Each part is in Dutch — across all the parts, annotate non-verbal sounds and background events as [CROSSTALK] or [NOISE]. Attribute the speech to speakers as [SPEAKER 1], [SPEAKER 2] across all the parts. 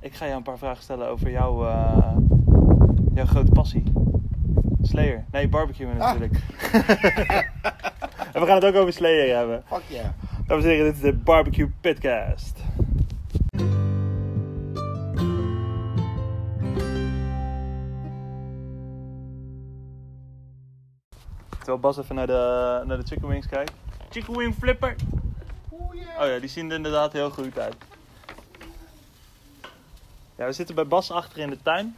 [SPEAKER 1] Ik ga jou een paar vragen stellen over jouw, eh, jouw grote passie. Slayer. Nee, barbecue natuurlijk.
[SPEAKER 2] Ah.
[SPEAKER 1] en we gaan het ook over Slayer hebben.
[SPEAKER 2] [LAUGHS] Fuck ja.
[SPEAKER 1] Dames en heren, dit is de Barbecue Podcast. Terwijl Bas even naar de, naar de chicken wings kijkt. Chicken wing flipper! Oh ja, die zien er inderdaad heel goed uit. Ja, we zitten bij Bas achter in de tuin.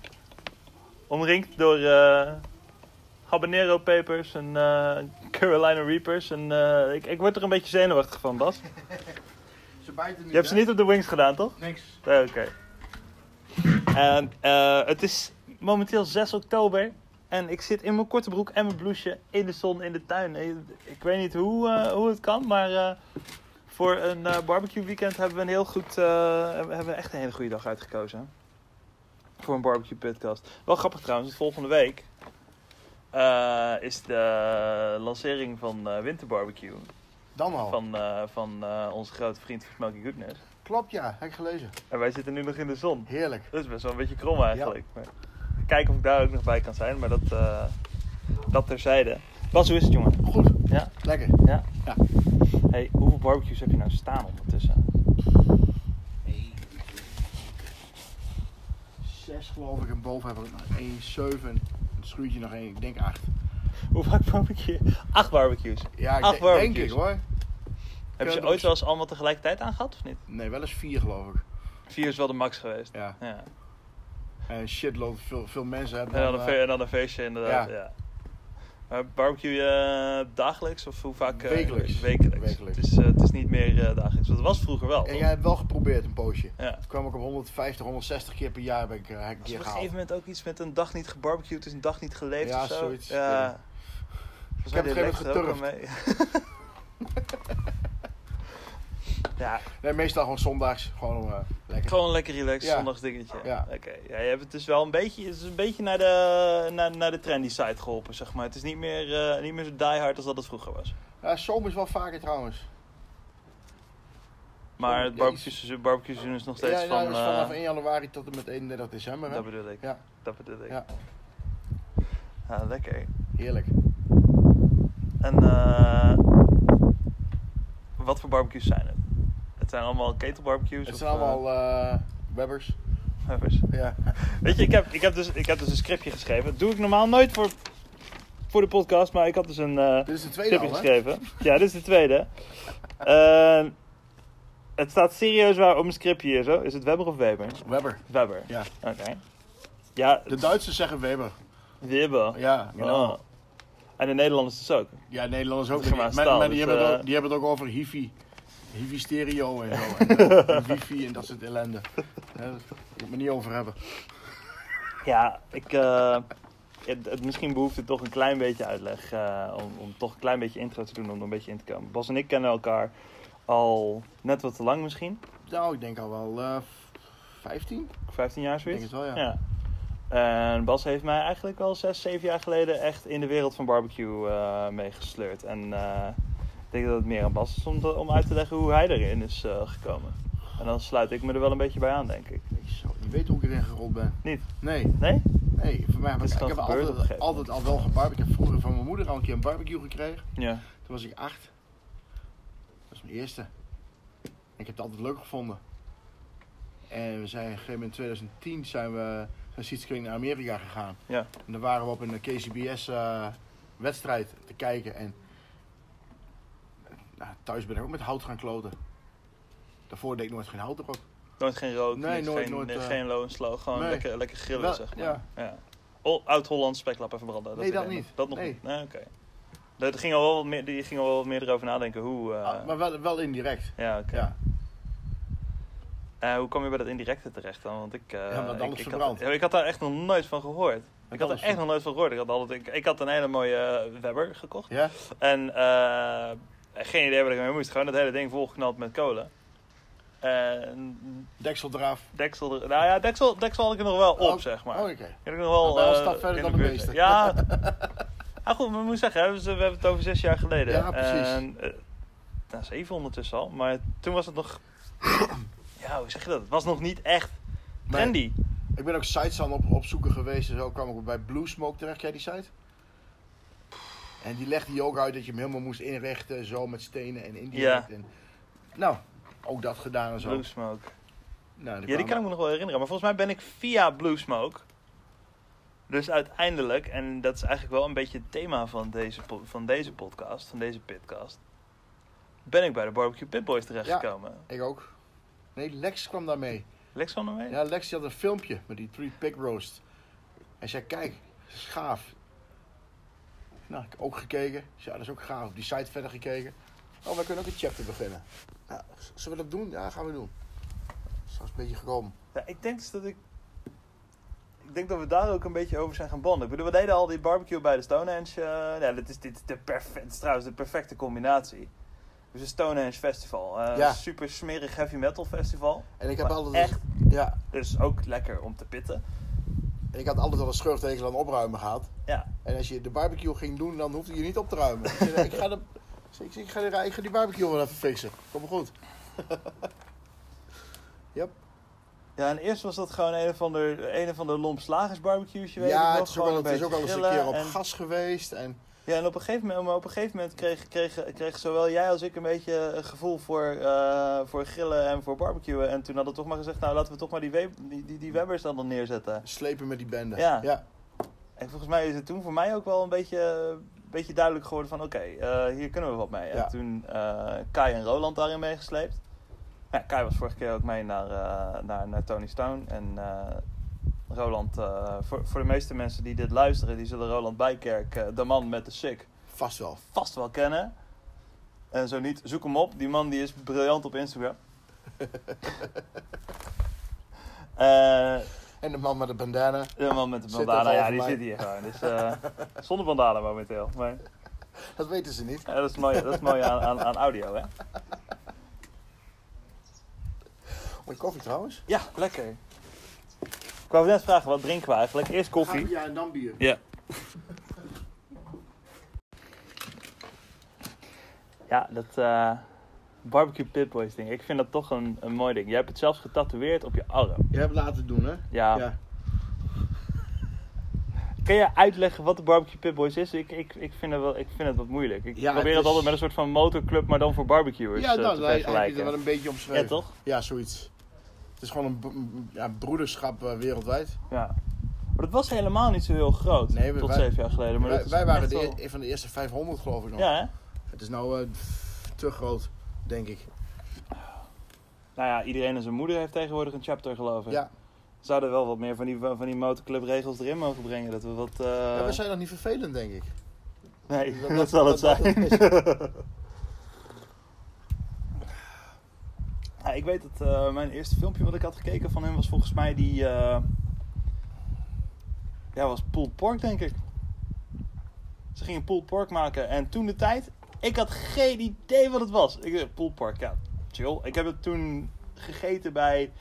[SPEAKER 1] Omringd door eh habanero pepers en eh, Carolina Reapers. En, eh, ik, ik word er een beetje zenuwachtig van, Bas.
[SPEAKER 2] Ze bijten niet.
[SPEAKER 1] Je hebt ze
[SPEAKER 2] hè?
[SPEAKER 1] niet op de wings gedaan, toch?
[SPEAKER 2] Niks.
[SPEAKER 1] Nee, Eh, Oké. En eh, het is momenteel 6 oktober. En ik zit in mijn korte broek en mijn blouseje in de zon in de tuin. Ik- Ik weet niet hoe, eh, hoe het kan, maar eh, voor een eh, barbecue weekend hebben we een heel goed. eh, hebben we echt een hele goede dag uitgekozen. Voor een barbecue podcast. Wel grappig trouwens, want volgende week eh, is de lancering van eh winterbarbecue.
[SPEAKER 2] Dan al.
[SPEAKER 1] Van, eh, van eh, onze grote vriend van Smoky Goodness.
[SPEAKER 2] Klopt ja, heb ik gelezen.
[SPEAKER 1] En wij zitten nu nog in de zon.
[SPEAKER 2] Heerlijk.
[SPEAKER 1] [LAUGHS] Dat is best wel een beetje krom eigenlijk. Maar kijken of ik daar ook nog bij kan zijn, maar dat, eh, dat terzijde. Bas, hoe is het jongen?
[SPEAKER 2] Goed.
[SPEAKER 1] Ja?
[SPEAKER 2] Lekker.
[SPEAKER 1] Ja?
[SPEAKER 2] Ja.
[SPEAKER 1] Hey, hoeveel barbecues heb je nou staan ondertussen?
[SPEAKER 2] Zes geloof ik en boven hebben we nog één, zeven. Het schuurtje nog één, ik denk acht.
[SPEAKER 1] Hoe vaak barbecue? Acht barbecues.
[SPEAKER 2] Ja, ik
[SPEAKER 1] Acht
[SPEAKER 2] denk- denk
[SPEAKER 1] barbecues.
[SPEAKER 2] ik hoor.
[SPEAKER 1] Heb je ze
[SPEAKER 2] dat
[SPEAKER 1] ooit
[SPEAKER 2] is-
[SPEAKER 1] wel eens allemaal tegelijkertijd aangehad of niet?
[SPEAKER 2] Nee, wel eens vier geloof ik.
[SPEAKER 1] Vier is wel de max geweest.
[SPEAKER 2] Ja.
[SPEAKER 1] Ja.
[SPEAKER 2] En shitload, veel, veel mensen hebben
[SPEAKER 1] En dan,
[SPEAKER 2] dan,
[SPEAKER 1] een,
[SPEAKER 2] eh,
[SPEAKER 1] fe- en dan een feestje inderdaad. Ja.
[SPEAKER 2] ja.
[SPEAKER 1] Maar barbecue je dagelijks of hoe vaak? eh,
[SPEAKER 2] Wekelijks.
[SPEAKER 1] Wekelijks.
[SPEAKER 2] Wekelijks.
[SPEAKER 1] Het, is, eh, het is niet meer eh, dagelijks. Want het was vroeger wel.
[SPEAKER 2] En
[SPEAKER 1] toch?
[SPEAKER 2] jij hebt wel geprobeerd een poosje.
[SPEAKER 1] ja.
[SPEAKER 2] Het kwam ook op 150, 160 keer per jaar ben ik eh, heb ik
[SPEAKER 1] Was
[SPEAKER 2] een
[SPEAKER 1] er
[SPEAKER 2] keer
[SPEAKER 1] op een gegeven
[SPEAKER 2] gehaald.
[SPEAKER 1] moment ook iets met een dag niet gebarbecued is een dag niet geleefd
[SPEAKER 2] Ja,
[SPEAKER 1] of zo?
[SPEAKER 2] zoiets.
[SPEAKER 1] Ja,
[SPEAKER 2] Ja.
[SPEAKER 1] Volgens
[SPEAKER 2] Ik heb
[SPEAKER 1] mij
[SPEAKER 2] op een
[SPEAKER 1] deed
[SPEAKER 2] gegeven
[SPEAKER 1] Lex er ook
[SPEAKER 2] moment
[SPEAKER 1] al mee. [LAUGHS] ja,
[SPEAKER 2] Nee, meestal gewoon zondags. Gewoon eh, lekker.
[SPEAKER 1] gewoon een lekker relaxed
[SPEAKER 2] Ja.
[SPEAKER 1] zondagsdingetje.
[SPEAKER 2] Ja.
[SPEAKER 1] Oké. Ja, je hebt het dus wel een beetje, het is een beetje naar de, naar, naar de trendy site geholpen, zeg maar. Het is niet meer, eh, niet meer zo diehard als dat het vroeger was.
[SPEAKER 2] Ja, zomer is wel vaker trouwens.
[SPEAKER 1] Maar
[SPEAKER 2] Ja,
[SPEAKER 1] het
[SPEAKER 2] iets-
[SPEAKER 1] barbecue seizoen, barbecue seizoen is nog
[SPEAKER 2] Ja,
[SPEAKER 1] steeds
[SPEAKER 2] ja,
[SPEAKER 1] van...
[SPEAKER 2] dat is
[SPEAKER 1] eh,
[SPEAKER 2] vanaf 1 januari tot en met 31 december. Hè?
[SPEAKER 1] dat bedoel ik.
[SPEAKER 2] Ja.
[SPEAKER 1] Dat bedoel ik.
[SPEAKER 2] Ja.
[SPEAKER 1] Ah, lekker.
[SPEAKER 2] Heerlijk.
[SPEAKER 1] En eh, wat voor barbecues zijn het? Het zijn allemaal ketelbarbecues?
[SPEAKER 2] Het
[SPEAKER 1] of,
[SPEAKER 2] zijn
[SPEAKER 1] eh,
[SPEAKER 2] allemaal eh webbers.
[SPEAKER 1] Huffers.
[SPEAKER 2] Ja. [LAUGHS]
[SPEAKER 1] Weet je, ik heb, ik, heb dus, ik heb dus een scriptje geschreven. Dat doe ik normaal nooit voor, voor de podcast, maar ik had dus een eh,
[SPEAKER 2] Dit is de tweede
[SPEAKER 1] scriptje
[SPEAKER 2] al, hè?
[SPEAKER 1] geschreven. Ja, dit is de tweede. Eh, het staat serieus waar op mijn scriptje hier zo. Is het Weber of Weber?
[SPEAKER 2] Webber.
[SPEAKER 1] Weber.
[SPEAKER 2] Ja.
[SPEAKER 1] Oké. Ja,
[SPEAKER 2] De Duitsers zeggen Weber.
[SPEAKER 1] Weber.
[SPEAKER 2] Ja, genau.
[SPEAKER 1] Oh. En de Nederlanders dus ook.
[SPEAKER 2] Ja, Nederlanders ook.
[SPEAKER 1] [LAUGHS] Dat is
[SPEAKER 2] Maar,
[SPEAKER 1] gemaakt
[SPEAKER 2] maar
[SPEAKER 1] staal,
[SPEAKER 2] die,
[SPEAKER 1] dus,
[SPEAKER 2] hebben het
[SPEAKER 1] eh,
[SPEAKER 2] ook, die hebben het ook over hifi. Hifi stereo en
[SPEAKER 1] [LAUGHS]
[SPEAKER 2] zo. en, eh, en wifi en dat soort ellende. Ja, Daar moet ik me niet over hebben.
[SPEAKER 1] Ja, ik, eh, het, het- misschien behoeft het toch een klein beetje uitleg. eh, om, om toch een klein beetje intro te doen, om er een beetje in te komen. Bas en ik kennen elkaar al net wat te lang misschien.
[SPEAKER 2] Nou, ik denk al wel eh, v- 15.
[SPEAKER 1] 15 jaar
[SPEAKER 2] Ik denk
[SPEAKER 1] zoiets.
[SPEAKER 2] het wel, ja.
[SPEAKER 1] Ja. En Bas heeft mij eigenlijk al 6, 7 jaar geleden echt in de wereld van barbecue eh, meegesleurd. En eh, ik denk dat het meer aan Bas is om, te- om uit te leggen hoe hij erin is eh, gekomen. En dan sluit ik me er wel een beetje bij aan, denk ik.
[SPEAKER 2] Ik zou niet weten hoe ik erin gerold ben.
[SPEAKER 1] Niet?
[SPEAKER 2] Nee.
[SPEAKER 1] Nee?
[SPEAKER 2] Nee, voor mij heb
[SPEAKER 1] Het
[SPEAKER 2] ik,
[SPEAKER 1] is
[SPEAKER 2] ik
[SPEAKER 1] gewoon gebeurd
[SPEAKER 2] heb
[SPEAKER 1] op een
[SPEAKER 2] altijd,
[SPEAKER 1] gegeven
[SPEAKER 2] altijd al wel gebarbecued. Ik heb vroeger van mijn moeder al een keer een barbecue gekregen.
[SPEAKER 1] Ja.
[SPEAKER 2] Toen was ik acht. Dat was mijn eerste. Ik heb het altijd leuk gevonden. En we zijn op een gegeven moment in 2010 zijn we van Sietskring naar Amerika gegaan.
[SPEAKER 1] Ja.
[SPEAKER 2] En daar waren we op een KCBS eh, wedstrijd te kijken. En nou, thuis ben ik ook met hout gaan kloten. Daarvoor deed ik nooit geen hout erop.
[SPEAKER 1] Nooit geen rook,
[SPEAKER 2] Nee,
[SPEAKER 1] niks,
[SPEAKER 2] nooit,
[SPEAKER 1] geen,
[SPEAKER 2] nooit,
[SPEAKER 1] niks,
[SPEAKER 2] eh,
[SPEAKER 1] geen low en slow. Gewoon
[SPEAKER 2] nee.
[SPEAKER 1] lekker, lekker grillen,
[SPEAKER 2] Wel,
[SPEAKER 1] zeg maar.
[SPEAKER 2] ja.
[SPEAKER 1] Ja. O- Oud-Hollands speklap even branden.
[SPEAKER 2] Nee, dat
[SPEAKER 1] idee.
[SPEAKER 2] niet.
[SPEAKER 1] Dat nog
[SPEAKER 2] Nee.
[SPEAKER 1] niet? Nee, oké. Nee, er ging al wel wat meer, die ging al wel wat meer erover nadenken hoe... eh,
[SPEAKER 2] Ah, maar wel, wel indirect.
[SPEAKER 1] Ja, oké.
[SPEAKER 2] Ja.
[SPEAKER 1] Eh, hoe kwam je bij dat indirecte terecht dan? Want ik, eh,
[SPEAKER 2] Ja, omdat
[SPEAKER 1] ik,
[SPEAKER 2] alles
[SPEAKER 1] ik,
[SPEAKER 2] verbrandt.
[SPEAKER 1] had, ja, ik had daar echt nog nooit van gehoord. Ik had er
[SPEAKER 2] alles
[SPEAKER 1] echt nog nooit van gehoord. Ik had, altijd, ik, ik had een hele mooie eh, Weber gekocht.
[SPEAKER 2] Ja?
[SPEAKER 1] En eh, geen idee waar ik mee moest. Gewoon dat hele ding volgeknald met kolen. En
[SPEAKER 2] Deksel eraf.
[SPEAKER 1] deksel er, Nou ja, deksel, deksel had ik er nog wel op,
[SPEAKER 2] Oh,
[SPEAKER 1] zeg maar.
[SPEAKER 2] oh, Oké.
[SPEAKER 1] Ik heb nog wel.
[SPEAKER 2] Nou, wel een
[SPEAKER 1] eh,
[SPEAKER 2] stap verder
[SPEAKER 1] in
[SPEAKER 2] dan de
[SPEAKER 1] buurt.
[SPEAKER 2] meeste.
[SPEAKER 1] Ja.
[SPEAKER 2] [LAUGHS]
[SPEAKER 1] ah, goed, maar ik moet zeggen, hè, we we hebben het over zes jaar geleden.
[SPEAKER 2] Ja, precies.
[SPEAKER 1] En, eh, nou,
[SPEAKER 2] [CLEARS THROAT]
[SPEAKER 1] zeven ondertussen al. Maar toen was het nog. ja, hoe zeg je dat? Het was nog niet echt
[SPEAKER 2] Maar
[SPEAKER 1] Trendy.
[SPEAKER 2] Ik ben ook sites aan op, opzoeken geweest en zo kwam ik bij Blue Smoke terecht. Ken je die site? En die legde je ook uit dat je hem helemaal moest inrichten, zo met stenen en indirect. En, nou, ook dat gedaan en zo.
[SPEAKER 1] Blue Smoke.
[SPEAKER 2] Nou,
[SPEAKER 1] Ja, die kan ik me nog wel herinneren. Maar volgens mij ben ik via Blue Smoke. Dus uiteindelijk, en dat is eigenlijk wel een beetje het thema van deze, po- van deze podcast, van deze pitcast. Ben ik bij de Barbecue Pitboys terechtgekomen.
[SPEAKER 2] Ik ook. Nee, Lex kwam daarmee.
[SPEAKER 1] Lex kwam er mee?
[SPEAKER 2] Ja, Lex die had een filmpje met die Three Pig Roast. Hij zei, kijk, dat is gaaf. Nou, ik heb ook gekeken. Ik zei, Ja, dat is ook gaaf. Op die site verder gekeken. Oh, wij kunnen ook een chapter beginnen. Nou, z- zullen we dat doen? Ja, gaan we doen. Zo is een beetje gekomen.
[SPEAKER 1] Ja, ik denk dus dat ik. Ik denk dat we daar ook een beetje over zijn gaan bonden. Ik bedoel, we deden al die barbecue bij de Stonehenge. eh ja, dit is, dit is de perfect, is trouwens de perfecte combinatie. Dus een Stonehenge Festival. eh,
[SPEAKER 2] Ja.
[SPEAKER 1] Een super smerig heavy metal festival.
[SPEAKER 2] En ik heb
[SPEAKER 1] Maar
[SPEAKER 2] altijd...
[SPEAKER 1] echt.
[SPEAKER 2] Ja,
[SPEAKER 1] Dus ook lekker om te pitten.
[SPEAKER 2] en ik had altijd wel een schurftegel aan opruimen gehad.
[SPEAKER 1] Ja,
[SPEAKER 2] En als je de barbecue ging doen, dan hoefde je niet op te ruimen. ik, zei, ik, ga de, [LAUGHS] ik zei, ik, ga de, ik ga die barbecue wel even fixen. Kom maar goed. yep.
[SPEAKER 1] Ja, en eerst was dat gewoon een van de, een van de lomp slagersbarbecues, weet ik
[SPEAKER 2] ja,
[SPEAKER 1] nog.
[SPEAKER 2] het is ook,
[SPEAKER 1] Gewoon
[SPEAKER 2] wel, het is
[SPEAKER 1] beetje
[SPEAKER 2] ook al eens een
[SPEAKER 1] grillen
[SPEAKER 2] keer op
[SPEAKER 1] en,
[SPEAKER 2] gas geweest. En,
[SPEAKER 1] Ja, en op een gegeven moment, maar op een gegeven moment kreeg, kreeg, kreeg zowel jij als ik een beetje een gevoel voor, eh, voor grillen en voor barbecuen. En toen hadden we toch maar gezegd, nou laten we toch maar die, we- die, die, die Webbers dan dan neerzetten.
[SPEAKER 2] Slepen met die bende.
[SPEAKER 1] Ja.
[SPEAKER 2] ja.
[SPEAKER 1] En volgens mij is het toen voor mij ook wel een beetje, een beetje duidelijk geworden van oké, eh, hier kunnen we wat mee.
[SPEAKER 2] Ja.
[SPEAKER 1] En toen eh, Kai en Roland daarin meegesleept. Ja, Kai was vorige keer ook mee naar, eh, naar, naar Tony Stone. En eh, Roland, eh, voor, voor de meeste mensen die dit luisteren, die zullen Roland Bijkerk, eh, de man met de sick,
[SPEAKER 2] Vast wel.
[SPEAKER 1] vast wel kennen. En zo niet, zoek hem op. Die man die is briljant op [LAUGHS] Instagram. Eh
[SPEAKER 2] En de man met de bandana.
[SPEAKER 1] de man met de
[SPEAKER 2] Zit er
[SPEAKER 1] bandana, ja,
[SPEAKER 2] volgens
[SPEAKER 1] die
[SPEAKER 2] mij.
[SPEAKER 1] zit hier gewoon. Dus, eh, zonder bandana momenteel. Maar
[SPEAKER 2] Dat weten ze niet.
[SPEAKER 1] ja, dat is mooi, dat is mooi aan, aan, aan audio, hè?
[SPEAKER 2] Mijn koffie trouwens.
[SPEAKER 1] Ja, lekker. Ik wou net vragen, wat drinken we eigenlijk? Eerst koffie.
[SPEAKER 2] Ja, en dan bier.
[SPEAKER 1] Ja. Ja, dat eh, barbecue pitboys ding. Ik vind dat toch een, een mooi ding. Jij hebt het zelfs getatoeëerd op je arm.
[SPEAKER 2] Je hebt laten doen, hè?
[SPEAKER 1] Ja. Kun je uitleggen wat de barbecue pitboys is? Ik, ik, ik, vind, het wel, ik vind het wat moeilijk. Ik
[SPEAKER 2] Ja,
[SPEAKER 1] probeer het,
[SPEAKER 2] het is-
[SPEAKER 1] altijd met een soort van motorclub, maar dan voor barbecuers
[SPEAKER 2] Ja,
[SPEAKER 1] eh,
[SPEAKER 2] nou,
[SPEAKER 1] te
[SPEAKER 2] dat heb je
[SPEAKER 1] vergelijken.
[SPEAKER 2] er wel een beetje omschreven.
[SPEAKER 1] Ja, toch?
[SPEAKER 2] Ja, zoiets. Het is gewoon een b- m- ja, broederschap eh, wereldwijd.
[SPEAKER 1] Ja. Maar dat was helemaal niet zo heel groot.
[SPEAKER 2] Nee, we-
[SPEAKER 1] tot
[SPEAKER 2] wij-
[SPEAKER 1] zeven jaar geleden. Maar dat
[SPEAKER 2] Wij,
[SPEAKER 1] is
[SPEAKER 2] wij waren
[SPEAKER 1] echt
[SPEAKER 2] de,
[SPEAKER 1] wel-
[SPEAKER 2] e- een van de eerste 500, geloof ik nog.
[SPEAKER 1] Ja, hè?
[SPEAKER 2] Het is nou eh, pff, te groot, denk ik.
[SPEAKER 1] Nou ja, iedereen en zijn moeder heeft tegenwoordig een chapter, geloof ik.
[SPEAKER 2] Ja.
[SPEAKER 1] Zouden wel wat meer van die, van die motorclubregels erin mogen brengen. Dat we wat... eh,
[SPEAKER 2] ja, we zijn nog niet vervelend, denk ik.
[SPEAKER 1] Nee,
[SPEAKER 2] dat-
[SPEAKER 1] dat,
[SPEAKER 2] dat-
[SPEAKER 1] zal het
[SPEAKER 2] dat-
[SPEAKER 1] zijn.
[SPEAKER 2] dat
[SPEAKER 1] Ja, ik weet dat eh, mijn eerste filmpje wat ik had gekeken van hem was volgens mij die... eh, Ja, was pulled pork, denk ik. Ze gingen pulled pork maken en toen de tijd... Ik had geen idee wat het was. Ik dacht, pulled pork, ja, chill. Ik heb het toen gegeten bij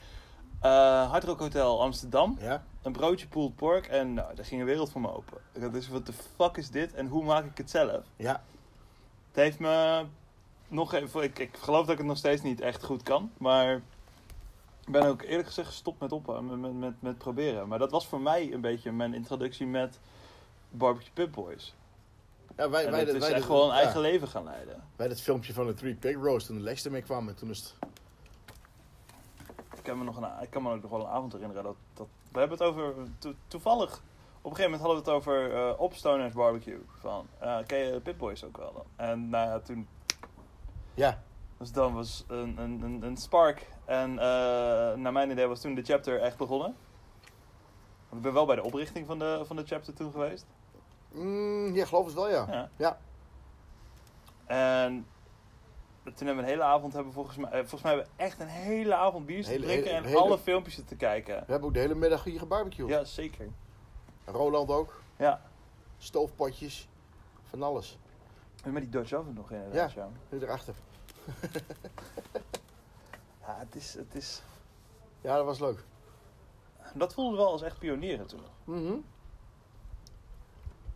[SPEAKER 1] eh Hard Rock Hotel Amsterdam
[SPEAKER 2] Ja?
[SPEAKER 1] een broodje pulled pork en nou, daar ging een wereld voor me open. Ik dacht, dus wat de fuck is dit en hoe maak ik het zelf?
[SPEAKER 2] Ja.
[SPEAKER 1] Het heeft me nog even, ik, ik geloof dat ik het nog steeds niet echt goed kan, maar ik ben ook eerlijk gezegd gestopt met, op, met, met, met, met proberen. Maar dat was voor mij een beetje mijn introductie met Barbecue Pit Boys.
[SPEAKER 2] Ja, wij,
[SPEAKER 1] En
[SPEAKER 2] wij,
[SPEAKER 1] dat is
[SPEAKER 2] wij,
[SPEAKER 1] echt gewoon
[SPEAKER 2] ja.
[SPEAKER 1] eigen leven gaan leiden.
[SPEAKER 2] Bij dat filmpje van de Three Pig Roast, toen de Lex ermee kwam. En toen is het...
[SPEAKER 1] Ik kan me, nog een, ik kan me ook nog wel een avond herinneren. Dat, dat, we hebben het over, to- toevallig, op een gegeven moment hadden we het over eh op Stonehenge Barbecue. Van, eh, ken je Pitboys ook wel dan? En nou ja, toen
[SPEAKER 2] Ja,
[SPEAKER 1] Dus dan was een, een, een, een spark. En eh, naar mijn idee was toen de chapter echt begonnen. Want Ik ben wel bij de oprichting van de, van de chapter toen geweest.
[SPEAKER 2] mm, ja geloof het wel, ja.
[SPEAKER 1] Ja.
[SPEAKER 2] Ja.
[SPEAKER 1] En toen hebben we een hele avond, hebben we volgens mij, eh, volgens mij hebben we echt een hele avond bier te
[SPEAKER 2] Hele-
[SPEAKER 1] drinken
[SPEAKER 2] hele-
[SPEAKER 1] en
[SPEAKER 2] hele-
[SPEAKER 1] alle filmpjes te kijken.
[SPEAKER 2] We hebben ook de hele middag hier gebarbecued.
[SPEAKER 1] Ja, zeker.
[SPEAKER 2] Roland ook.
[SPEAKER 1] Ja,
[SPEAKER 2] Stoofpotjes. Van alles.
[SPEAKER 1] en met die Dutch oven nog inderdaad. Ja.
[SPEAKER 2] Nu erachter.
[SPEAKER 1] Ja, het is, het is...
[SPEAKER 2] Ja, dat was leuk.
[SPEAKER 1] Dat voelde wel als echt pionieren toen.
[SPEAKER 2] Mhm.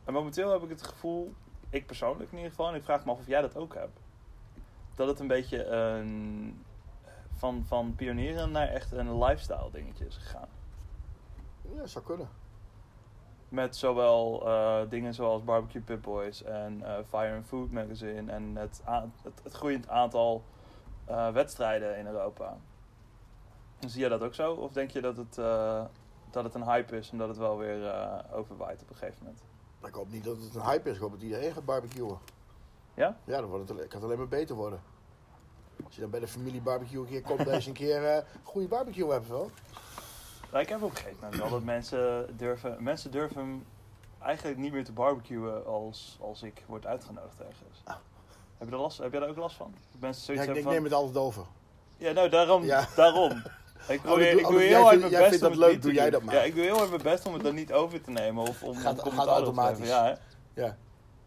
[SPEAKER 1] En momenteel heb ik het gevoel, ik persoonlijk in ieder geval, en ik vraag me af of jij dat ook hebt, dat het een beetje een van, van pionieren naar echt een lifestyle dingetje is gegaan.
[SPEAKER 2] Ja, zou kunnen.
[SPEAKER 1] Met zowel eh, dingen zoals Barbecue Pit Boys en eh, Fire and Food Magazine en het, a- het, het groeiend aantal eh, wedstrijden in Europa. Zie jij dat ook zo? Of denk je dat het, eh, dat het een hype is en dat het wel weer eh, overwaait op een gegeven moment?
[SPEAKER 2] Maar ik hoop niet dat het een hype is. Ik hoop dat iedereen gaat barbecuen.
[SPEAKER 1] Ja?
[SPEAKER 2] Ja, dan wordt het, alle- kan het alleen maar beter worden. Als je dan bij de familie barbecue een keer komt, deze een keer eh, goede barbecue hebben wel.
[SPEAKER 1] Nou, ik heb op een gegeven moment wel dat mensen durven, mensen durven eigenlijk niet meer te barbecuen als, als ik word uitgenodigd ergens. Heb, je er last, heb jij daar ook last van? Dat Mensen
[SPEAKER 2] Oh. Ja,
[SPEAKER 1] zoiets
[SPEAKER 2] ik, ik
[SPEAKER 1] hebben
[SPEAKER 2] neem het altijd over.
[SPEAKER 1] van, ja, nou daarom,
[SPEAKER 2] Ja. [LAUGHS]
[SPEAKER 1] daarom. Ik
[SPEAKER 2] doe-
[SPEAKER 1] probeer, ik
[SPEAKER 2] oh,
[SPEAKER 1] doe
[SPEAKER 2] doe- jij
[SPEAKER 1] heel hard
[SPEAKER 2] vindt-
[SPEAKER 1] mijn
[SPEAKER 2] jij
[SPEAKER 1] best
[SPEAKER 2] vindt
[SPEAKER 1] om het
[SPEAKER 2] dat leuk,
[SPEAKER 1] niet
[SPEAKER 2] doe
[SPEAKER 1] te
[SPEAKER 2] jij
[SPEAKER 1] doen.
[SPEAKER 2] dat maar.
[SPEAKER 1] Ja, ik doe heel hard mijn best om het dan niet over te nemen of om
[SPEAKER 2] Gaat-
[SPEAKER 1] om
[SPEAKER 2] gaat
[SPEAKER 1] commentaar op te geven.
[SPEAKER 2] automatisch.
[SPEAKER 1] Ja, hè?
[SPEAKER 2] Ja.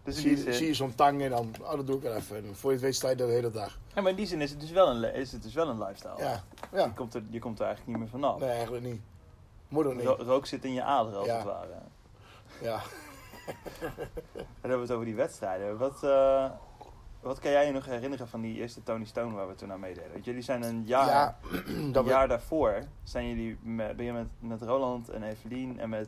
[SPEAKER 1] Dus in
[SPEAKER 2] Zie,
[SPEAKER 1] die
[SPEAKER 2] je-
[SPEAKER 1] zin,
[SPEAKER 2] zie je zo'n tang en dan, oh, dat doe ik wel even. En voor je het weet sta je daar de hele dag.
[SPEAKER 1] Ja, maar in die zin is het dus wel een, le- is het dus wel een lifestyle.
[SPEAKER 2] Ja,
[SPEAKER 1] Je,
[SPEAKER 2] ja.
[SPEAKER 1] komt er, je komt er eigenlijk niet meer vanaf.
[SPEAKER 2] Nee, eigenlijk niet. Moet ook
[SPEAKER 1] Ro-
[SPEAKER 2] niet.
[SPEAKER 1] rook zit in je aderen als
[SPEAKER 2] Ja.
[SPEAKER 1] het ware.
[SPEAKER 2] Ja.
[SPEAKER 1] Dan hebben we het over die wedstrijden. Wat, eh, wat kan jij je nog herinneren van die eerste Tony Stone waar we toen aan meededen? Want jullie zijn een jaar,
[SPEAKER 2] Ja,
[SPEAKER 1] een
[SPEAKER 2] [CLEARS THROAT] dat we-
[SPEAKER 1] jaar daarvoor zijn jullie met, ben je met, met Roland en Evelien en met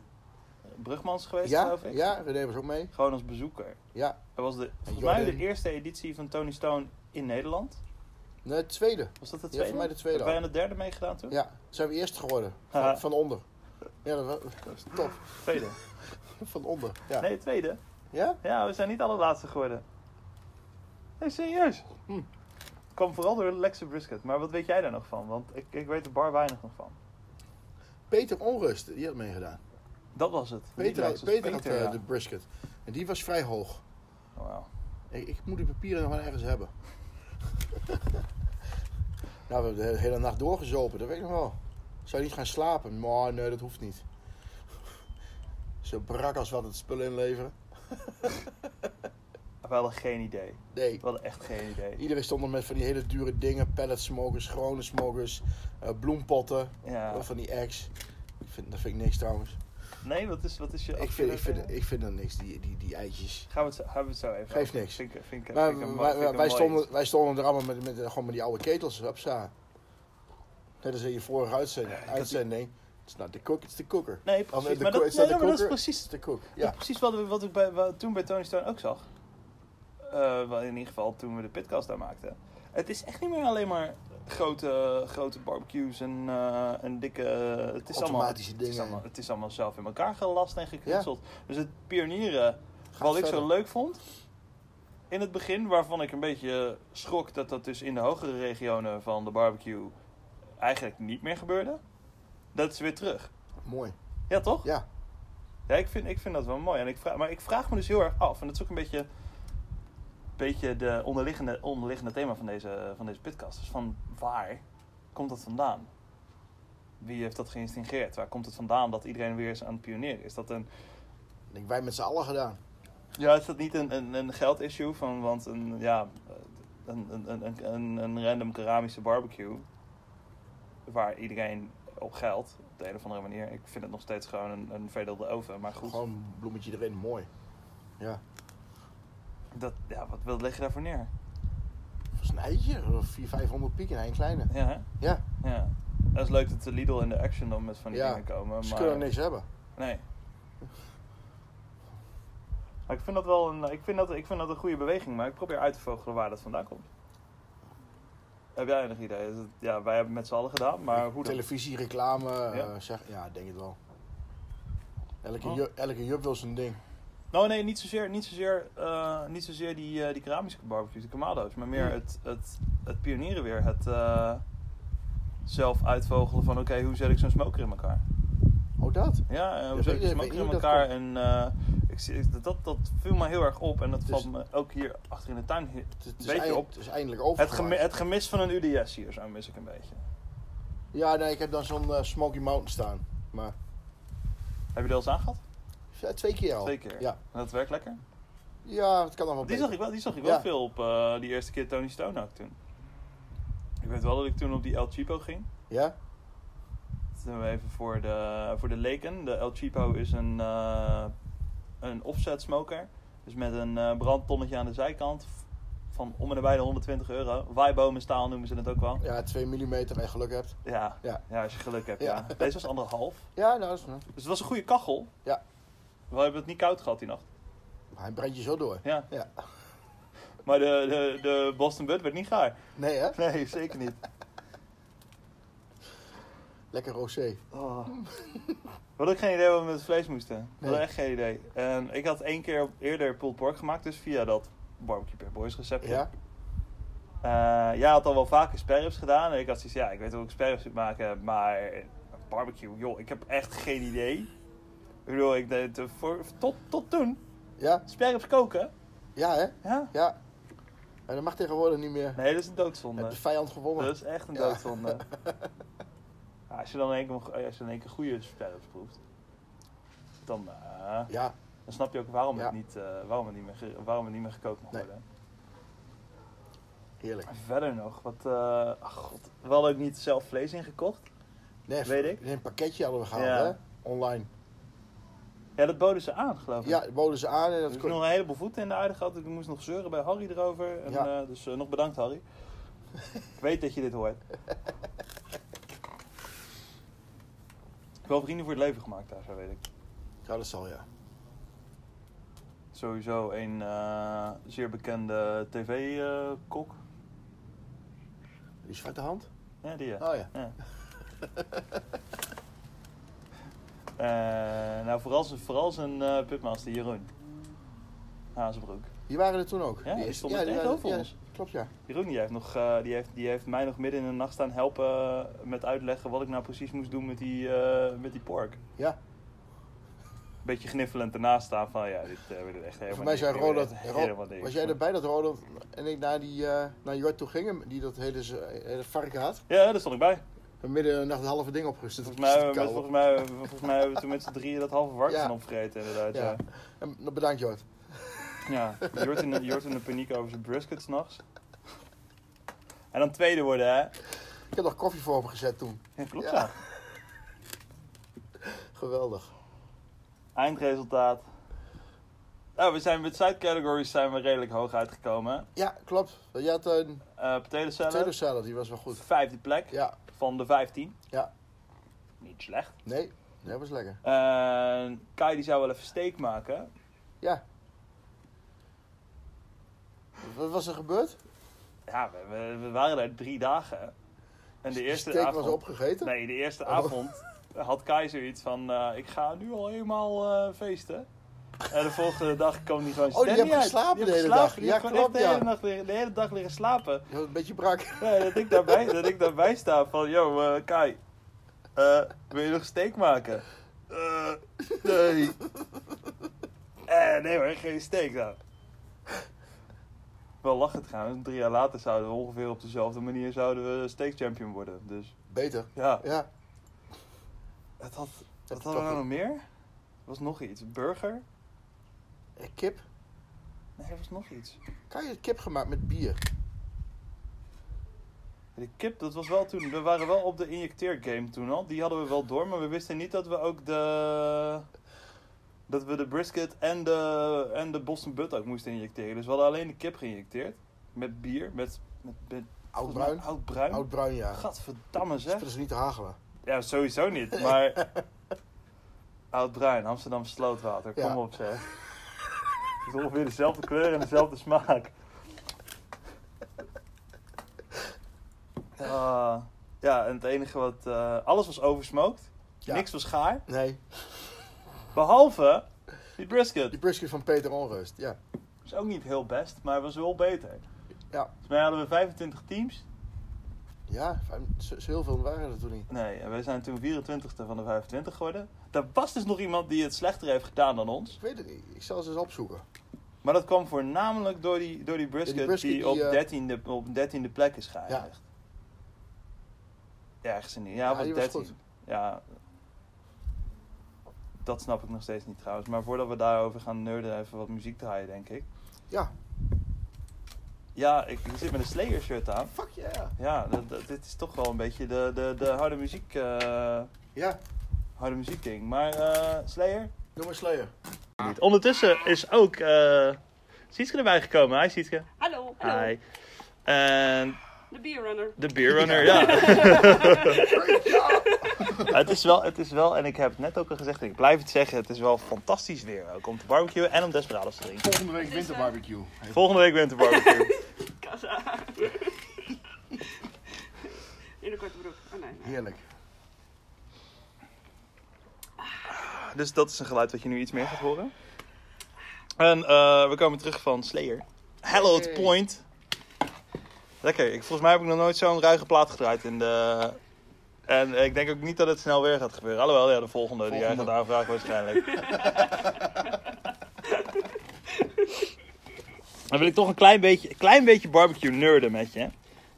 [SPEAKER 1] Brugmans geweest,
[SPEAKER 2] ja,
[SPEAKER 1] geloof ik?
[SPEAKER 2] ja, René was ook mee.
[SPEAKER 1] Gewoon als bezoeker.
[SPEAKER 2] Ja,
[SPEAKER 1] Dat was de, volgens
[SPEAKER 2] Jordan.
[SPEAKER 1] mij de eerste editie van Tony Stone in Nederland.
[SPEAKER 2] nee, het tweede.
[SPEAKER 1] Was dat de
[SPEAKER 2] Ja,
[SPEAKER 1] tweede?
[SPEAKER 2] voor mij de tweede
[SPEAKER 1] Hebben wij
[SPEAKER 2] al.
[SPEAKER 1] aan de derde meegedaan toen?
[SPEAKER 2] Ja, toen zijn we eerst geworden.
[SPEAKER 1] Haha.
[SPEAKER 2] Van, van onder. Ja, dat was, dat was top. [LAUGHS]
[SPEAKER 1] Tweede.
[SPEAKER 2] Van onder. Ja?
[SPEAKER 1] Nee, tweede.
[SPEAKER 2] ja?
[SPEAKER 1] Ja, we zijn niet allerlaatste geworden. Nee, serieus.
[SPEAKER 2] Hm.
[SPEAKER 1] Het kwam vooral door Lexe Brisket. Maar wat weet jij daar nog van? Want ik, ik weet er bar weinig nog van.
[SPEAKER 2] Peter Onrust, die had meegedaan.
[SPEAKER 1] Dat was het.
[SPEAKER 2] Peter,
[SPEAKER 1] Die was
[SPEAKER 2] Peter,
[SPEAKER 1] het.
[SPEAKER 2] had
[SPEAKER 1] ja.
[SPEAKER 2] eh, de brisket. En die was vrij hoog.
[SPEAKER 1] Oh, wauw.
[SPEAKER 2] Ik, ik moet die papieren nog wel ergens hebben. [LAUGHS] nou, we hebben de hele nacht doorgezopen, dat weet ik nog wel. Zou je niet gaan slapen? Maar nee, dat hoeft niet. [LAUGHS] Zo brak als wat het spul inleveren.
[SPEAKER 1] We hadden geen idee.
[SPEAKER 2] Nee.
[SPEAKER 1] We hadden echt geen idee.
[SPEAKER 2] Iedereen stond er met van die hele dure dingen. Pallet smokers, gewone smokers, eh, bloempotten.
[SPEAKER 1] Ja.
[SPEAKER 2] Of van die eggs. Ik vind, dat vind ik niks trouwens.
[SPEAKER 1] Nee, wat is, wat is je...
[SPEAKER 2] Ik vind, ik, vind, ik vind dat niks, die, die, die eitjes.
[SPEAKER 1] Gaan we het zo, gaan we het zo even
[SPEAKER 2] Geeft
[SPEAKER 1] over.
[SPEAKER 2] niks.
[SPEAKER 1] Vind, ik- vind, ik-
[SPEAKER 2] Maar
[SPEAKER 1] vind ik een mooi-
[SPEAKER 2] wij,
[SPEAKER 1] vind ik
[SPEAKER 2] wij,
[SPEAKER 1] een
[SPEAKER 2] wij
[SPEAKER 1] mooi
[SPEAKER 2] stonden,
[SPEAKER 1] iets.
[SPEAKER 2] wij stonden er allemaal met, met, eh, gewoon met die oude ketels op staan. Net als in je vorige uitzending. uitzending. It's not the cook, it's the cooker.
[SPEAKER 1] Nee,
[SPEAKER 2] Of, eh,
[SPEAKER 1] precies.
[SPEAKER 2] de
[SPEAKER 1] Maar dat,
[SPEAKER 2] ko-
[SPEAKER 1] nee,
[SPEAKER 2] is dat de
[SPEAKER 1] maar dat is
[SPEAKER 2] koker?
[SPEAKER 1] precies,
[SPEAKER 2] It's the cook.
[SPEAKER 1] dat is
[SPEAKER 2] Ja,
[SPEAKER 1] precies wat, we- wat ik bij, wat- toen bij Tony Stone ook zag. Eh, wel in ieder geval toen we de pitcast daar maakten. Het is echt niet meer alleen maar grote, grote barbecues en, eh, en dikke... Het is allemaal,
[SPEAKER 2] Automatische
[SPEAKER 1] het is
[SPEAKER 2] dingen.
[SPEAKER 1] allemaal, het is allemaal zelf in elkaar gelast en geknutseld. Dus het pionieren
[SPEAKER 2] Gaat
[SPEAKER 1] Wat ik zo
[SPEAKER 2] verder.
[SPEAKER 1] leuk vond, in het begin, waarvan ik een beetje schrok dat dat dus in de hogere regionen van de barbecue eigenlijk niet meer gebeurde, dat is weer terug.
[SPEAKER 2] mooi.
[SPEAKER 1] Ja, toch?
[SPEAKER 2] Ja,
[SPEAKER 1] Ja, ik vind, ik vind dat wel mooi. En ik vraag, maar ik vraag me dus heel erg af, en dat is ook een beetje, beetje de onderliggende, onderliggende thema van deze, van deze podcast, is van waar komt dat vandaan? Wie heeft dat geïnstingeerd? Waar komt het vandaan dat iedereen weer eens aan het pionieren? Is dat een
[SPEAKER 2] ik denk wij met z'n allen gedaan.
[SPEAKER 1] Ja, is dat niet een, een, een geldissue? Van, want een, ja, een, een, een, een, een random keramische barbecue, waar iedereen op geldt, op de een of andere manier. Ik vind het nog steeds gewoon een, een veredelde oven, maar goed.
[SPEAKER 2] Gewoon een bloemetje erin, mooi. Ja,
[SPEAKER 1] Dat, ja, wat, wat leg je daarvoor neer?
[SPEAKER 2] dat is een eitje. Of 400, 500 piek in één kleine.
[SPEAKER 1] Ja, hè?
[SPEAKER 2] Ja,
[SPEAKER 1] ja. Dat is leuk dat de Lidl en de Action dan met van die
[SPEAKER 2] Ja,
[SPEAKER 1] dingen komen,
[SPEAKER 2] ze
[SPEAKER 1] maar...
[SPEAKER 2] kunnen niks hebben.
[SPEAKER 1] Nee. Maar ik vind dat wel een, ik vind dat, ik vind dat een goede beweging, maar ik probeer uit te vogelen waar dat vandaan komt. Heb jij enig idee? Is het- ja, wij hebben het met z'n allen gedaan, maar hoe dat...
[SPEAKER 2] Televisie, reclame, eh,
[SPEAKER 1] Ja?
[SPEAKER 2] zeg, ja, ik denk het wel. Elke,
[SPEAKER 1] Oh.
[SPEAKER 2] ju- elke jup wil zijn ding.
[SPEAKER 1] Nou nee, niet zozeer, niet zozeer, eh, niet zozeer die, eh, die keramische barbecues, de kamado's, maar meer
[SPEAKER 2] Hmm.
[SPEAKER 1] het, het, het pionieren weer. Het eh, zelf uitvogelen van oké, hoe zet ik zo'n smoker in elkaar?
[SPEAKER 2] Oh, dat?
[SPEAKER 1] Ja, eh, hoe
[SPEAKER 2] Ja,
[SPEAKER 1] zet
[SPEAKER 2] weet
[SPEAKER 1] ik de
[SPEAKER 2] je-
[SPEAKER 1] smoker
[SPEAKER 2] weet je
[SPEAKER 1] in
[SPEAKER 2] hoe dat
[SPEAKER 1] elkaar? En
[SPEAKER 2] komt?
[SPEAKER 1] eh, ik, zie- ik- dat, dat viel me heel erg op en dat
[SPEAKER 2] Het is-
[SPEAKER 1] valt me ook hier achter in de tuin he-
[SPEAKER 2] Het, het
[SPEAKER 1] een
[SPEAKER 2] is
[SPEAKER 1] beetje
[SPEAKER 2] eind-
[SPEAKER 1] op.
[SPEAKER 2] het is eindelijk
[SPEAKER 1] Het,
[SPEAKER 2] over.
[SPEAKER 1] gemi- het gemis van een UDS hier, zo mis ik een beetje.
[SPEAKER 2] Ja, nee, ik heb dan zo'n eh, Smoky Mountain staan. Maar
[SPEAKER 1] Heb je die al eens aangehad?
[SPEAKER 2] ja, twee keer al.
[SPEAKER 1] Twee keer.
[SPEAKER 2] Ja,
[SPEAKER 1] En dat werkt lekker?
[SPEAKER 2] ja het kan dan wel
[SPEAKER 1] Die
[SPEAKER 2] beter.
[SPEAKER 1] zag ik wel, die zag ik wel
[SPEAKER 2] Ja.
[SPEAKER 1] veel op eh, die eerste keer Tony Stone ook toen. Ik weet wel dat ik toen op die El Cheapo ging.
[SPEAKER 2] Ja?
[SPEAKER 1] Toen we even voor de, voor de leken. De El Cheapo is een, eh, een offset smoker. Dus met een eh, brandtonnetje aan de zijkant. van om en nabij de 120 euro. Waaibomenstaal noemen ze het ook wel.
[SPEAKER 2] Ja, 2 mm als je geluk hebt.
[SPEAKER 1] Ja, ja.
[SPEAKER 2] Ja.
[SPEAKER 1] als je geluk hebt. Ja.
[SPEAKER 2] Ja.
[SPEAKER 1] Deze was anderhalf.
[SPEAKER 2] Ja, nou, dat is...
[SPEAKER 1] Dus het was een goede kachel.
[SPEAKER 2] Ja.
[SPEAKER 1] We hebben het niet koud gehad die nacht.
[SPEAKER 2] Maar hij brandt je zo door.
[SPEAKER 1] Ja.
[SPEAKER 2] Ja.
[SPEAKER 1] Maar de, de, de Boston Bud werd niet gaar.
[SPEAKER 2] Nee, hè?
[SPEAKER 1] Nee, zeker niet.
[SPEAKER 2] Lekker rosé.
[SPEAKER 1] Oh. We hadden ook geen idee wat we met het vlees moesten. We hadden
[SPEAKER 2] Nee.
[SPEAKER 1] echt geen idee. En ik had één keer eerder pulled pork gemaakt, dus via dat barbecue per boys receptje.
[SPEAKER 2] Ja?
[SPEAKER 1] Eh, jij had al wel vaker sperrips gedaan. En ik had zoiets, ja, ik weet hoe ik sperrips moet maken, maar barbecue, joh, ik heb echt geen idee. Ik bedoel, ik deed eh, voor, tot, tot toen
[SPEAKER 2] Ja?
[SPEAKER 1] sperrips koken.
[SPEAKER 2] Ja, hè?
[SPEAKER 1] Ja?
[SPEAKER 2] Ja. En dat mag tegenwoordig niet meer.
[SPEAKER 1] Nee, dat is een
[SPEAKER 2] Heb
[SPEAKER 1] doodzonde.
[SPEAKER 2] de vijand gewonnen.
[SPEAKER 1] Dat is echt een
[SPEAKER 2] Ja.
[SPEAKER 1] doodzonde. Ja, als je dan in één keer, eh, als je dan in één keer goede sperrips proeft, dan, eh,
[SPEAKER 2] [LAUGHS] Ja.
[SPEAKER 1] dan snap je ook waarom,
[SPEAKER 2] Ja.
[SPEAKER 1] het, niet, eh, waarom, het, niet meer, ge- waarom het niet meer gekookt mag
[SPEAKER 2] Nee.
[SPEAKER 1] worden.
[SPEAKER 2] Heerlijk.
[SPEAKER 1] En verder nog, wat, eh ach god, we hadden ook niet zelf vlees ingekocht.
[SPEAKER 2] Nee,
[SPEAKER 1] Weet ik.
[SPEAKER 2] Een pakketje hadden we gehaald,
[SPEAKER 1] Ja.
[SPEAKER 2] hè? Online.
[SPEAKER 1] Ja, dat boden ze aan, geloof ik.
[SPEAKER 2] Ja, dat boden ze aan en
[SPEAKER 1] Er
[SPEAKER 2] dat
[SPEAKER 1] is nog een heleboel voeten in de aarde gehad. Ik moest nog zeuren bij Harry erover. En,
[SPEAKER 2] Ja.
[SPEAKER 1] eh, dus eh, nog bedankt,
[SPEAKER 2] [LAUGHS]
[SPEAKER 1] Harry. ik weet dat je dit hoort. Wel vrienden voor het leven gemaakt daar, zo weet ik.
[SPEAKER 2] Ja, dat zal, ja.
[SPEAKER 1] Sowieso een eh, zeer bekende eh, tv-kok.
[SPEAKER 2] Die zwarte hand? [LAUGHS]
[SPEAKER 1] ja, die ja.
[SPEAKER 2] Oh ja.
[SPEAKER 1] Ja. Eh, nou, vooral zijn, vooral zijn eh pitmaster Jeroen. Hazenbroek.
[SPEAKER 2] Die waren er toen ook.
[SPEAKER 1] Ja, die
[SPEAKER 2] is-
[SPEAKER 1] stonden echt
[SPEAKER 2] waren-
[SPEAKER 1] over
[SPEAKER 2] ja,
[SPEAKER 1] ons.
[SPEAKER 2] Klopt, ja.
[SPEAKER 1] Jeroen die heeft, nog, eh, die, heeft, die heeft mij nog midden in de nacht staan helpen eh, met uitleggen wat ik nou precies moest doen met die, eh, met die pork.
[SPEAKER 2] Ja.
[SPEAKER 1] Beetje gniffelend ernaast staan van ja, dit eh wordt echt helemaal
[SPEAKER 2] Voor mij
[SPEAKER 1] niks.
[SPEAKER 2] zei
[SPEAKER 1] Dit wordt
[SPEAKER 2] Roland...
[SPEAKER 1] echt
[SPEAKER 2] Ro-
[SPEAKER 1] helemaal niks.
[SPEAKER 2] was jij erbij dat Roland en ik naar, die, eh, naar Jort toe gingen? Die dat hele, z- hele varken had.
[SPEAKER 1] Ja, daar stond ik bij.
[SPEAKER 2] En midden in de nacht het halve ding opgerust.
[SPEAKER 1] Volgens mij, hebben we met, volgens, mij, volgens mij hebben we toen met z'n drieën dat halve varken
[SPEAKER 2] Ja.
[SPEAKER 1] opgegeten inderdaad. Ja.
[SPEAKER 2] Ja. En nog bedankt, Jort.
[SPEAKER 1] Ja, Jort in, de- Jort in de paniek over zijn brisket s'nachts. En dan tweede worden, hè?
[SPEAKER 2] Ik heb nog koffie voor hem gezet toen.
[SPEAKER 1] Ja, klopt
[SPEAKER 2] Ja.
[SPEAKER 1] ja.
[SPEAKER 2] Geweldig.
[SPEAKER 1] Eindresultaat. Nou, we zijn met side categories zijn we redelijk hoog uitgekomen.
[SPEAKER 2] Ja, klopt. Je had een
[SPEAKER 1] Eh potato
[SPEAKER 2] potato
[SPEAKER 1] salad,
[SPEAKER 2] salad, die was wel goed.
[SPEAKER 1] vijfde plek
[SPEAKER 2] Ja,
[SPEAKER 1] van de 15.
[SPEAKER 2] Ja.
[SPEAKER 1] Niet slecht.
[SPEAKER 2] nee, dat was lekker.
[SPEAKER 1] Eh, Kai die zou wel even steek maken.
[SPEAKER 2] Wat was er gebeurd?
[SPEAKER 1] Ja, we, we- we waren daar drie dagen. En de
[SPEAKER 2] Die
[SPEAKER 1] eerste
[SPEAKER 2] steak
[SPEAKER 1] avond.
[SPEAKER 2] was opgegeten?
[SPEAKER 1] Nee, de eerste
[SPEAKER 2] Oh.
[SPEAKER 1] avond had Kai zoiets van: eh, ik ga nu al helemaal eh, feesten. En de volgende dag kwam die gewoon
[SPEAKER 2] Oh, die
[SPEAKER 1] stem
[SPEAKER 2] hebt
[SPEAKER 1] niet uit.
[SPEAKER 2] geslapen
[SPEAKER 1] Die
[SPEAKER 2] de
[SPEAKER 1] hebt
[SPEAKER 2] hele
[SPEAKER 1] geslapen.
[SPEAKER 2] dag.
[SPEAKER 1] Die
[SPEAKER 2] Ja,
[SPEAKER 1] heeft gewoon echt
[SPEAKER 2] klopt, ja.
[SPEAKER 1] de, hele nacht liggen- de hele dag liggen slapen.
[SPEAKER 2] Je was een beetje brak.
[SPEAKER 1] Ja, dat, ik daarbij, dat ik daarbij sta van, yo, eh, Kai, eh, wil je nog steek maken? Eh,
[SPEAKER 2] [LAUGHS]
[SPEAKER 1] nee. Eh, nee hoor, geen steek nou. Wel lachen trouwens, drie jaar later zouden we ongeveer op dezelfde manier zouden we steekchampion worden. Dus
[SPEAKER 2] Beter.
[SPEAKER 1] ja,
[SPEAKER 2] Ja,
[SPEAKER 1] het had, wat
[SPEAKER 2] Dat
[SPEAKER 1] hadden we nou
[SPEAKER 2] toch-
[SPEAKER 1] nog meer? Er was nog iets. Burger?
[SPEAKER 2] Eh, kip.
[SPEAKER 1] Nee, er was nog iets.
[SPEAKER 2] Kan je kip gemaakt met bier?
[SPEAKER 1] De kip, dat was wel toen, we waren wel op de injecteergame toen al. Die hadden we wel door, maar we wisten niet dat we ook de... Dat we de brisket en de, en de Boston Butt ook moesten injecteren. Dus we hadden alleen de kip geïnjecteerd. Met bier, met... met, met
[SPEAKER 2] Oud bruin?
[SPEAKER 1] Oud bruin.
[SPEAKER 2] Oud bruin, ja. Dus
[SPEAKER 1] Gadverdamme
[SPEAKER 2] Dat
[SPEAKER 1] zeg.
[SPEAKER 2] is niet te hagelen.
[SPEAKER 1] Ja, sowieso niet,
[SPEAKER 2] [LAUGHS]
[SPEAKER 1] maar... Oud bruin, Amsterdam slootwater. Kom
[SPEAKER 2] Ja.
[SPEAKER 1] op zeg. Het is ongeveer dezelfde kleur en dezelfde smaak. Ah, ja, en het enige wat... eh, alles was oversmoked.
[SPEAKER 2] Ja.
[SPEAKER 1] Niks was gaar.
[SPEAKER 2] Nee,
[SPEAKER 1] Behalve die brisket.
[SPEAKER 2] die brisket van Peter Onrust. Ja,
[SPEAKER 1] is ook niet heel best, maar was wel beter.
[SPEAKER 2] Ja.
[SPEAKER 1] Volgens mij hadden we 25 teams.
[SPEAKER 2] ja fijn. Z- z- heel veel waren er toen niet.
[SPEAKER 1] Nee, en wij zijn toen 24ste van de 25 geworden. Daar was dus nog iemand die het slechter heeft gedaan dan ons.
[SPEAKER 2] Ik weet het niet. Ik zal ze eens opzoeken.
[SPEAKER 1] Maar dat kwam voornamelijk door die, door die brisket,
[SPEAKER 2] die brisket
[SPEAKER 1] die,
[SPEAKER 2] die,
[SPEAKER 1] op,
[SPEAKER 2] eh,
[SPEAKER 1] 13e, op 13e plek is geëindigd. Ja, ergens in die. Ja,
[SPEAKER 2] Ja,
[SPEAKER 1] want
[SPEAKER 2] die was
[SPEAKER 1] 13.
[SPEAKER 2] goed.
[SPEAKER 1] Ja. Dat snap ik nog steeds niet trouwens. Maar voordat we daarover gaan nerden, even wat muziek draaien, denk ik.
[SPEAKER 2] Ja,
[SPEAKER 1] Ja, ik, ik zit met een Slayer shirt aan.
[SPEAKER 2] fuck yeah.
[SPEAKER 1] Ja, dat, dat- dit is toch wel een beetje de, de, de harde muziek. eh,
[SPEAKER 2] Ja,
[SPEAKER 1] harde muziek ding. Maar eh, Slayer?
[SPEAKER 2] noem maar Slayer.
[SPEAKER 1] Ondertussen is ook. Uh, Sietske eh, erbij gekomen. Hi Sietske.
[SPEAKER 3] Hallo. Hallo.
[SPEAKER 1] Hi. En
[SPEAKER 3] De bierrunner.
[SPEAKER 1] de beerrunner, ja.
[SPEAKER 2] Ja.
[SPEAKER 1] het, is wel, het is wel, en ik heb het net ook al gezegd, en ik blijf het zeggen, het is wel fantastisch weer. Ook om te barbecuen en om desperados te drinken.
[SPEAKER 2] Volgende week winterbarbecue.
[SPEAKER 1] Volgende week winterbarbecue.
[SPEAKER 3] Kassa. In een korte broek. Oh nee. nee.
[SPEAKER 2] Heerlijk.
[SPEAKER 1] [LAUGHS] Dus dat is een geluid wat je nu iets meer gaat horen. En eh, we komen terug van Slayer. Hallowed
[SPEAKER 2] Hey.
[SPEAKER 1] Point. Lekker. Ik, volgens mij heb ik nog nooit zo'n ruige plaat gedraaid in de... En ik denk ook niet dat het snel weer gaat gebeuren. Alhoewel, ja, de volgende, die jij
[SPEAKER 2] Volgende.
[SPEAKER 1] gaat aanvragen waarschijnlijk. Dan wil ik toch een klein beetje, een klein beetje barbecue nerden met je.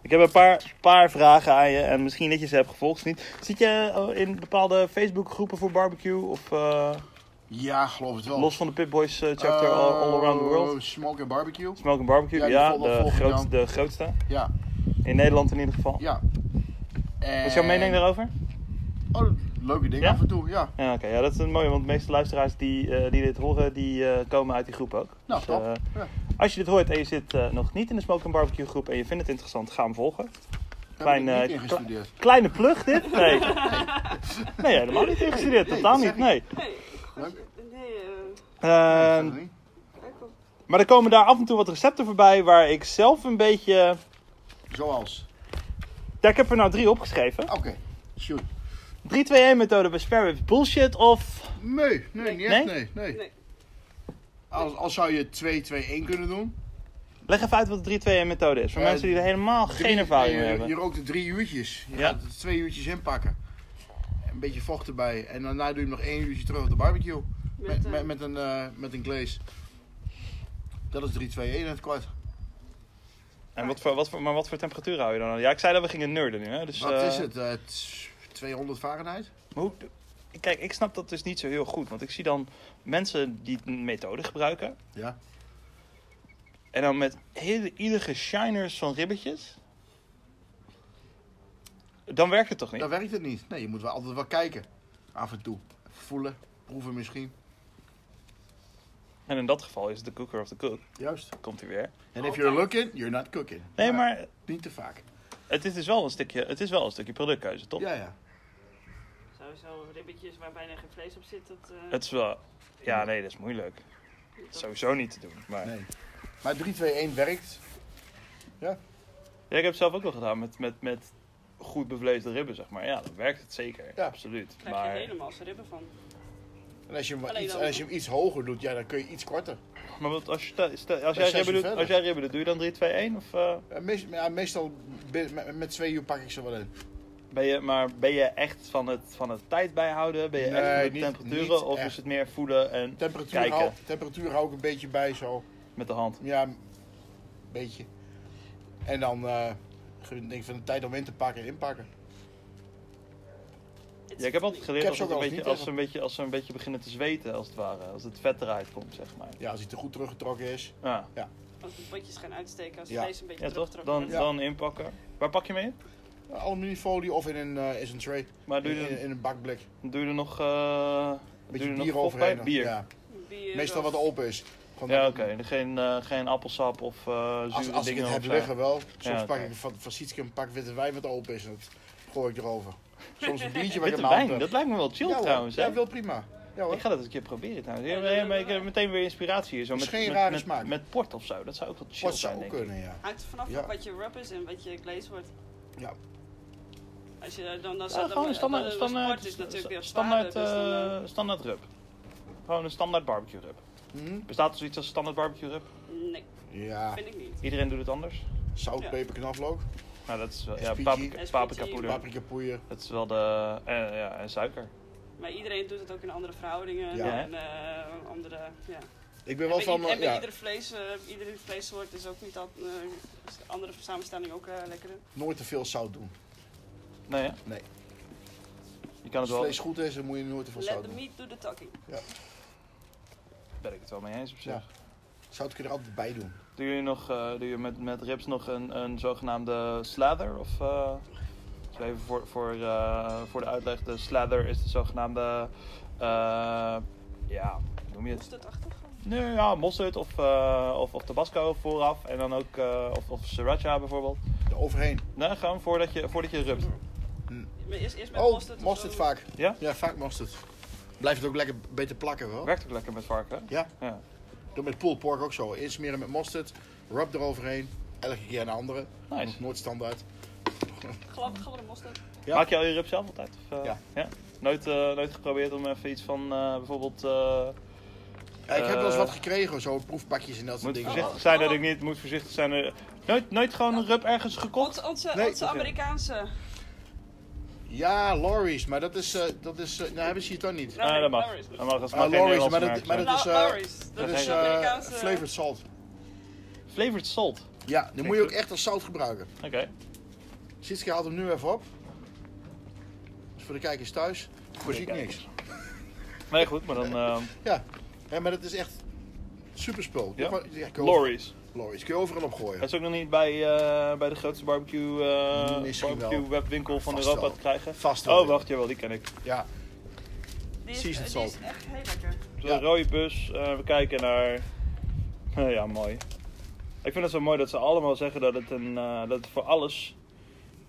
[SPEAKER 1] Ik heb een paar, paar vragen aan je en misschien dat je ze hebt gevolgd. Niet. Zit je eh, in bepaalde Facebook groepen voor barbecue? Of eh,
[SPEAKER 2] Ja, geloof het wel.
[SPEAKER 1] los van de Pitboys eh, chapter all, all around the world?
[SPEAKER 2] Oh, Smoke and barbecue.
[SPEAKER 1] Smoke and Barbecue,
[SPEAKER 2] Ja,
[SPEAKER 1] ja,
[SPEAKER 2] die vol- wel
[SPEAKER 1] de,
[SPEAKER 2] volgedaan.
[SPEAKER 1] grootste, de grootste.
[SPEAKER 2] Ja,
[SPEAKER 1] In Nederland in ieder geval.
[SPEAKER 2] ja.
[SPEAKER 1] Wat is jouw mening daarover?
[SPEAKER 2] Oh, leuke dingen
[SPEAKER 1] Ja?
[SPEAKER 2] af en toe, ja.
[SPEAKER 1] Ja, oké. Ja, dat is een mooie, want de meeste luisteraars die, eh, die dit horen, die eh, komen uit die groep ook.
[SPEAKER 2] Nou,
[SPEAKER 1] Dus,
[SPEAKER 2] top.
[SPEAKER 1] eh,
[SPEAKER 2] Ja.
[SPEAKER 1] Als je dit hoort en je zit eh, nog niet in de Smoke and Barbecue groep en je vindt het interessant, ga hem volgen.
[SPEAKER 2] Daar heb ik
[SPEAKER 1] klein, eh,
[SPEAKER 2] niet in gestudeerd.
[SPEAKER 1] Kleine plug
[SPEAKER 2] [LAUGHS]
[SPEAKER 1] dit? Nee. Nee, helemaal niet ingestudeerd.
[SPEAKER 2] Nee, nee,
[SPEAKER 1] totaal
[SPEAKER 2] dat
[SPEAKER 1] niet,
[SPEAKER 2] zeg
[SPEAKER 1] nee.
[SPEAKER 3] Nee, goed. Nee, eh,
[SPEAKER 1] Ehm,
[SPEAKER 2] Verder niet.
[SPEAKER 3] kijk op.
[SPEAKER 1] maar er komen daar af en toe wat recepten voorbij waar ik zelf een beetje...
[SPEAKER 2] Zoals.
[SPEAKER 1] Ja, ik heb er nou drie opgeschreven.
[SPEAKER 2] Oké, shoot.
[SPEAKER 1] 3-2-1-methode bij spare ribs bullshit of...
[SPEAKER 2] Nee, nee, niet echt, nee. nee.
[SPEAKER 3] Nee.
[SPEAKER 2] Als, als zou je 2-2-1 kunnen doen.
[SPEAKER 1] Leg even uit wat de 3-2-1-methode is. Voor
[SPEAKER 2] Eh,
[SPEAKER 1] mensen die er helemaal geen
[SPEAKER 2] Drie- eh,
[SPEAKER 1] ervaring
[SPEAKER 2] je,
[SPEAKER 1] mee hebben.
[SPEAKER 2] Je rookt er drie uurtjes. Je
[SPEAKER 1] Ja.
[SPEAKER 2] gaat er twee uurtjes inpakken. Een beetje vocht erbij. En daarna doe je hem nog één uurtje terug op de barbecue. Met,
[SPEAKER 3] eh,
[SPEAKER 2] met, met, een, eh, met een glaze. Dat is 3-2-1 in het kwart.
[SPEAKER 1] En wat voor, wat voor, maar wat voor temperatuur hou je dan aan? Ja, ik zei dat we gingen nerden nu, hè? Dus,
[SPEAKER 2] Wat
[SPEAKER 1] eh,
[SPEAKER 2] is het? eh, t- 200 Fahrenheit?
[SPEAKER 1] Maar hoe, kijk, ik snap dat dus niet zo heel goed. Want ik zie dan mensen die een methode gebruiken.
[SPEAKER 2] Ja.
[SPEAKER 1] En dan met hele iedere shiners van ribbetjes. Dan werkt het toch niet?
[SPEAKER 2] Dan werkt het niet. Nee, je moet wel altijd wel kijken. Af en toe. Voelen, proeven misschien.
[SPEAKER 1] En in dat geval is het de cooker of the cook.
[SPEAKER 2] Juist.
[SPEAKER 1] Komt hij weer.
[SPEAKER 2] En if you're looking, you're not cooking.
[SPEAKER 1] Nee, maar
[SPEAKER 2] Niet te vaak.
[SPEAKER 1] het is dus wel een stukje, het is wel een stukje productkeuze, toch?
[SPEAKER 2] Ja, ja.
[SPEAKER 3] Sowieso ribbetjes waar bijna geen vlees op zit. Dat, eh,
[SPEAKER 1] Het is wel... Ja, nee, dat is moeilijk.
[SPEAKER 3] dat-
[SPEAKER 1] Sowieso niet te doen. Maar...
[SPEAKER 2] Nee. Maar 3-2-1 werkt.
[SPEAKER 1] Ja, ik heb het zelf ook wel gedaan met, met, met goed bevleesde ribben, zeg maar. Ja, dan werkt het zeker.
[SPEAKER 2] Ja.
[SPEAKER 1] Absoluut.
[SPEAKER 3] Daar krijg je
[SPEAKER 1] Maar,
[SPEAKER 3] helemaal zijn ribben van.
[SPEAKER 2] En als je hem, wat
[SPEAKER 3] Alleen
[SPEAKER 2] iets,
[SPEAKER 3] dan-
[SPEAKER 2] en als je hem iets hoger doet, ja, dan kun je iets korter.
[SPEAKER 1] maar wat als, je, stel- stel- als, jij
[SPEAKER 2] zes uur
[SPEAKER 1] ribben doet,
[SPEAKER 2] verder.
[SPEAKER 1] als jij ribben doet, doe je dan 3, 2, 1? Of, eh,
[SPEAKER 2] Eh, meest- ja, meestal be- met, met twee uur pak ik ze wel in.
[SPEAKER 1] Ben je, maar ben je echt van het, van het tijd bijhouden? Ben je echt
[SPEAKER 2] Nee,
[SPEAKER 1] van de
[SPEAKER 2] niet-
[SPEAKER 1] temperaturen?
[SPEAKER 2] niet
[SPEAKER 1] of
[SPEAKER 2] echt.
[SPEAKER 1] is het meer voelen en
[SPEAKER 2] Temperatuur
[SPEAKER 1] Kijken.
[SPEAKER 2] hou, temperatuur hou ik een beetje bij zo.
[SPEAKER 1] met de hand?
[SPEAKER 2] Ja, een beetje. En dan eh, denk ik van de tijd om in te pakken en inpakken.
[SPEAKER 1] Ja, ik heb altijd geleerd
[SPEAKER 2] Ik heb
[SPEAKER 1] als, het
[SPEAKER 2] ze ook
[SPEAKER 1] een beetje,
[SPEAKER 2] wel eens niet,
[SPEAKER 1] als, ze een beetje, als ze een beetje beginnen te zweten, als het ware. Als het vet eruit komt, zeg maar.
[SPEAKER 2] Ja, als hij te goed teruggetrokken is.
[SPEAKER 1] Ja,
[SPEAKER 3] Als de potjes gaan uitsteken, als het
[SPEAKER 2] Ja.
[SPEAKER 3] vlees een beetje
[SPEAKER 1] ja toch?
[SPEAKER 3] teruggetrokken
[SPEAKER 1] Dan,
[SPEAKER 3] wordt.
[SPEAKER 2] Ja.
[SPEAKER 1] dan inpakken. Waar pak je mee? in?
[SPEAKER 2] Aluminiumfolie of in een, eh, is een tray.
[SPEAKER 1] Maar doe
[SPEAKER 2] In,
[SPEAKER 1] je
[SPEAKER 2] in,
[SPEAKER 1] er,
[SPEAKER 2] in een bakblik.
[SPEAKER 1] doe je er nog, eh doe je
[SPEAKER 2] Beetje
[SPEAKER 1] er nog
[SPEAKER 2] bier
[SPEAKER 1] vocht bij?
[SPEAKER 2] overheen.
[SPEAKER 1] Bier. Ja,
[SPEAKER 2] Ja.
[SPEAKER 3] Bier
[SPEAKER 2] Meestal
[SPEAKER 3] of-
[SPEAKER 2] wat open is. Gewoon
[SPEAKER 1] oké. Geen, eh, geen appelsap of eh zure
[SPEAKER 2] Als, als ik
[SPEAKER 1] dingen.
[SPEAKER 2] het heb
[SPEAKER 1] of zo.
[SPEAKER 2] liggen wel. Soms
[SPEAKER 1] Ja, oké.
[SPEAKER 2] pak ik van, van Sietske een pak witte wijn wat open is en dat gooi ik erover. Soms een biertje wat ik
[SPEAKER 1] Witte
[SPEAKER 2] in mijn hand
[SPEAKER 1] wijn,
[SPEAKER 2] heb.
[SPEAKER 1] dat lijkt me wel chill
[SPEAKER 2] Ja hoor,
[SPEAKER 1] trouwens. hè?
[SPEAKER 2] Ja, wel prima. Ja hoor.
[SPEAKER 1] Ik ga dat eens een keer proberen trouwens.
[SPEAKER 3] Ja,
[SPEAKER 1] Ja,
[SPEAKER 3] doe
[SPEAKER 1] ja,
[SPEAKER 3] dat
[SPEAKER 1] maar
[SPEAKER 3] maar.
[SPEAKER 1] ik heb meteen weer inspiratie hier. Zo
[SPEAKER 2] Dat
[SPEAKER 1] met,
[SPEAKER 2] is geen
[SPEAKER 1] met,
[SPEAKER 2] rare
[SPEAKER 1] met,
[SPEAKER 2] smaak.
[SPEAKER 1] Met port of zo, dat zou ook wel chill
[SPEAKER 2] Wat
[SPEAKER 1] zijn
[SPEAKER 2] zou ook
[SPEAKER 1] denk ik.
[SPEAKER 2] kunnen, ja.
[SPEAKER 3] Hangt er vanaf
[SPEAKER 2] Ja.
[SPEAKER 3] wat je wrap is en wat je glaze wordt.
[SPEAKER 2] Ja.
[SPEAKER 3] Als je dan, dan, dan,
[SPEAKER 1] Ja, gewoon een standaard,
[SPEAKER 3] dan- dan- dan-
[SPEAKER 1] standaard,
[SPEAKER 3] sport is natuurlijk weer
[SPEAKER 1] standaard,
[SPEAKER 3] zwaarder, dus dan,
[SPEAKER 1] eh, standaard rub. Gewoon een standaard barbecue rub.
[SPEAKER 2] Hm?
[SPEAKER 1] Bestaat er zoiets als standaard barbecue rub?
[SPEAKER 3] eh, nee,
[SPEAKER 2] Ja,
[SPEAKER 3] vind ik niet.
[SPEAKER 1] Iedereen doet het anders.
[SPEAKER 2] zout,
[SPEAKER 3] Ja.
[SPEAKER 2] peper, knoflook,
[SPEAKER 1] Nou, dat is wel, ja,
[SPEAKER 2] SPG.
[SPEAKER 1] paprika,
[SPEAKER 3] SPG.
[SPEAKER 1] paprika poeder.
[SPEAKER 2] paprika poeier.
[SPEAKER 1] Dat is wel de, eh, ja, en suiker.
[SPEAKER 3] Maar iedereen doet het ook in andere verhoudingen.
[SPEAKER 2] Ja.
[SPEAKER 3] En eh, andere, ja.
[SPEAKER 2] Ik ben
[SPEAKER 3] En
[SPEAKER 2] wel
[SPEAKER 3] bij,
[SPEAKER 2] van...
[SPEAKER 3] ieder- en bij
[SPEAKER 2] ja,
[SPEAKER 3] iedere, vlees, eh, iedere vleessoort is ook niet al, eh, is de andere samenstelling ook eh lekkerder.
[SPEAKER 2] nooit te veel zout doen.
[SPEAKER 1] Nee, hè?
[SPEAKER 2] Nee.
[SPEAKER 1] Nou Je kan
[SPEAKER 2] Als
[SPEAKER 1] het
[SPEAKER 2] het
[SPEAKER 1] wel,
[SPEAKER 2] vlees goed is, dan moet je nooit te veel
[SPEAKER 3] Let
[SPEAKER 2] zout
[SPEAKER 3] the
[SPEAKER 2] doen.
[SPEAKER 3] meat do the talking.
[SPEAKER 1] ben ik het wel mee eens op zich.
[SPEAKER 2] Ja. Zout kun je er altijd bij doen.
[SPEAKER 1] Doe je, nog, eh, doe je met, met ribs nog een, een zogenaamde slather? Of, eh, dus even voor, voor, eh, voor de uitleg, de slather is de zogenaamde, eh, ja, hoe noem je het?
[SPEAKER 3] Mosterdachtig?
[SPEAKER 1] Nee, ja, mosterd of, eh, of, of tabasco vooraf. En dan ook, eh, of, of sriracha bijvoorbeeld.
[SPEAKER 2] Er overheen.
[SPEAKER 1] Nee, gewoon voordat je, voordat je rubt.
[SPEAKER 3] Maar Eerst, eerst met
[SPEAKER 2] Oh,
[SPEAKER 3] mosterd. dus
[SPEAKER 2] mosterd,
[SPEAKER 3] of zo.
[SPEAKER 2] vaak.
[SPEAKER 1] Ja?
[SPEAKER 2] Ja, vaak mosterd. Blijft het ook lekker beter plakken wel.
[SPEAKER 1] Werkt ook lekker met varken, hè?
[SPEAKER 2] Ja,
[SPEAKER 1] Ja.
[SPEAKER 2] doe met pulled pork ook zo. Insmeren met mosterd, rub eroverheen. Elke keer een andere.
[SPEAKER 1] Nice.
[SPEAKER 2] Nooit standaard.
[SPEAKER 3] Glad- Gladde mosterd.
[SPEAKER 2] Ja.
[SPEAKER 1] Maak je al je rub zelf altijd? Of, eh,
[SPEAKER 2] Ja.
[SPEAKER 1] Nooit, eh, nooit geprobeerd om even iets van eh, bijvoorbeeld... eh,
[SPEAKER 2] Ja, ik heb wel eens
[SPEAKER 1] Eh,
[SPEAKER 2] wat gekregen, zo proefpakjes en dat soort
[SPEAKER 1] moet Ah.
[SPEAKER 2] dingen.
[SPEAKER 1] voorzichtig zijn dat ik niet... Moet voorzichtig zijn... eh, nooit, nooit gewoon een rub ergens gekocht?
[SPEAKER 3] Onze, onze,
[SPEAKER 2] Nee.
[SPEAKER 3] onze Amerikaanse.
[SPEAKER 2] Ja, Lorries, maar dat is. eh, dat is eh, nou, hebben ze hier toch niet.
[SPEAKER 1] Nee, dat mag.
[SPEAKER 3] Lorries.
[SPEAKER 1] Dat mag. Dat
[SPEAKER 2] Ah,
[SPEAKER 1] mag geen
[SPEAKER 2] Lorries,
[SPEAKER 1] Nederlandse
[SPEAKER 2] maar
[SPEAKER 1] merk
[SPEAKER 2] dat- maar
[SPEAKER 1] zijn.
[SPEAKER 2] dat is, eh,
[SPEAKER 3] Nou, Lorries. Dat,
[SPEAKER 2] Dat
[SPEAKER 1] is,
[SPEAKER 2] is
[SPEAKER 3] is
[SPEAKER 1] eh,
[SPEAKER 2] eh,
[SPEAKER 3] Amerikaanse.
[SPEAKER 2] flavored salt.
[SPEAKER 1] Flavored salt.
[SPEAKER 2] Ja, dan moet je ook echt als zout gebruiken.
[SPEAKER 1] Oké.
[SPEAKER 2] Sitske haalt hem nu even op. Dus voor de kijkers thuis, kost ik niks.
[SPEAKER 1] [LAUGHS] Nee, goed, maar dan... ehm
[SPEAKER 2] Ja, hè, maar dat is echt super spul.
[SPEAKER 1] Ja.
[SPEAKER 2] Lorries.
[SPEAKER 1] Lorries.
[SPEAKER 2] Lorries, kun je overal
[SPEAKER 1] Hij
[SPEAKER 2] opgooien.
[SPEAKER 1] is ook nog niet bij, eh, bij de grootste barbecue, eh,
[SPEAKER 2] Misschien
[SPEAKER 1] barbecue
[SPEAKER 2] wel.
[SPEAKER 1] webwinkel van
[SPEAKER 2] Vast
[SPEAKER 1] Europa
[SPEAKER 2] wel.
[SPEAKER 1] te krijgen.
[SPEAKER 2] Vast wel.
[SPEAKER 1] Oh, wacht, jawel, die ken ik.
[SPEAKER 2] Ja,
[SPEAKER 3] Die is,
[SPEAKER 2] seasoned
[SPEAKER 3] eh, die
[SPEAKER 2] salt.
[SPEAKER 3] is echt heel lekker.
[SPEAKER 1] De
[SPEAKER 2] Ja.
[SPEAKER 1] rode bus, eh, we kijken naar... [LAUGHS] Eh, ja, mooi. Ik vind het zo mooi dat ze allemaal zeggen dat het, een, eh, dat het voor alles...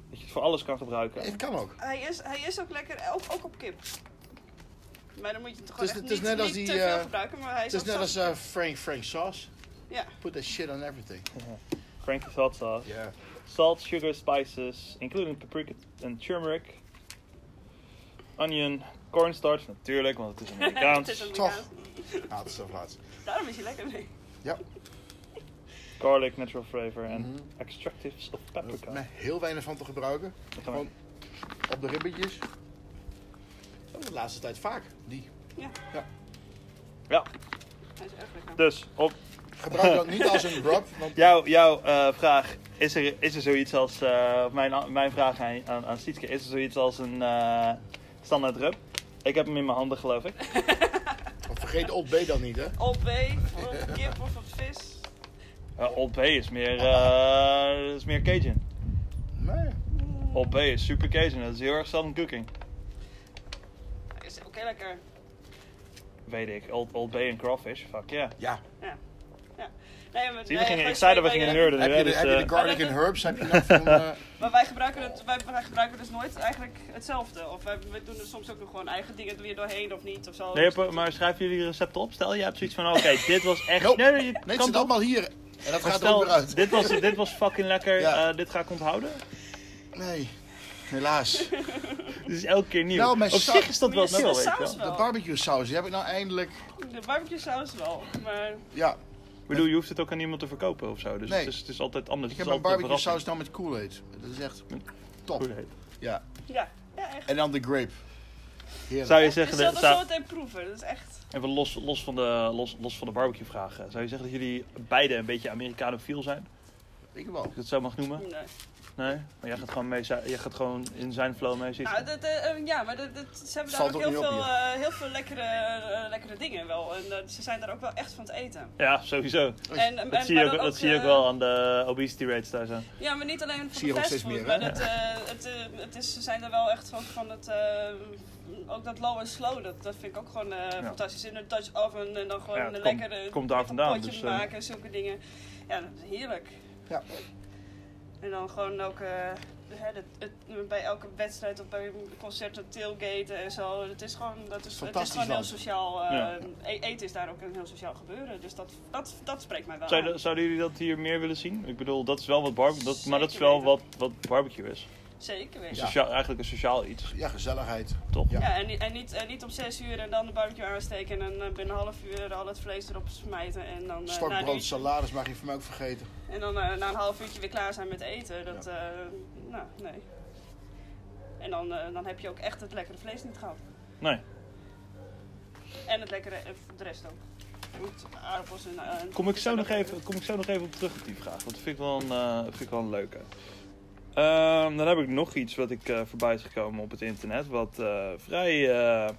[SPEAKER 1] Dat je het voor alles kan gebruiken.
[SPEAKER 2] het kan ook.
[SPEAKER 3] Hij is, hij is ook lekker, ook, ook op kip. Maar dan moet je het gewoon
[SPEAKER 2] Het is-
[SPEAKER 3] echt
[SPEAKER 2] het is
[SPEAKER 3] niet,
[SPEAKER 2] net als
[SPEAKER 3] niet
[SPEAKER 2] die,
[SPEAKER 3] te veel
[SPEAKER 2] eh,
[SPEAKER 3] gebruiken. Maar hij
[SPEAKER 2] Het
[SPEAKER 3] is
[SPEAKER 2] is
[SPEAKER 3] ook
[SPEAKER 2] net
[SPEAKER 3] zo-
[SPEAKER 2] als eh, Frank Frank sauce.
[SPEAKER 3] Ja, [LAUGHS]
[SPEAKER 2] Put that shit on everything.
[SPEAKER 1] Frankie salt sauce.
[SPEAKER 2] Ja.
[SPEAKER 1] Salt, sugar, spices, including paprika and turmeric. Onion, cornstarch, natuurlijk, want
[SPEAKER 3] [LAUGHS]
[SPEAKER 1] het is
[SPEAKER 3] het is
[SPEAKER 1] Amerikaans.
[SPEAKER 3] Amerikaans. [LAUGHS]
[SPEAKER 2] Ja, het is toch laatst.
[SPEAKER 3] Daarom is hij lekker mee.
[SPEAKER 2] Ja,
[SPEAKER 1] garlic, natural flavor en extractives of
[SPEAKER 2] daar hoef ik
[SPEAKER 1] paprika.
[SPEAKER 2] maar heel weinig van te gebruiken.
[SPEAKER 1] Dat kan
[SPEAKER 2] Gewoon op de ribbetjes. Dat is de laatste tijd vaak. Die.
[SPEAKER 3] Ja,
[SPEAKER 1] Ja,
[SPEAKER 3] hij is erg lekker.
[SPEAKER 1] dus op
[SPEAKER 2] Gebruik dat niet als een
[SPEAKER 1] [LAUGHS]
[SPEAKER 2] rub, want
[SPEAKER 1] jouw, jouw eh, vraag. Is er, is er zoiets als, eh, of mijn, mijn vraag aan, aan, aan Sietske, is er zoiets als een eh, standaard rub? Ik heb hem in mijn handen, geloof ik.
[SPEAKER 2] want vergeet Old B dan niet, hè?
[SPEAKER 3] [LAUGHS] Op B, voor op kip of op vis.
[SPEAKER 1] Ja, Old Bay is meer, eh, is meer Cajun.
[SPEAKER 2] Nee.
[SPEAKER 1] Old Bay is super Cajun, dat is heel erg Southern cooking.
[SPEAKER 3] Hij is ook heel lekker.
[SPEAKER 1] Weet ik, Old, Old Bay en crawfish, fuck yeah.
[SPEAKER 2] Ja.
[SPEAKER 3] Ja. ja. Nee, maar,
[SPEAKER 1] Zie je,
[SPEAKER 3] nee,
[SPEAKER 1] we gingen,
[SPEAKER 3] gewoon
[SPEAKER 1] ik zei dat we
[SPEAKER 3] twee
[SPEAKER 1] gingen
[SPEAKER 3] dingen.
[SPEAKER 1] nerden.
[SPEAKER 2] Heb
[SPEAKER 1] hè,
[SPEAKER 2] je, de,
[SPEAKER 1] dus,
[SPEAKER 2] heb je
[SPEAKER 1] eh,
[SPEAKER 2] de garlic and
[SPEAKER 1] [LAUGHS]
[SPEAKER 2] herbs? Heb je net van, eh,
[SPEAKER 3] Maar wij gebruiken, het, wij, wij gebruiken dus nooit eigenlijk hetzelfde. Of wij, wij doen er soms ook nog gewoon eigen dingen weer doorheen of niet of zo.
[SPEAKER 1] Nee, maar- maar schrijven jullie recepten op? Stel, je hebt zoiets van, oké, dit was echt...
[SPEAKER 2] Nope.
[SPEAKER 1] Nee, nee, je
[SPEAKER 2] nee, het
[SPEAKER 1] kan
[SPEAKER 2] zit
[SPEAKER 1] toch-
[SPEAKER 2] allemaal hier. En
[SPEAKER 1] Maar
[SPEAKER 2] dat gaat er
[SPEAKER 1] stel,
[SPEAKER 2] ook weer uit.
[SPEAKER 1] Dit was, dit was fucking lekker,
[SPEAKER 2] Ja.
[SPEAKER 1] eh, dit ga ik onthouden.
[SPEAKER 2] Nee, helaas.
[SPEAKER 1] Dit is elke keer nieuw.
[SPEAKER 2] Nou, mijn
[SPEAKER 1] Op
[SPEAKER 2] sa-
[SPEAKER 1] zich is dat wel
[SPEAKER 3] Mijn
[SPEAKER 1] chill, weet je
[SPEAKER 3] saus
[SPEAKER 1] wel.
[SPEAKER 3] wel.
[SPEAKER 2] De barbecue saus, die heb ik nou eindelijk...
[SPEAKER 3] De barbecue saus wel, maar
[SPEAKER 2] Ja,
[SPEAKER 1] Ik bedoel, je hoeft het ook aan iemand te verkopen of zo. Dus
[SPEAKER 2] Nee.
[SPEAKER 1] het, is, het is altijd anders.
[SPEAKER 2] ik heb
[SPEAKER 1] Het
[SPEAKER 2] mijn
[SPEAKER 1] is altijd
[SPEAKER 2] barbecue
[SPEAKER 1] een
[SPEAKER 2] saus nou met Kool-Aid. Dat is echt top.
[SPEAKER 1] verrassing. Goed.
[SPEAKER 2] Ja.
[SPEAKER 3] ja, ja echt.
[SPEAKER 2] En dan de grape. Heerlijk.
[SPEAKER 1] Zou je zeggen,
[SPEAKER 3] je
[SPEAKER 1] dat,
[SPEAKER 3] zult er zo
[SPEAKER 1] zou,
[SPEAKER 3] meteen proeven, dat is echt...
[SPEAKER 1] even los, los, van de, los, los van de barbecue vragen. Zou je zeggen dat jullie beide een beetje Americanofiel zijn? Als
[SPEAKER 2] Ik wel.
[SPEAKER 1] ik dat zo mag noemen?
[SPEAKER 3] Nee.
[SPEAKER 1] Nee? Maar jij gaat gewoon, mee, jij gaat gewoon in zijn flow mee zitten?
[SPEAKER 3] Nou, dat, eh, eh, ja, maar dat, dat, ze hebben daar
[SPEAKER 2] Valt
[SPEAKER 3] ook
[SPEAKER 2] ook
[SPEAKER 3] heel
[SPEAKER 2] niet op
[SPEAKER 3] veel,
[SPEAKER 2] hier.
[SPEAKER 3] eh, heel veel lekkere, eh, lekkere dingen wel. En eh, ze zijn daar ook wel echt van het eten.
[SPEAKER 1] Ja, sowieso.
[SPEAKER 3] En, en,
[SPEAKER 1] Dat, zie,
[SPEAKER 3] maar
[SPEAKER 1] je ook,
[SPEAKER 3] dan
[SPEAKER 1] dat zie je ook
[SPEAKER 3] eh,
[SPEAKER 1] wel aan de obesity rates daar zo.
[SPEAKER 3] Ja, maar niet alleen
[SPEAKER 2] Zie
[SPEAKER 3] van
[SPEAKER 2] je
[SPEAKER 3] de
[SPEAKER 2] ook steeds
[SPEAKER 3] fastfood,
[SPEAKER 2] meer,
[SPEAKER 3] maar
[SPEAKER 2] hè?
[SPEAKER 3] dat, eh, het, eh, het is, ze zijn er wel echt van, van het, eh, ook dat low en slow, dat, dat vind ik ook gewoon eh, fantastisch. In een Dutch oven en dan gewoon
[SPEAKER 1] Ja,
[SPEAKER 3] een
[SPEAKER 1] het komt-
[SPEAKER 3] lekkere
[SPEAKER 1] komt daar
[SPEAKER 3] met
[SPEAKER 1] vandaan,
[SPEAKER 3] een potje
[SPEAKER 1] dus, eh.
[SPEAKER 3] maken en zulke dingen. Ja, dat is heerlijk.
[SPEAKER 2] Ja.
[SPEAKER 3] En dan gewoon ook eh, hè, dat- het- bij elke wedstrijd of bij concerten tailgaten en zo. Het is gewoon, dat is, het is
[SPEAKER 2] Fantastisch
[SPEAKER 3] gewoon heel
[SPEAKER 2] land.
[SPEAKER 3] sociaal. eh,
[SPEAKER 1] Ja.
[SPEAKER 3] e- Eten is daar ook een heel sociaal gebeuren, dus dat, dat, dat spreekt mij wel aan.
[SPEAKER 1] Zouden, zouden jullie dat hier meer willen zien? Ik bedoel, dat is wel wat barbecue, dat, maar dat is
[SPEAKER 3] Zeker
[SPEAKER 1] wel wat,
[SPEAKER 3] weten.
[SPEAKER 1] wat barbecue is.
[SPEAKER 3] Zeker
[SPEAKER 1] Een
[SPEAKER 3] weten.
[SPEAKER 1] sociaal, eigenlijk een sociaal iets,
[SPEAKER 2] Ja, gezelligheid.
[SPEAKER 1] toch?
[SPEAKER 2] Ja.
[SPEAKER 3] Ja, en, ni- en niet, en niet om 6 uur en dan de barbecue aansteken en eh, binnen een half uur al het vlees erop smijten. En dan, eh, na, een
[SPEAKER 2] Stokbrood,
[SPEAKER 3] uurtje-
[SPEAKER 2] salades mag je van mij ook vergeten.
[SPEAKER 3] en dan eh, na een half uurtje weer klaar zijn met eten. Dat, eh, nou, nee. En dan, eh, dan heb je ook echt het lekkere vlees niet gehad.
[SPEAKER 1] Nee.
[SPEAKER 3] En het lekkere, eh, de rest ook. Goed, aardappels en... eh, en-
[SPEAKER 1] Kom ik, zo
[SPEAKER 3] en
[SPEAKER 1] nog
[SPEAKER 3] dat-
[SPEAKER 1] even, kom ik zo nog even op terug op die vraag. Want dat vind ik wel een, eh, vind ik wel een leuke. Ehm, dan heb ik nog iets wat ik eh, voorbij is gekomen op het internet. Wat eh, vrij, eh,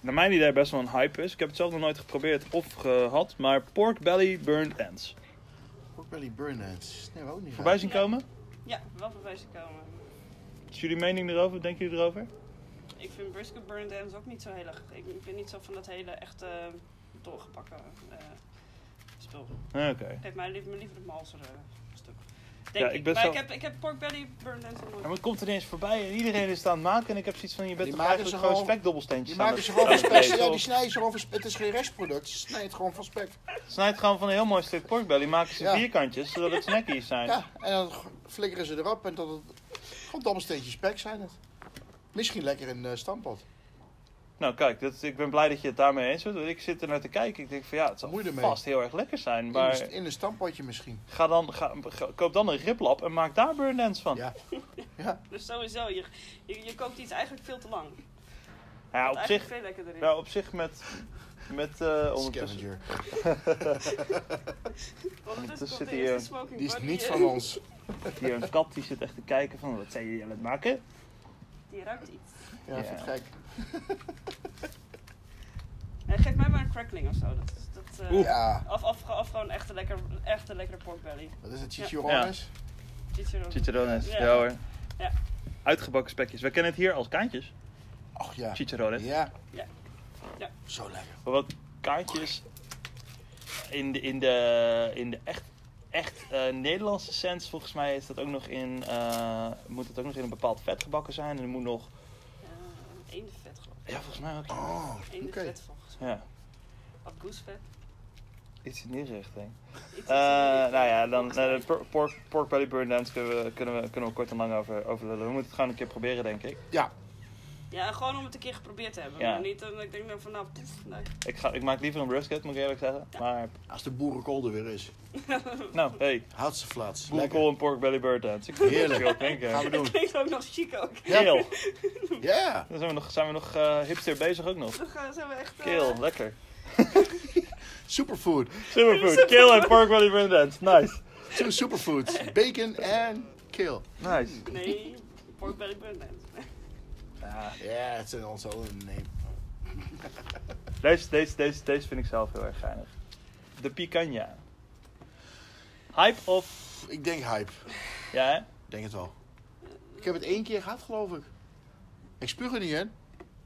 [SPEAKER 1] naar mijn idee, best wel een hype is. Ik heb het zelf nog nooit geprobeerd of gehad. Maar pork belly burned ends.
[SPEAKER 2] Ook belly burn-ends. Nee, we ook niet.
[SPEAKER 1] Voorbij zien
[SPEAKER 3] Ja.
[SPEAKER 1] komen?
[SPEAKER 3] Ja, wel voorbij te komen.
[SPEAKER 1] Is jullie mening erover? Wat denken jullie erover?
[SPEAKER 3] Ik vind brisket burned ends ook niet zo heel erg... Ik, ik ben niet zo van dat hele echte doorgebakken... eh, toch?
[SPEAKER 1] Ah, Oké.
[SPEAKER 3] Geef mij liever, liever het malsere stuk.
[SPEAKER 1] Ja,
[SPEAKER 3] Denk
[SPEAKER 1] ik
[SPEAKER 3] ik.
[SPEAKER 1] ben
[SPEAKER 3] maar
[SPEAKER 1] zo-
[SPEAKER 3] ik, heb, ik heb pork belly burned en
[SPEAKER 1] Ja, maar het komt ineens voorbij en iedereen is het aan het maken. En ik heb zoiets van, je bent
[SPEAKER 2] Die
[SPEAKER 1] toch
[SPEAKER 2] maken
[SPEAKER 1] eigenlijk
[SPEAKER 2] ze
[SPEAKER 1] gewoon
[SPEAKER 2] gewoon-
[SPEAKER 1] spekdobbelsteentjes
[SPEAKER 2] Die
[SPEAKER 1] aan
[SPEAKER 2] maken
[SPEAKER 1] het-
[SPEAKER 2] ze gewoon van
[SPEAKER 1] aan het
[SPEAKER 2] spek.
[SPEAKER 1] eten,
[SPEAKER 2] Ja, die
[SPEAKER 1] of-
[SPEAKER 2] snijden ze gewoon van spek. Het is geen restproduct. Ze snijden het gewoon van spek.
[SPEAKER 1] Snijd gewoon van een heel mooi stuk porkbelly, maken ze
[SPEAKER 2] Ja.
[SPEAKER 1] vierkantjes, zodat het
[SPEAKER 2] [LAUGHS]
[SPEAKER 1] snackies zijn.
[SPEAKER 2] Ja, en dan g- flikkeren ze erop en tot het... Gewoon dabbelsteentjes spek zijn het. Misschien lekker in eh stampot.
[SPEAKER 1] Nou kijk, dat, ik ben blij dat je het daarmee eens bent. want Ik zit er naar te kijken. Ik denk van ja, het zal
[SPEAKER 2] Moet je ermee.
[SPEAKER 1] vast heel erg lekker zijn.
[SPEAKER 2] In een
[SPEAKER 1] Maar
[SPEAKER 2] st- In een stampotje misschien.
[SPEAKER 1] ga dan, ga, ga- koop dan een riplap en maak daar burn dance van.
[SPEAKER 2] Ja. Ja.
[SPEAKER 3] Dus sowieso, je, je, je kookt iets eigenlijk veel te lang.
[SPEAKER 1] Nou ja,
[SPEAKER 3] Wat
[SPEAKER 1] op
[SPEAKER 3] eigenlijk
[SPEAKER 1] zich,
[SPEAKER 3] veel lekkerder is.
[SPEAKER 1] nou, op zich met... met eh ondertussen,
[SPEAKER 2] Scavenger.
[SPEAKER 3] Ondertussen
[SPEAKER 1] zit
[SPEAKER 3] komt de
[SPEAKER 1] hier-
[SPEAKER 3] eerste smoking
[SPEAKER 2] Die is
[SPEAKER 3] bun
[SPEAKER 2] niet
[SPEAKER 3] hier.
[SPEAKER 2] van ons.
[SPEAKER 1] hier een kat die zit echt te kijken van wat zijn jullie aan het maken?
[SPEAKER 3] Die ruikt iets.
[SPEAKER 2] Ja,
[SPEAKER 1] Ja.
[SPEAKER 2] vind ik gek.
[SPEAKER 3] Eh, geef mij maar een crackling of zo. Dat, is- dat, eh,
[SPEAKER 1] Oeh.
[SPEAKER 2] Ja,
[SPEAKER 3] Of, of, of gewoon echt een lekker, echt een lekkere pork belly.
[SPEAKER 2] wat is het? Chicharrones?
[SPEAKER 3] Chicharron.
[SPEAKER 1] Chicharrones,
[SPEAKER 3] Ja.
[SPEAKER 1] ja, hoor.
[SPEAKER 3] Ja.
[SPEAKER 1] Uitgebakken spekjes. We kennen het hier als kaantjes.
[SPEAKER 2] Ach ja.
[SPEAKER 1] Chicharrones.
[SPEAKER 2] Ja.
[SPEAKER 3] Ja. Ja.
[SPEAKER 2] Zo lekker.
[SPEAKER 1] Maar wat kaartjes in de, in de, in de echt, echt eh, Nederlandse sens, volgens mij is dat ook nog in, eh, moet het ook nog in een bepaald vet gebakken zijn. En er moet nog,
[SPEAKER 3] Eh, eende vet geloof
[SPEAKER 1] ja volgens mij ook,
[SPEAKER 2] Oh,
[SPEAKER 3] ik.
[SPEAKER 2] oké.
[SPEAKER 3] Eende vet volgens mij.
[SPEAKER 1] ja,
[SPEAKER 3] Of goesevet.
[SPEAKER 1] iets in die richting.
[SPEAKER 3] Iets in die
[SPEAKER 1] Eh, nou ja,
[SPEAKER 3] richting.
[SPEAKER 1] dan eh, de por- pork, pork belly burn dance kunnen we, kunnen, we, kunnen we kort en lang over, over lullen. We moeten het gewoon een keer proberen, denk ik.
[SPEAKER 2] Ja,
[SPEAKER 3] Ja, gewoon om het een keer geprobeerd te hebben.
[SPEAKER 1] Ja.
[SPEAKER 3] Maar niet dat ik denk dan van nou, poef, nee.
[SPEAKER 1] Ik, ga, ik maak liever een brisket, moet ik eerlijk zeggen. Maar,
[SPEAKER 2] als de boerenkool er weer is.
[SPEAKER 1] nou, hey,
[SPEAKER 2] Houdt ze flats.
[SPEAKER 1] boerenkool en pork belly burn dance. Ik vind het
[SPEAKER 2] Heerlijk.
[SPEAKER 1] heel klinken.
[SPEAKER 2] Gaan we
[SPEAKER 3] Dat [LAUGHS]
[SPEAKER 2] doen.
[SPEAKER 1] [LAUGHS]
[SPEAKER 3] klinkt ook nog chic ook.
[SPEAKER 1] Keel.
[SPEAKER 2] Ja.
[SPEAKER 1] Dan zijn we nog, zijn we nog eh, hipster bezig ook nog.
[SPEAKER 3] Dan gaan- zijn we echt... eh,
[SPEAKER 1] Keel, lekker.
[SPEAKER 2] Superfood.
[SPEAKER 1] Superfood. Keel en pork belly burn dance. Nice.
[SPEAKER 2] Two superfoods.
[SPEAKER 3] [LAUGHS]
[SPEAKER 2] Bacon en keel.
[SPEAKER 1] Nice.
[SPEAKER 3] Nee, pork belly bun. nee.
[SPEAKER 1] Ah,
[SPEAKER 2] Ja, het zijn onze andere neem.
[SPEAKER 1] Deze, deze, deze, deze vind ik zelf heel erg geinig. De picanha. Hype of...
[SPEAKER 2] [LAUGHS] Ik denk hype.
[SPEAKER 1] Ja, hè?
[SPEAKER 2] Ik denk het wel. Ik heb het één keer gehad, geloof ik. Ik spuug er niet in.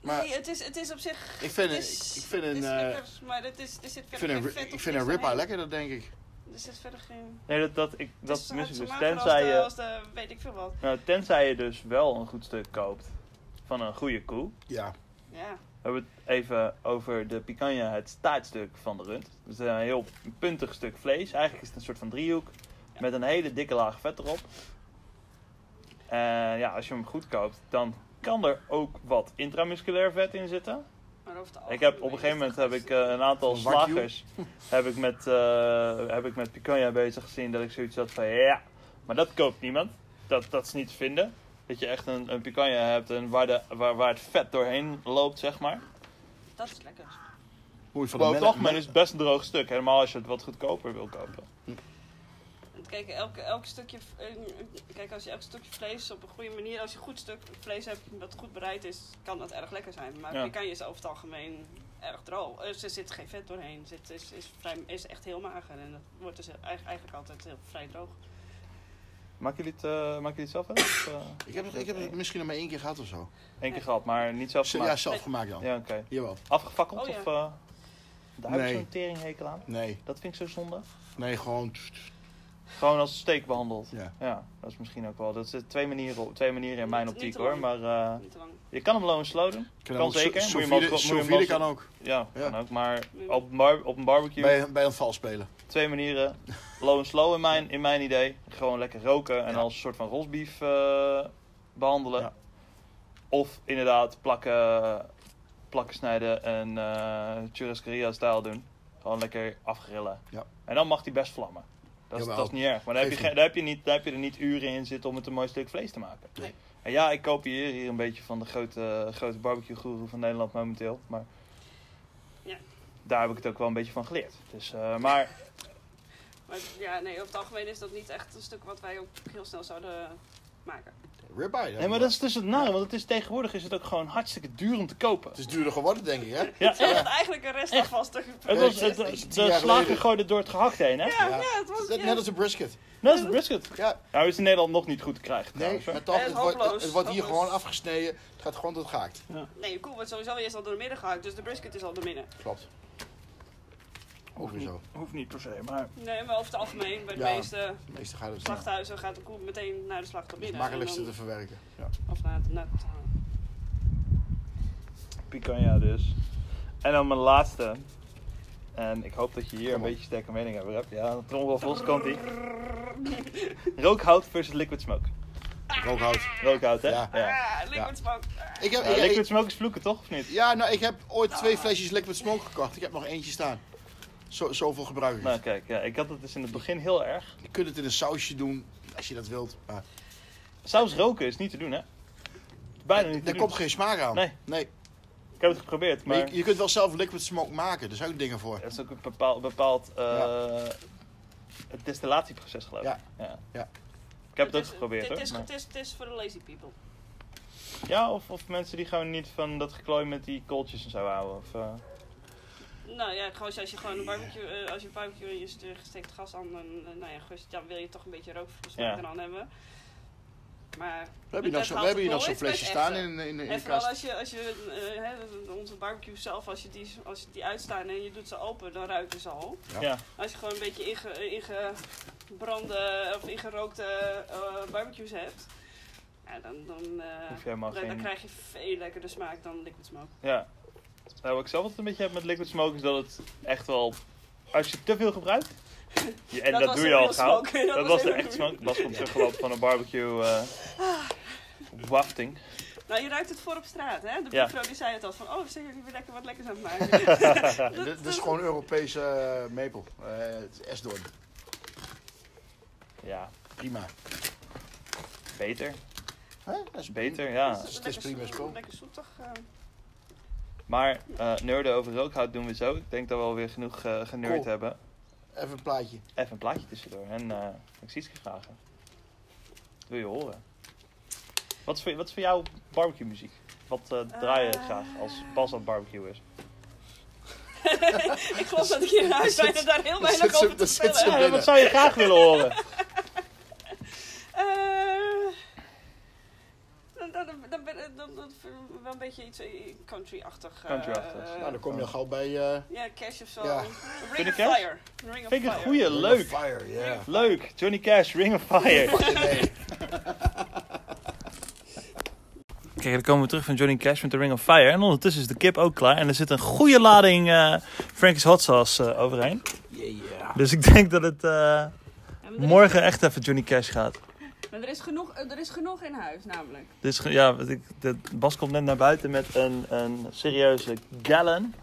[SPEAKER 2] Maar
[SPEAKER 3] nee, het is, het is op zich...
[SPEAKER 2] ik vind, een,
[SPEAKER 3] het
[SPEAKER 2] ik
[SPEAKER 3] is-
[SPEAKER 2] vind
[SPEAKER 3] het
[SPEAKER 2] een,
[SPEAKER 3] is
[SPEAKER 2] eh,
[SPEAKER 3] lekker, maar het is, er zit
[SPEAKER 2] ik
[SPEAKER 3] verder
[SPEAKER 2] vind een,
[SPEAKER 3] geen vet
[SPEAKER 2] ri- ik
[SPEAKER 3] of
[SPEAKER 2] vind een
[SPEAKER 3] niks
[SPEAKER 2] ribeye
[SPEAKER 3] omheen.
[SPEAKER 2] lekkerder, denk ik.
[SPEAKER 3] Er zit verder geen...
[SPEAKER 1] Nee, dat, dat, ik,
[SPEAKER 3] Het is
[SPEAKER 1] dat
[SPEAKER 3] zo
[SPEAKER 1] mis ik dus.
[SPEAKER 3] hard gemaakt
[SPEAKER 1] Tenzij
[SPEAKER 3] als de-
[SPEAKER 1] je,
[SPEAKER 3] Als de, weet ik veel wat.
[SPEAKER 1] nou, tenzij je dus wel een goed stuk koopt van een goede koe.
[SPEAKER 2] Ja.
[SPEAKER 3] Ja.
[SPEAKER 1] We hebben het even over de picanha, het staartstuk van de rund. Het is een heel puntig stuk vlees. Eigenlijk is het een soort van driehoek met een hele dikke laag vet erop. En ja, als je hem goed koopt, dan kan er ook wat intramusculair vet in zitten.
[SPEAKER 3] Maar over het
[SPEAKER 1] Ik heb, op een gegeven moment heb ik eh, een aantal
[SPEAKER 2] Een wagyu.
[SPEAKER 1] slagers heb ik met, eh, heb ik met picanha bezig gezien dat ik zoiets had van ja, maar dat koopt niemand. Dat, dat is niet te vinden. Dat je echt een, een picanha hebt en waar, de, waar, waar het vet doorheen loopt, zeg maar. eh,
[SPEAKER 3] Dat is lekker.
[SPEAKER 2] Hoe je van
[SPEAKER 1] Maar toch, men is best een droog stuk. Helemaal als je het wat goedkoper wil kopen.
[SPEAKER 3] Want Kijk, elke, elk stukje, v- eh, kijk, als je elk stukje vlees op een goede manier, als je een goed stuk vlees hebt dat goed bereid is, kan dat erg lekker zijn. Maar
[SPEAKER 1] Ja.
[SPEAKER 3] je kan je is over het algemeen erg droog. Dus er zit geen vet doorheen. Zit, is, is, vrij, is echt heel mager en dat wordt dus e- eigenlijk altijd heel vrij droog.
[SPEAKER 1] Maak jullie het, eh, maken jullie het zelf wel? Of, eh,
[SPEAKER 2] Ik heb, het- ik heb het misschien nog maar één keer gehad of zo.
[SPEAKER 1] één keer gehad, maar niet zelf
[SPEAKER 2] Ja,
[SPEAKER 1] gemaakt?
[SPEAKER 2] zelf gemaakt dan.
[SPEAKER 1] Ja, oké.
[SPEAKER 2] Jawel.
[SPEAKER 1] Afgefakkeld
[SPEAKER 3] Oh, ja.
[SPEAKER 1] of... eh daar heb ik
[SPEAKER 2] Nee.
[SPEAKER 1] zo'n teringhekel aan.
[SPEAKER 2] Nee.
[SPEAKER 1] Dat vind ik zo zonde.
[SPEAKER 2] Nee, gewoon...
[SPEAKER 1] Gewoon als steek behandeld.
[SPEAKER 2] Ja.
[SPEAKER 1] Ja, dat is misschien ook wel. Dat zijn twee manieren, twee manieren in
[SPEAKER 3] Niet-
[SPEAKER 1] mijn
[SPEAKER 3] niet
[SPEAKER 1] optiek
[SPEAKER 3] te
[SPEAKER 1] hoor.
[SPEAKER 3] lang.
[SPEAKER 1] Maar eh,
[SPEAKER 3] Niet te lang.
[SPEAKER 1] je kan hem low en slow doen.
[SPEAKER 2] Ik kan
[SPEAKER 1] Kan
[SPEAKER 2] ook-
[SPEAKER 1] zeker. Moet je
[SPEAKER 2] Sofie-
[SPEAKER 1] hem als- moet je hem
[SPEAKER 2] Sofie
[SPEAKER 1] als-
[SPEAKER 2] kan ook.
[SPEAKER 1] Ja,
[SPEAKER 2] Ja.
[SPEAKER 1] kan ook. Maar
[SPEAKER 3] Ja.
[SPEAKER 1] op, een bar- op een barbecue,
[SPEAKER 2] Bij, bij een vals spelen.
[SPEAKER 1] twee manieren. Low en slow in mijn, in mijn idee. Gewoon lekker roken en
[SPEAKER 2] Ja.
[SPEAKER 1] als een soort van rosbief eh, behandelen.
[SPEAKER 2] Ja.
[SPEAKER 1] Of inderdaad plakken, plakken snijden en eh churrascaria-stijl doen. Gewoon lekker afgrillen.
[SPEAKER 2] Ja.
[SPEAKER 1] En dan mag die best vlammen. Dat is,
[SPEAKER 2] Jawel.
[SPEAKER 1] dat is niet erg. Maar dan heb, je,
[SPEAKER 2] Geef
[SPEAKER 1] ge-
[SPEAKER 2] hem.
[SPEAKER 1] dan, heb je niet, dan heb je er niet uren in zitten om het een mooi stuk vlees te maken.
[SPEAKER 2] Nee.
[SPEAKER 1] En ja, ik kopieer hier een beetje van de grote, grote barbecue-guru van Nederland momenteel. Maar
[SPEAKER 3] Ja.
[SPEAKER 1] daar heb ik het ook wel een beetje van geleerd. Dus, eh, maar
[SPEAKER 3] Maar ja, nee, op het algemeen is dat niet echt een stuk wat wij ook heel snel zouden maken.
[SPEAKER 2] Ribeye.
[SPEAKER 1] Nee, maar dat is dus het nare, want het is, tegenwoordig is het ook gewoon hartstikke duur om te kopen.
[SPEAKER 2] Het is duurder geworden, denk ik, hè?
[SPEAKER 3] [LAUGHS]
[SPEAKER 1] Ja,
[SPEAKER 3] Het was eigenlijk een restafval stuk.
[SPEAKER 1] het was, het,
[SPEAKER 2] Echt,
[SPEAKER 1] de
[SPEAKER 2] echt tien jaar
[SPEAKER 1] slager
[SPEAKER 2] geleden.
[SPEAKER 1] gooide door het gehakt heen, hè?
[SPEAKER 3] Ja, ja,
[SPEAKER 2] Ja.
[SPEAKER 3] het was...
[SPEAKER 2] Net,
[SPEAKER 3] ja.
[SPEAKER 2] net als een brisket.
[SPEAKER 1] Net als de brisket.
[SPEAKER 2] Ja,
[SPEAKER 1] Nou, is in Nederland nog niet goed te krijgen,
[SPEAKER 2] nee,
[SPEAKER 1] trouwens. hoor.
[SPEAKER 2] maar toch,
[SPEAKER 3] Eh,
[SPEAKER 2] het wordt,
[SPEAKER 3] hopeloos,
[SPEAKER 2] het wordt hier
[SPEAKER 3] hopeloos.
[SPEAKER 2] gewoon afgesneden. Het gaat gewoon tot het gehaakt.
[SPEAKER 3] Nee, de koe wordt sowieso eerst al door de midden gehakt, dus de brisket is al door midden.
[SPEAKER 2] Klopt. Ook weer
[SPEAKER 1] niet-
[SPEAKER 2] zo.
[SPEAKER 1] Hoeft niet per se, maar
[SPEAKER 3] Nee, maar over het algemeen, bij de
[SPEAKER 2] Ja.
[SPEAKER 3] meeste
[SPEAKER 2] De meeste gaat het snel.
[SPEAKER 3] slachthuizen gaat de koe meteen naar de slachter
[SPEAKER 2] Het is het
[SPEAKER 3] binnen.
[SPEAKER 2] makkelijkste
[SPEAKER 3] en
[SPEAKER 2] te
[SPEAKER 3] dan-
[SPEAKER 2] verwerken.
[SPEAKER 3] Of naar het naar het-
[SPEAKER 1] picanha dus. En dan mijn laatste. En ik hoop dat je hier
[SPEAKER 2] Kom
[SPEAKER 1] een
[SPEAKER 2] op.
[SPEAKER 1] beetje sterke mening over hebt. Ja, tromrol volgens komt ie. Rookhout versus liquid smoke.
[SPEAKER 2] Rookhout.
[SPEAKER 1] Rookhout, hè?
[SPEAKER 2] Ja.
[SPEAKER 3] Ah, liquid smoke.
[SPEAKER 2] Ik heb,
[SPEAKER 1] Ja,
[SPEAKER 2] ik-
[SPEAKER 1] Eh, liquid
[SPEAKER 2] ik-
[SPEAKER 1] smoke is vloeken, toch? Of niet?
[SPEAKER 2] ja, nou, ik heb ooit twee flesjes liquid smoke gekocht. Ik heb nog eentje staan. Zo, zoveel gebruik ik.
[SPEAKER 1] Nou, kijk, ja, ik had het dus in het begin heel erg.
[SPEAKER 2] Je kunt het in een sausje doen, als je dat wilt. Maar
[SPEAKER 1] Saus roken is niet te doen, hè? Bijna niet te
[SPEAKER 2] daar
[SPEAKER 1] doen.
[SPEAKER 2] komt geen smaak aan.
[SPEAKER 1] Nee. Ik heb het geprobeerd,
[SPEAKER 2] Maar
[SPEAKER 1] maar...
[SPEAKER 2] je, je kunt wel zelf liquid smoke maken. Daar zijn ook dingen voor.
[SPEAKER 1] Er is ook een bepaald, bepaald eh,
[SPEAKER 2] Ja.
[SPEAKER 1] het destillatieproces geloof ik.
[SPEAKER 2] Ja.
[SPEAKER 1] Ja.
[SPEAKER 2] Ja.
[SPEAKER 1] Ik heb het ook
[SPEAKER 3] is-
[SPEAKER 1] geprobeerd
[SPEAKER 3] dit
[SPEAKER 1] hoor.
[SPEAKER 3] is-
[SPEAKER 1] maar-
[SPEAKER 3] Het is- het is voor de lazy people.
[SPEAKER 1] Ja, of, of mensen die gewoon niet van dat geklooi met die kooltjes en zo houden. Of, eh,
[SPEAKER 3] Nou ja, gewoon als je gewoon een barbecue, eh, als je een barbecue in je st- steekt gas aan, dan, eh, nou ja, goed, dan wil je toch een beetje rookverschil
[SPEAKER 1] Ja.
[SPEAKER 3] er dan hebben. Maar
[SPEAKER 2] We hebben hier nog zo- we hebben hier nog zo'n flesje staan in, in, in
[SPEAKER 3] En
[SPEAKER 2] de
[SPEAKER 3] vooral
[SPEAKER 2] kast.
[SPEAKER 3] als je, als je eh, hè, onze barbecue zelf, als je, die, als je die uitstaan en je doet ze open, dan ruiken ze al.
[SPEAKER 1] ja.
[SPEAKER 2] Ja.
[SPEAKER 3] Als je gewoon een beetje inge, eh, ingebrande of ingerookte eh, barbecues hebt, ja, dan, dan, eh,
[SPEAKER 1] hoef je helemaal
[SPEAKER 3] dan, dan
[SPEAKER 1] geen...
[SPEAKER 3] krijg je veel lekkere smaak dan liquid smoke.
[SPEAKER 1] Ja. Nou, wat ik zelf altijd een beetje heb met liquid smoke is dat het echt wel... Als je te veel gebruikt... Ja, en
[SPEAKER 3] Dat
[SPEAKER 1] dat,
[SPEAKER 3] was
[SPEAKER 1] doe
[SPEAKER 3] de
[SPEAKER 1] je al
[SPEAKER 3] real
[SPEAKER 1] gauw.
[SPEAKER 3] smoke. [LAUGHS] Dat
[SPEAKER 1] Dat
[SPEAKER 3] was
[SPEAKER 1] was de
[SPEAKER 3] de
[SPEAKER 1] echt
[SPEAKER 3] real- Ah.
[SPEAKER 1] smoke. Bas komt teruggelopen van een barbecue... eh wafting.
[SPEAKER 3] Nou, je ruikt het voor op straat, hè? De
[SPEAKER 1] Ja.
[SPEAKER 3] buurvrouw die zei het al van, oh, zijn jullie weer lekker wat lekkers aan het maken?
[SPEAKER 2] Dit, dit is gewoon Europese eh, maple. Eh, het is Esdoorn.
[SPEAKER 1] Ja,
[SPEAKER 2] Prima.
[SPEAKER 1] beter.
[SPEAKER 2] Hè? Dat is
[SPEAKER 1] Beter, ja.
[SPEAKER 2] het is prima
[SPEAKER 3] zoet-
[SPEAKER 2] spul.
[SPEAKER 3] Lekker zoetig. eh.
[SPEAKER 1] Maar eh nerden over rookhout doen we zo. Ik denk dat we alweer genoeg eh generd
[SPEAKER 2] Cool.
[SPEAKER 1] hebben.
[SPEAKER 2] Even een plaatje.
[SPEAKER 1] Even een plaatje tussendoor. En eh ik zie iets vragen. Wil je horen? Wat is voor, wat is voor jou barbecue muziek? Wat eh, draai je
[SPEAKER 3] Eh.
[SPEAKER 1] graag als Bas aan het barbecue is?
[SPEAKER 3] ik geloof dat ik hier in huis
[SPEAKER 2] zit-
[SPEAKER 3] bijna daar heel
[SPEAKER 2] dat zit
[SPEAKER 3] weinig
[SPEAKER 2] zo-
[SPEAKER 3] over te
[SPEAKER 2] dat zit zo-
[SPEAKER 3] vertellen.
[SPEAKER 1] Ja, Eh, wat zou je graag willen horen?
[SPEAKER 3] Eh, Dan, dan, dan, dan, ben- dan, dan wel een beetje iets eh, country-achtig. eh,
[SPEAKER 1] Country-achtig.
[SPEAKER 3] eh,
[SPEAKER 2] Nou, dan kom je al gauw bij... eh
[SPEAKER 3] Ja, Cash of zo.
[SPEAKER 2] Ja.
[SPEAKER 1] je
[SPEAKER 3] Ring of
[SPEAKER 1] Cash?
[SPEAKER 3] Fire. Ring of
[SPEAKER 1] Vind ik een
[SPEAKER 3] Fire.
[SPEAKER 1] goeie,
[SPEAKER 2] Ring of
[SPEAKER 1] leuk.
[SPEAKER 2] Fire, ja.
[SPEAKER 1] Leuk. Johnny Cash, Ring of Fire.
[SPEAKER 2] Nee.
[SPEAKER 1] Kijk, dan komen we terug van Johnny Cash met de Ring of Fire. En ondertussen is de kip ook klaar. En er zit een goede lading eh, Frankie's hot sauce eh, overheen.
[SPEAKER 2] Yeah.
[SPEAKER 1] Dus ik denk dat het eh,
[SPEAKER 3] Ja, maar er is-
[SPEAKER 1] morgen echt even Johnny Cash gaat.
[SPEAKER 3] Maar er is, genoeg, eh, er is genoeg in huis, namelijk.
[SPEAKER 1] Dus ge- ja, wat ik, de- Bas komt net naar buiten met een, een serieuze gallon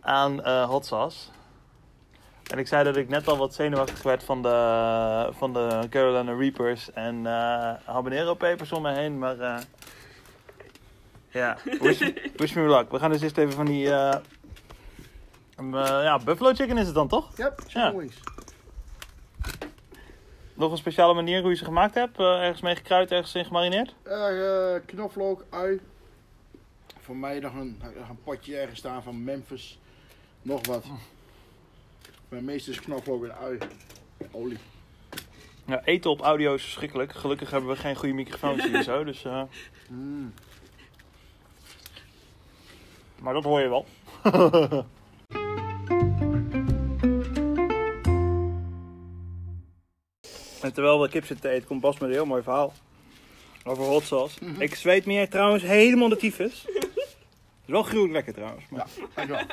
[SPEAKER 1] aan eh hot sauce. En ik zei dat ik net al wat zenuwachtig werd van de, van de Carolina Reapers en eh habanero pepers om me heen. Maar eh, ja, wish, wish me luck. We gaan dus eerst even van die... eh, m- eh, ja, buffalo chicken is het dan toch?
[SPEAKER 2] Yep,
[SPEAKER 1] Ja.
[SPEAKER 2] jongens.
[SPEAKER 1] Nog een speciale manier hoe je ze gemaakt hebt? Eh, ergens mee gekruid, ergens in gemarineerd?
[SPEAKER 2] Eh, eh, knoflook, ui. Voor mij nog een, nog een potje ergens staan van Memphis. Nog wat. Mijn meeste is knoflook en ui. En Olie.
[SPEAKER 1] Ja, eten op audio is verschrikkelijk. Gelukkig hebben we geen goede microfoons hier zo, dus... eh,
[SPEAKER 2] Mm.
[SPEAKER 1] Maar dat hoor je wel. [LAUGHS] en terwijl we kip zitten te eten, komt Bas met een heel mooi verhaal. Over hot sauce. Ik zweet meer trouwens helemaal de tyfus. Het is wel gruwelijk lekker trouwens. Maar...
[SPEAKER 2] Dankjewel.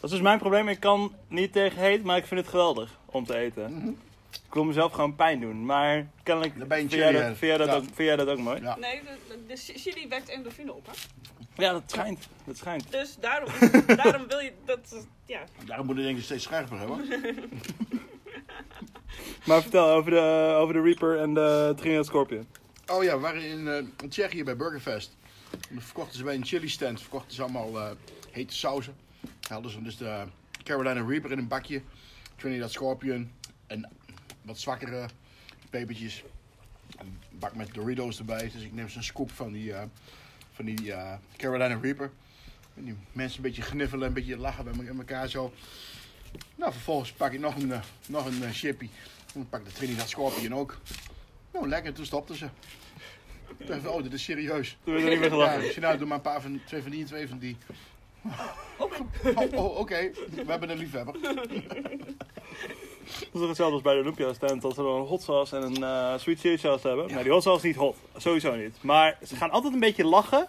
[SPEAKER 1] Dat is dus mijn probleem. Ik kan niet tegen heet, maar ik vind het geweldig om te eten. Ik wil mezelf gewoon pijn doen. Maar kennelijk
[SPEAKER 2] Mhm. Dan ben je
[SPEAKER 1] vind jij dat,
[SPEAKER 2] chillier.
[SPEAKER 1] vind jij dat,
[SPEAKER 2] Ja.
[SPEAKER 1] ook, vind jij dat ook mooi?
[SPEAKER 2] Ja.
[SPEAKER 3] Nee, de, de, de chili wekt endorfine op, hè?
[SPEAKER 1] Ja, dat schijnt. Dat schijnt.
[SPEAKER 3] Dus
[SPEAKER 1] [LAUGHS]
[SPEAKER 3] daarom, daarom wil je dat... Ja,
[SPEAKER 2] Daarom moet je denk ik steeds scherper hebben.
[SPEAKER 1] Maar vertel over de, over de Reaper en de Trinidad Scorpion.
[SPEAKER 2] Oh ja, we waren in, eh, in Tsjechië bij Burgerfest. En dan verkochten ze bij een chili stand, verkochten ze allemaal eh, hete sauzen. Daar hadden ze dus de Carolina Reaper in een bakje. Trinidad Scorpion en wat zwakkere pepertjes. Een bak met Doritos erbij. Dus ik neem zo'n scoop van die, eh, van die eh, Carolina Reaper. En die mensen een beetje gniffelen, een beetje lachen bij me- elkaar zo. Nou, vervolgens pak ik nog een, eh, nog een eh, chippy. Dan pak ik de Trinidad Scorpion ook. Nou, lekker. Toen stopten ze. Toen dacht ik, oh, dit is serieus.
[SPEAKER 1] Toen werd er niet meer
[SPEAKER 2] Ja, [LAUGHS]
[SPEAKER 1] gelachen.
[SPEAKER 2] ik zei, nou, doe maar een paar van, twee van die en twee van die. [LAUGHS] Oh, oh, oké. We hebben een liefhebber.
[SPEAKER 1] Dat is toch hetzelfde als bij de Olympia stand dat we dan een hot sauce en een eh, sweet chili sauce hebben. Nee, die hot sauce is niet hot. Sowieso niet. Maar ze gaan altijd een beetje lachen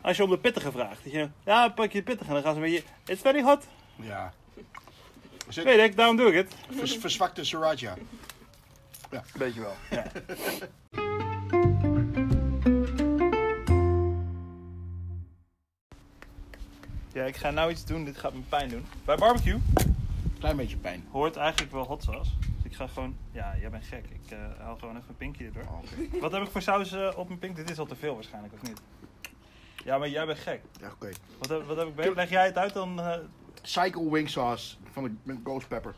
[SPEAKER 1] als je om de pittige vraagt. Dat je, ja, pak je de pittige en dan gaan ze een beetje, it's very hot.
[SPEAKER 2] Ja. Zit,
[SPEAKER 1] Weet ik, daarom doe ik het.
[SPEAKER 2] vers- verzwakte Sriracha.
[SPEAKER 1] Beetje wel. Ja. [LAUGHS] Ja, ik ga nou iets doen. Dit gaat me pijn doen. Bij barbecue
[SPEAKER 2] Klein beetje pijn.
[SPEAKER 1] hoort eigenlijk wel hot sauce. Dus ik ga gewoon... Ja, jij bent gek. Ik eh, haal gewoon even mijn pinkje erdoor.
[SPEAKER 2] Oh, oké.
[SPEAKER 1] Wat heb ik voor saus eh, op mijn pink? Dit is al te veel waarschijnlijk, of niet? Ja, maar jij bent gek.
[SPEAKER 2] Ja, oké.
[SPEAKER 1] Wat heb, wat heb ik bij? Leg jij het uit dan? eh,
[SPEAKER 2] Cycle wing sauce van de met ghost pepper.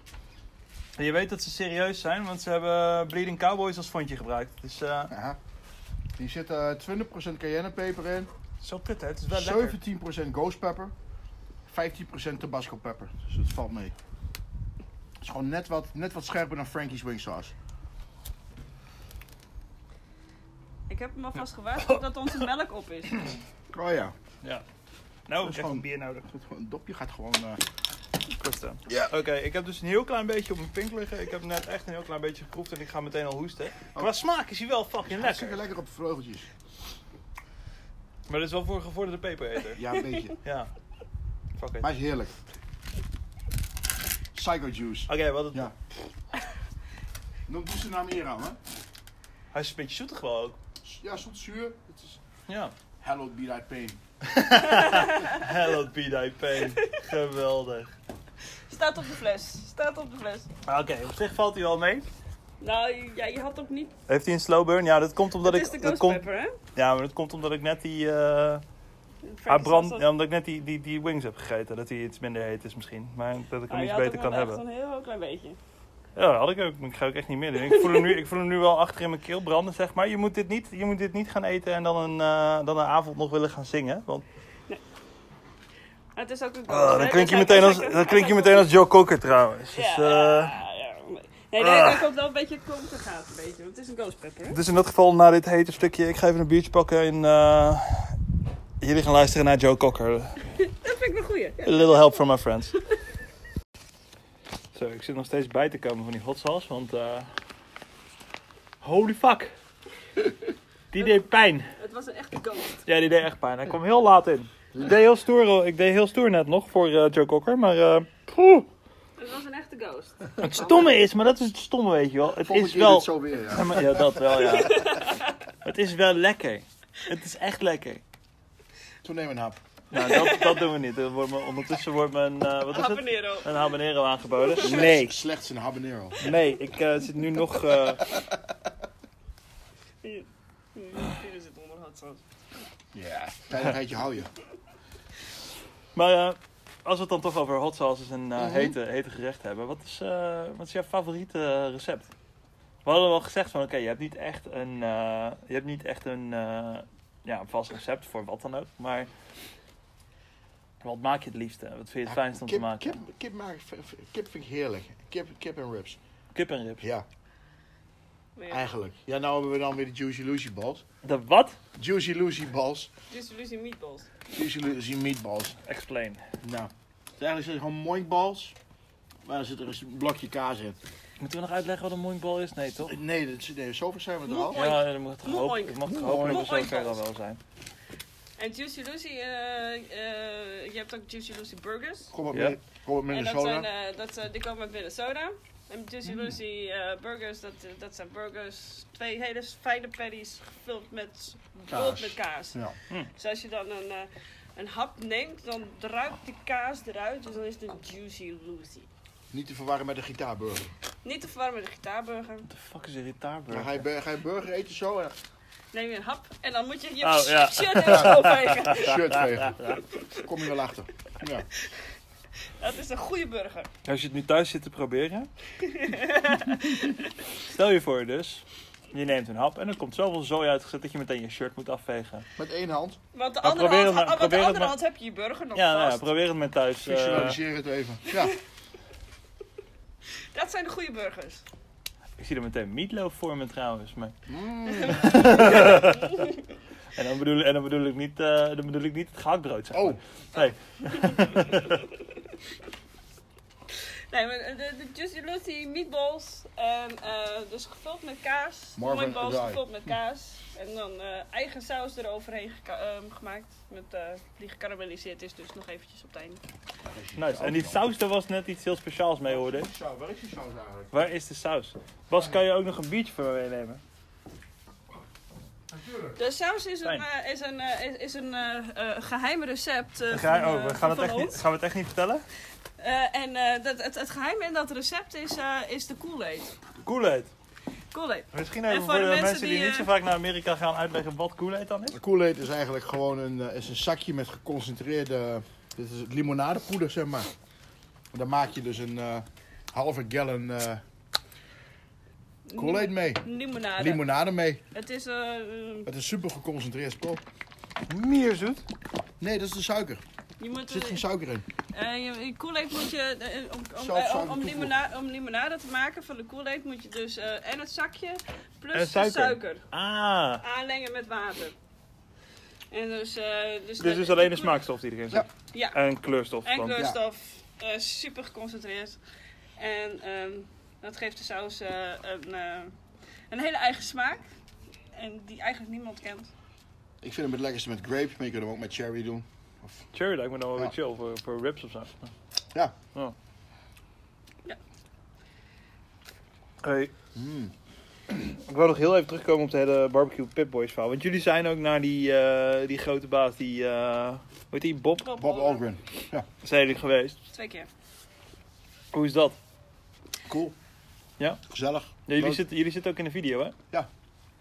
[SPEAKER 1] je weet dat ze serieus zijn, want ze hebben Bleeding Cowboys als fondje gebruikt. Dus eh
[SPEAKER 2] Ja. Die zit eh 20% cayennepeper in.
[SPEAKER 1] zo kut hè, het is wel lekker.
[SPEAKER 2] 17% ghost pepper. 15% tabasco pepper. Dus het valt mee. Het is gewoon net wat, net wat scherper dan Frankie's wing sauce.
[SPEAKER 3] Ik heb hem alvast gewaarschuwd dat onze melk op is.
[SPEAKER 2] Oh ja.
[SPEAKER 1] Ja. Nou,
[SPEAKER 2] Dat
[SPEAKER 1] ik
[SPEAKER 2] is
[SPEAKER 1] heb
[SPEAKER 2] gewoon-
[SPEAKER 1] een bier nodig.
[SPEAKER 2] Het gewoon- het dopje gaat gewoon... eh,
[SPEAKER 1] Kosten.
[SPEAKER 2] Ja.
[SPEAKER 1] Oké, ik heb dus een heel klein beetje op mijn pink liggen. Ik heb net echt een heel klein beetje geproefd en ik ga meteen al hoesten. Qua smaak is hij wel fucking
[SPEAKER 2] hartstikke
[SPEAKER 1] lekker.
[SPEAKER 2] lekker op de vleugeltjes.
[SPEAKER 1] Maar dat is wel voor een gevorderde pepereter.
[SPEAKER 2] Ja, een
[SPEAKER 1] [LAUGHS]
[SPEAKER 2] beetje.
[SPEAKER 1] Ja. Fuck it.
[SPEAKER 2] Maar het is heerlijk. Psycho juice.
[SPEAKER 1] Oké, wat het...
[SPEAKER 2] Ja. Noem dus de naam hier aan, hè?
[SPEAKER 1] Hij is een beetje zoetig wel ook.
[SPEAKER 2] Ja, zoet zuur. Het is
[SPEAKER 1] Ja.
[SPEAKER 2] hallowed be thy pain.
[SPEAKER 1] Hello PDP. [LAUGHS] Geweldig.
[SPEAKER 3] Staat op de fles. Staat op de fles.
[SPEAKER 1] Maar Ah, Oké, op zich valt hij wel mee.
[SPEAKER 3] Nou, ja, je had ook niet...
[SPEAKER 1] Heeft hij een slow burn? Ja, dat komt omdat
[SPEAKER 3] Dat is
[SPEAKER 1] ik.
[SPEAKER 3] de
[SPEAKER 1] dat
[SPEAKER 3] ghost
[SPEAKER 1] komt,
[SPEAKER 3] pepper, hè?
[SPEAKER 1] ja, maar dat komt omdat ik net die. eh ah, brand, ja, omdat ik net die, die, die wings heb gegeten. Dat hij iets minder heet is misschien. Maar
[SPEAKER 3] Oh,
[SPEAKER 1] dat
[SPEAKER 3] Nou,
[SPEAKER 1] ik hem iets beter kan hebben.
[SPEAKER 3] een heel klein beetje.
[SPEAKER 1] Ja, dat had ik ook. maar Ik ga ook echt niet meer doen. Ik voel, hem nu, ik voel hem nu wel achter in mijn keel branden, zeg maar. Je moet dit niet, je moet dit niet gaan eten en dan een, eh, dan een avond nog willen gaan zingen. Want
[SPEAKER 3] Maar het is ook een
[SPEAKER 1] Ah, dan, klink je meteen als, dan klink je meteen als Joe Cocker trouwens. Dus, eh,
[SPEAKER 3] Ja, ja, ja. Nee, nee, daar komt wel een beetje het komt en gaat een beetje. Want het is een ghost pepper, hè?
[SPEAKER 1] Dus in dat geval, na dit hete stukje, ik ga even een biertje pakken en eh, jullie gaan luisteren naar Joe Cocker.
[SPEAKER 3] Dat vind ik een goeie. Ja.
[SPEAKER 1] A little help from my friends. Zo, ik zit nog steeds bij te komen van die hot sauce, want eh, holy fuck. Die deed pijn.
[SPEAKER 3] Het was een echte ghost.
[SPEAKER 1] Ja, die deed echt pijn. Hij kwam heel laat in. Ik deed heel stoer, hoor. ik deed heel stoer net nog voor eh, Joe Cocker, maar eh, poeh.
[SPEAKER 3] Het was een echte ghost.
[SPEAKER 1] het stomme is, maar dat is het stomme, weet je wel. Het
[SPEAKER 2] Volgende
[SPEAKER 1] is
[SPEAKER 2] keer doe
[SPEAKER 1] wel
[SPEAKER 2] het zo weer,
[SPEAKER 1] Ja,
[SPEAKER 2] ja.
[SPEAKER 1] maar- ja, dat wel, ja. [LAUGHS] Het is wel lekker. Het is echt lekker.
[SPEAKER 2] Toen neem een hap.
[SPEAKER 1] Nou, dat, dat doen we niet. Er wordt me, ondertussen wordt me een, eh, wat is het?
[SPEAKER 3] Habanero.
[SPEAKER 1] een habanero aangeboden.
[SPEAKER 2] Slechts-
[SPEAKER 1] Nee,
[SPEAKER 2] Slechts een habanero.
[SPEAKER 1] nee, ik eh, zit nu nog... eh,
[SPEAKER 3] Hier. Hier hier is het onder hot sauce.
[SPEAKER 2] Ja. Tijdelijkheidje hou je.
[SPEAKER 1] maar eh, als we het dan toch over hot sauces en
[SPEAKER 3] Mhm.
[SPEAKER 1] eh, hete, hete gerecht hebben. Wat is, eh, wat is jouw favoriete eh, recept? We hadden wel gezegd van, oké, je hebt niet echt een, eh, je hebt niet echt een, eh, ja, een vast recept voor wat dan ook. Maar wat maak je het liefste? Wat vind je het fijnst om te
[SPEAKER 2] Kip-
[SPEAKER 1] maken?
[SPEAKER 2] Kip, kip, maak- v- v- kip vind ik heerlijk. Kip, kip en ribs.
[SPEAKER 1] Kip en ribs.
[SPEAKER 2] Ja,
[SPEAKER 3] Maar ja,
[SPEAKER 2] eigenlijk. Ja, nou hebben we dan weer de Juicy Lucy balls.
[SPEAKER 1] De wat?
[SPEAKER 2] Juicy Lucy balls.
[SPEAKER 3] Juicy Lucy meatballs.
[SPEAKER 2] Juicy Lucy meatballs.
[SPEAKER 1] Explain.
[SPEAKER 2] Nou. Dus eigenlijk zijn het gewoon moinkballs. Maar er zit er een blokje kaas in.
[SPEAKER 1] Moeten we nog uitleggen wat een moinkbal is? Nee, toch?
[SPEAKER 2] Nee, dat, is- nee zoveel zijn we er
[SPEAKER 3] Moe-
[SPEAKER 2] al.
[SPEAKER 3] Moink.
[SPEAKER 1] Ja, dat mag toch hopen.
[SPEAKER 3] Moink.
[SPEAKER 1] Dat mag toch hopen dat we zo
[SPEAKER 3] Moink.
[SPEAKER 1] ver dan wel zijn.
[SPEAKER 3] En Juicy Lucy, eh, eh, je hebt ook Juicy Lucy burgers.
[SPEAKER 2] Kom op,
[SPEAKER 1] Ja.
[SPEAKER 2] Min- kom op
[SPEAKER 3] En dat
[SPEAKER 2] Minnesota.
[SPEAKER 3] zijn, eh, dat, zijn- die komen uit Minnesota. En Juicy Lucy eh, burgers, dat, eh, dat zijn burgers, twee hele fijne patties gevuld met
[SPEAKER 2] Kaas.
[SPEAKER 3] kaas. met kaas.
[SPEAKER 2] Ja.
[SPEAKER 3] Dus als je dan een, eh, een hap neemt, dan druipt die kaas eruit, dus dan is het een Juicy Lucy.
[SPEAKER 2] Niet te verwarren met een gitaarburger.
[SPEAKER 3] Niet te verwarren met een gitaarburger.
[SPEAKER 1] What the fuck is een
[SPEAKER 2] Dan ga
[SPEAKER 1] ritaarburger?
[SPEAKER 2] je, bur- ga je burger eten zo en
[SPEAKER 3] Neem je een hap en dan moet je je
[SPEAKER 1] Oh, ja.
[SPEAKER 3] shirt
[SPEAKER 1] [LAUGHS]
[SPEAKER 3] even opvegen.
[SPEAKER 2] shirt vegen. Kom je wel achter. Ja.
[SPEAKER 3] Dat is een goede burger.
[SPEAKER 1] Als je het nu thuis zit te [LAUGHS] proberen. Stel je voor dus. Je neemt een hap en er komt zoveel zooi uitgezet dat je meteen je shirt moet afvegen.
[SPEAKER 2] Met één hand.
[SPEAKER 3] Want de
[SPEAKER 1] Maar
[SPEAKER 3] andere,
[SPEAKER 1] probeer
[SPEAKER 3] hand,
[SPEAKER 1] het maar,
[SPEAKER 3] ah, want de
[SPEAKER 1] probeer het
[SPEAKER 3] andere
[SPEAKER 1] maar.
[SPEAKER 3] hand heb je je burger nog
[SPEAKER 1] Ja, nou ja,
[SPEAKER 3] vast.
[SPEAKER 1] probeer het maar thuis. eh.
[SPEAKER 2] Visualiseer het even. Ja.
[SPEAKER 3] dat zijn de goede burgers.
[SPEAKER 1] ik zie er meteen meatloaf voor me trouwens. Maar...
[SPEAKER 2] Mm.
[SPEAKER 1] En dan bedoel, en dan bedoel, ik, niet, eh, dan bedoel ik niet het gehaktbrood, zeg maar.
[SPEAKER 2] Oh,
[SPEAKER 1] Nee.
[SPEAKER 3] Nee, maar eh, de, de Juicy Lucy meatballs. En, eh, dus gevuld met kaas.
[SPEAKER 2] Marvin
[SPEAKER 3] Meatballs
[SPEAKER 2] Azai.
[SPEAKER 3] gevuld met kaas. En dan eh, eigen saus eroverheen geka- ehm, gemaakt. Met, eh, die gekarameliseerd is, dus nog eventjes op het einde.
[SPEAKER 1] [LAUGHS] Nice. En die saus, daar was net iets heel speciaals mee, hoorde ik.
[SPEAKER 2] Saus, Waar is die saus eigenlijk?
[SPEAKER 1] Waar is de saus? Bas, kan je ook nog een biertje voor me meenemen?
[SPEAKER 2] Natuurlijk.
[SPEAKER 3] De saus is een,
[SPEAKER 1] Fijn.
[SPEAKER 3] eh, is een, eh, is, is een eh, eh, geheim recept. eh,
[SPEAKER 1] Ga
[SPEAKER 3] van,
[SPEAKER 1] oh,
[SPEAKER 3] eh,
[SPEAKER 1] we gaan, het
[SPEAKER 3] van
[SPEAKER 1] echt niet,
[SPEAKER 3] ons.
[SPEAKER 1] gaan we het echt niet vertellen?
[SPEAKER 3] Eh, en eh, dat, het, het geheim in dat recept is, eh, is de Kool-Aid.
[SPEAKER 1] Kool-Aid.
[SPEAKER 3] Kool-Aid.
[SPEAKER 1] Misschien
[SPEAKER 3] En
[SPEAKER 1] even voor de mensen, die, niet
[SPEAKER 3] eh,
[SPEAKER 1] zo vaak naar Amerika gaan uitleggen wat Kool-Aid dan is.
[SPEAKER 2] Kool-Aid is eigenlijk gewoon een, eh, is een zakje met geconcentreerde... Dit is het limonadepoeder, zeg maar. En daar maak je dus een eh, halve gallon eh Kool-Aid mee.
[SPEAKER 3] Limonade.
[SPEAKER 2] Limonade mee.
[SPEAKER 3] het is... eh, eh,
[SPEAKER 2] Het is super geconcentreerd spul.
[SPEAKER 1] Mierzoet.
[SPEAKER 2] Nee, dat is de suiker.
[SPEAKER 3] je moet...
[SPEAKER 2] Er zit
[SPEAKER 3] eh,
[SPEAKER 2] geen suiker in.
[SPEAKER 3] Eh, je- je Kool-Aid moet je, eh, om, om,
[SPEAKER 2] Zelf
[SPEAKER 3] eh, om,
[SPEAKER 2] zouden
[SPEAKER 3] om,
[SPEAKER 2] toevoegen.
[SPEAKER 3] limonade, om limonade te maken van de Kool-Aid moet je dus eh, en het zakje plus
[SPEAKER 1] En
[SPEAKER 3] de
[SPEAKER 1] suiker.
[SPEAKER 3] suiker.
[SPEAKER 1] Ah.
[SPEAKER 3] aanlengen met water. En dus, eh dus,
[SPEAKER 1] Dus
[SPEAKER 3] de-
[SPEAKER 1] is alleen
[SPEAKER 3] de
[SPEAKER 1] de smaakstof die erin
[SPEAKER 2] Ja.
[SPEAKER 1] zit.
[SPEAKER 3] Ja,
[SPEAKER 1] En kleurstof.
[SPEAKER 3] en
[SPEAKER 1] dan.
[SPEAKER 3] kleurstof. eh, super geconcentreerd. En ehm, dat geeft de saus eh, een, eh, een hele eigen smaak. En die eigenlijk niemand kent.
[SPEAKER 2] Ik vind hem het lekkerste met grape, maar je kunt hem ook met cherry doen.
[SPEAKER 1] Cherry lijkt me dan wel weer
[SPEAKER 2] Ja.
[SPEAKER 1] chill voor, voor rips of zo.
[SPEAKER 2] Ja.
[SPEAKER 1] Ja.
[SPEAKER 3] Ja.
[SPEAKER 1] Hey,
[SPEAKER 2] Mm.
[SPEAKER 1] ik wil nog heel even terugkomen op het hele barbecue Pitboys verhaal. Want jullie zijn ook naar die, eh, die grote baas, die, eh, hoe heet die, Bob,
[SPEAKER 2] Bob
[SPEAKER 3] Oren.
[SPEAKER 2] Algren.
[SPEAKER 1] zijn jullie geweest.
[SPEAKER 3] Twee keer.
[SPEAKER 1] Hoe is dat?
[SPEAKER 2] Cool.
[SPEAKER 1] Ja.
[SPEAKER 2] Gezellig.
[SPEAKER 1] Ja, jullie,
[SPEAKER 2] Leuk.
[SPEAKER 1] zitten, jullie zitten ook in de video, hè?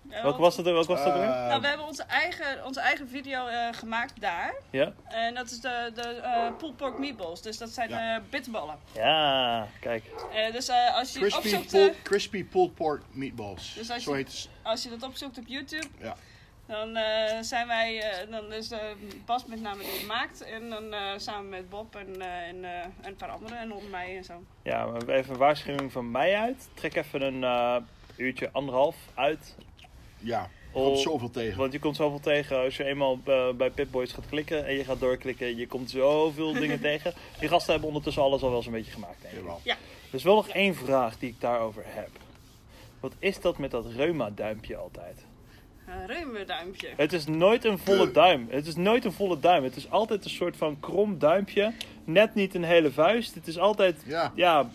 [SPEAKER 3] Eh,
[SPEAKER 1] Welk was dat, er- welk was dat weer?
[SPEAKER 2] Eh,
[SPEAKER 3] Nou, we hebben onze eigen, onze eigen video eh, gemaakt daar.
[SPEAKER 1] Ja?
[SPEAKER 3] En dat is de, de eh pulled pork meatballs. Dus dat zijn
[SPEAKER 2] Ja.
[SPEAKER 3] eh bitterballen.
[SPEAKER 1] Ja, kijk.
[SPEAKER 3] Eh, dus eh, als, je die
[SPEAKER 2] crispy,
[SPEAKER 3] opzoekt,
[SPEAKER 2] pulled,
[SPEAKER 3] eh,
[SPEAKER 2] crispy pulled pork meatballs.
[SPEAKER 3] Dus als
[SPEAKER 2] Zo
[SPEAKER 3] je-
[SPEAKER 2] heet het.
[SPEAKER 3] als je dat opzoekt op YouTube,
[SPEAKER 2] Ja.
[SPEAKER 3] dan eh, zijn wij, eh, dan is eh Bas met name die het maakt. En dan eh, samen met Bob en, eh, en, eh, en een paar anderen en onder mij en zo.
[SPEAKER 1] Ja, maar even een waarschuwing van mij uit. Trek even een eh, uurtje, anderhalf uit.
[SPEAKER 2] Ja,
[SPEAKER 1] Om-
[SPEAKER 2] komt zoveel tegen.
[SPEAKER 1] Want je komt zoveel tegen als je eenmaal eh, bij Pitboys gaat klikken en je gaat doorklikken. Je komt zoveel dingen tegen. Die gasten hebben ondertussen alles al wel eens een beetje gemaakt. Denk ik.
[SPEAKER 2] Jawel.
[SPEAKER 1] Er is wel nog één vraag die ik daarover heb. Wat is dat met dat reuma-duimpje altijd?
[SPEAKER 3] Eh, Een reumerduimpje.
[SPEAKER 1] Het is nooit een volle duim. Het is nooit een volle duim. Het is altijd een soort van krom duimpje. Net niet een hele vuist. Het is altijd...
[SPEAKER 2] Ja.
[SPEAKER 1] Ja.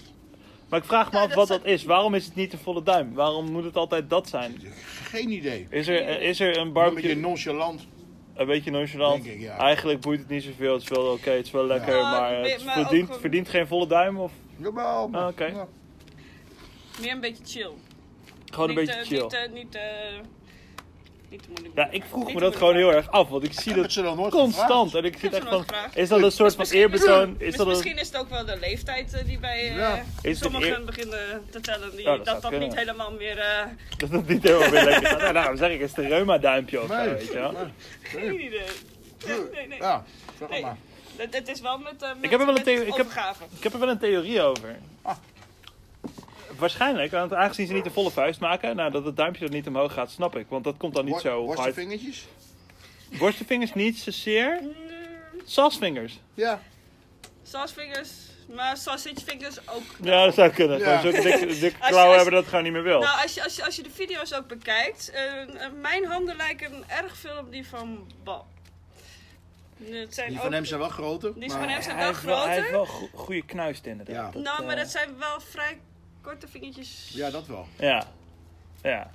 [SPEAKER 1] Maar ik vraag me
[SPEAKER 3] Ja,
[SPEAKER 1] af
[SPEAKER 3] dat
[SPEAKER 1] wat
[SPEAKER 3] zijn-
[SPEAKER 1] dat is. Waarom is het niet een volle duim? Waarom moet het altijd dat zijn?
[SPEAKER 2] Geen idee.
[SPEAKER 1] Is er, is er een
[SPEAKER 2] Een
[SPEAKER 1] barbecue...
[SPEAKER 2] beetje nonchalant.
[SPEAKER 1] Een beetje nonchalant.
[SPEAKER 2] Denk ik, ja.
[SPEAKER 1] Eigenlijk boeit het niet zoveel. Het is wel oké, het is wel lekker,
[SPEAKER 3] Ja,
[SPEAKER 1] maar
[SPEAKER 3] nee,
[SPEAKER 1] het
[SPEAKER 3] maar
[SPEAKER 1] verdient,
[SPEAKER 3] ook een-
[SPEAKER 1] verdient geen volle duim. Of
[SPEAKER 2] Jawel. maar-
[SPEAKER 1] Ah, oké.
[SPEAKER 2] ja.
[SPEAKER 3] Meer een beetje chill.
[SPEAKER 1] gewoon een
[SPEAKER 3] Niet,
[SPEAKER 1] beetje
[SPEAKER 3] eh,
[SPEAKER 1] chill.
[SPEAKER 3] Niet, eh, niet, eh, niet te moeilijk.
[SPEAKER 1] ja, ik vroeg
[SPEAKER 3] Niet
[SPEAKER 1] me
[SPEAKER 3] te
[SPEAKER 1] dat gewoon heel
[SPEAKER 3] moeilijk
[SPEAKER 1] erg af, want ik zie
[SPEAKER 2] Heb ik
[SPEAKER 1] dat
[SPEAKER 2] ze dan nooit
[SPEAKER 1] constant. En ik
[SPEAKER 3] heb
[SPEAKER 1] zit
[SPEAKER 3] ze
[SPEAKER 1] echt van,
[SPEAKER 3] nooit gevraagd.
[SPEAKER 1] is dat een soort van
[SPEAKER 3] misschien-
[SPEAKER 1] eerbetoon? Is
[SPEAKER 3] Is
[SPEAKER 1] dat een...
[SPEAKER 3] misschien is het ook wel de leeftijd eh, die bij eh,
[SPEAKER 2] Ja.
[SPEAKER 1] Is het
[SPEAKER 3] sommigen
[SPEAKER 1] eer-
[SPEAKER 3] beginnen te tellen. Die,
[SPEAKER 1] Ja, dat
[SPEAKER 3] dat
[SPEAKER 1] zou
[SPEAKER 3] dat,
[SPEAKER 1] kunnen.
[SPEAKER 3] niet helemaal meer... eh,
[SPEAKER 1] Dat het niet helemaal weer [LAUGHS] lekker gaat. Nou, daarom zeg ik, is het een reuma-duimpje of zo,
[SPEAKER 2] Nee.
[SPEAKER 1] weet je wel?
[SPEAKER 3] geen idee. Nee, nee, nee.
[SPEAKER 2] Ja, zeg
[SPEAKER 3] Nee.
[SPEAKER 2] maar.
[SPEAKER 3] Het, het is wel met, eh met,
[SPEAKER 1] heb er wel een
[SPEAKER 3] met
[SPEAKER 1] theo- ik heb-
[SPEAKER 3] opgave.
[SPEAKER 1] Ik heb er wel een theorie over.
[SPEAKER 2] Ah.
[SPEAKER 1] Waarschijnlijk, want aangezien ze niet de volle vuist maken, nou, dat het duimpje er niet omhoog gaat, snap ik. Want dat komt dan niet
[SPEAKER 2] Wor-
[SPEAKER 1] zo
[SPEAKER 2] Worst de
[SPEAKER 1] hard.
[SPEAKER 2] vingertjes?
[SPEAKER 1] Worstenvingers niet zozeer. Sasvingers.
[SPEAKER 2] Ja.
[SPEAKER 3] Sausvingers, maar sausagevinkers ook.
[SPEAKER 1] Ja, dat zou kunnen.
[SPEAKER 2] Ja.
[SPEAKER 1] Gewoon zulke dikke, dikke
[SPEAKER 3] Als-
[SPEAKER 1] klauwen
[SPEAKER 3] als-
[SPEAKER 1] hebben dat het gewoon niet meer wil.
[SPEAKER 3] Nou, als je, als, je, als je de video's ook bekijkt, eh, eh, mijn handen lijken erg veel op die van Bob. Het
[SPEAKER 2] Oh.
[SPEAKER 3] zijn
[SPEAKER 2] Die
[SPEAKER 3] ook-
[SPEAKER 2] van hem zijn wel groter.
[SPEAKER 3] die
[SPEAKER 2] maar-
[SPEAKER 3] van hem zijn
[SPEAKER 1] hij,
[SPEAKER 3] wel
[SPEAKER 1] heeft wel, hij heeft
[SPEAKER 3] groter.
[SPEAKER 1] wel go- goede knuist inderdaad.
[SPEAKER 2] Ja.
[SPEAKER 3] Nou,
[SPEAKER 1] eh,
[SPEAKER 3] maar dat zijn wel vrij korte vingertjes.
[SPEAKER 2] Ja, dat wel.
[SPEAKER 1] Ja. Ja.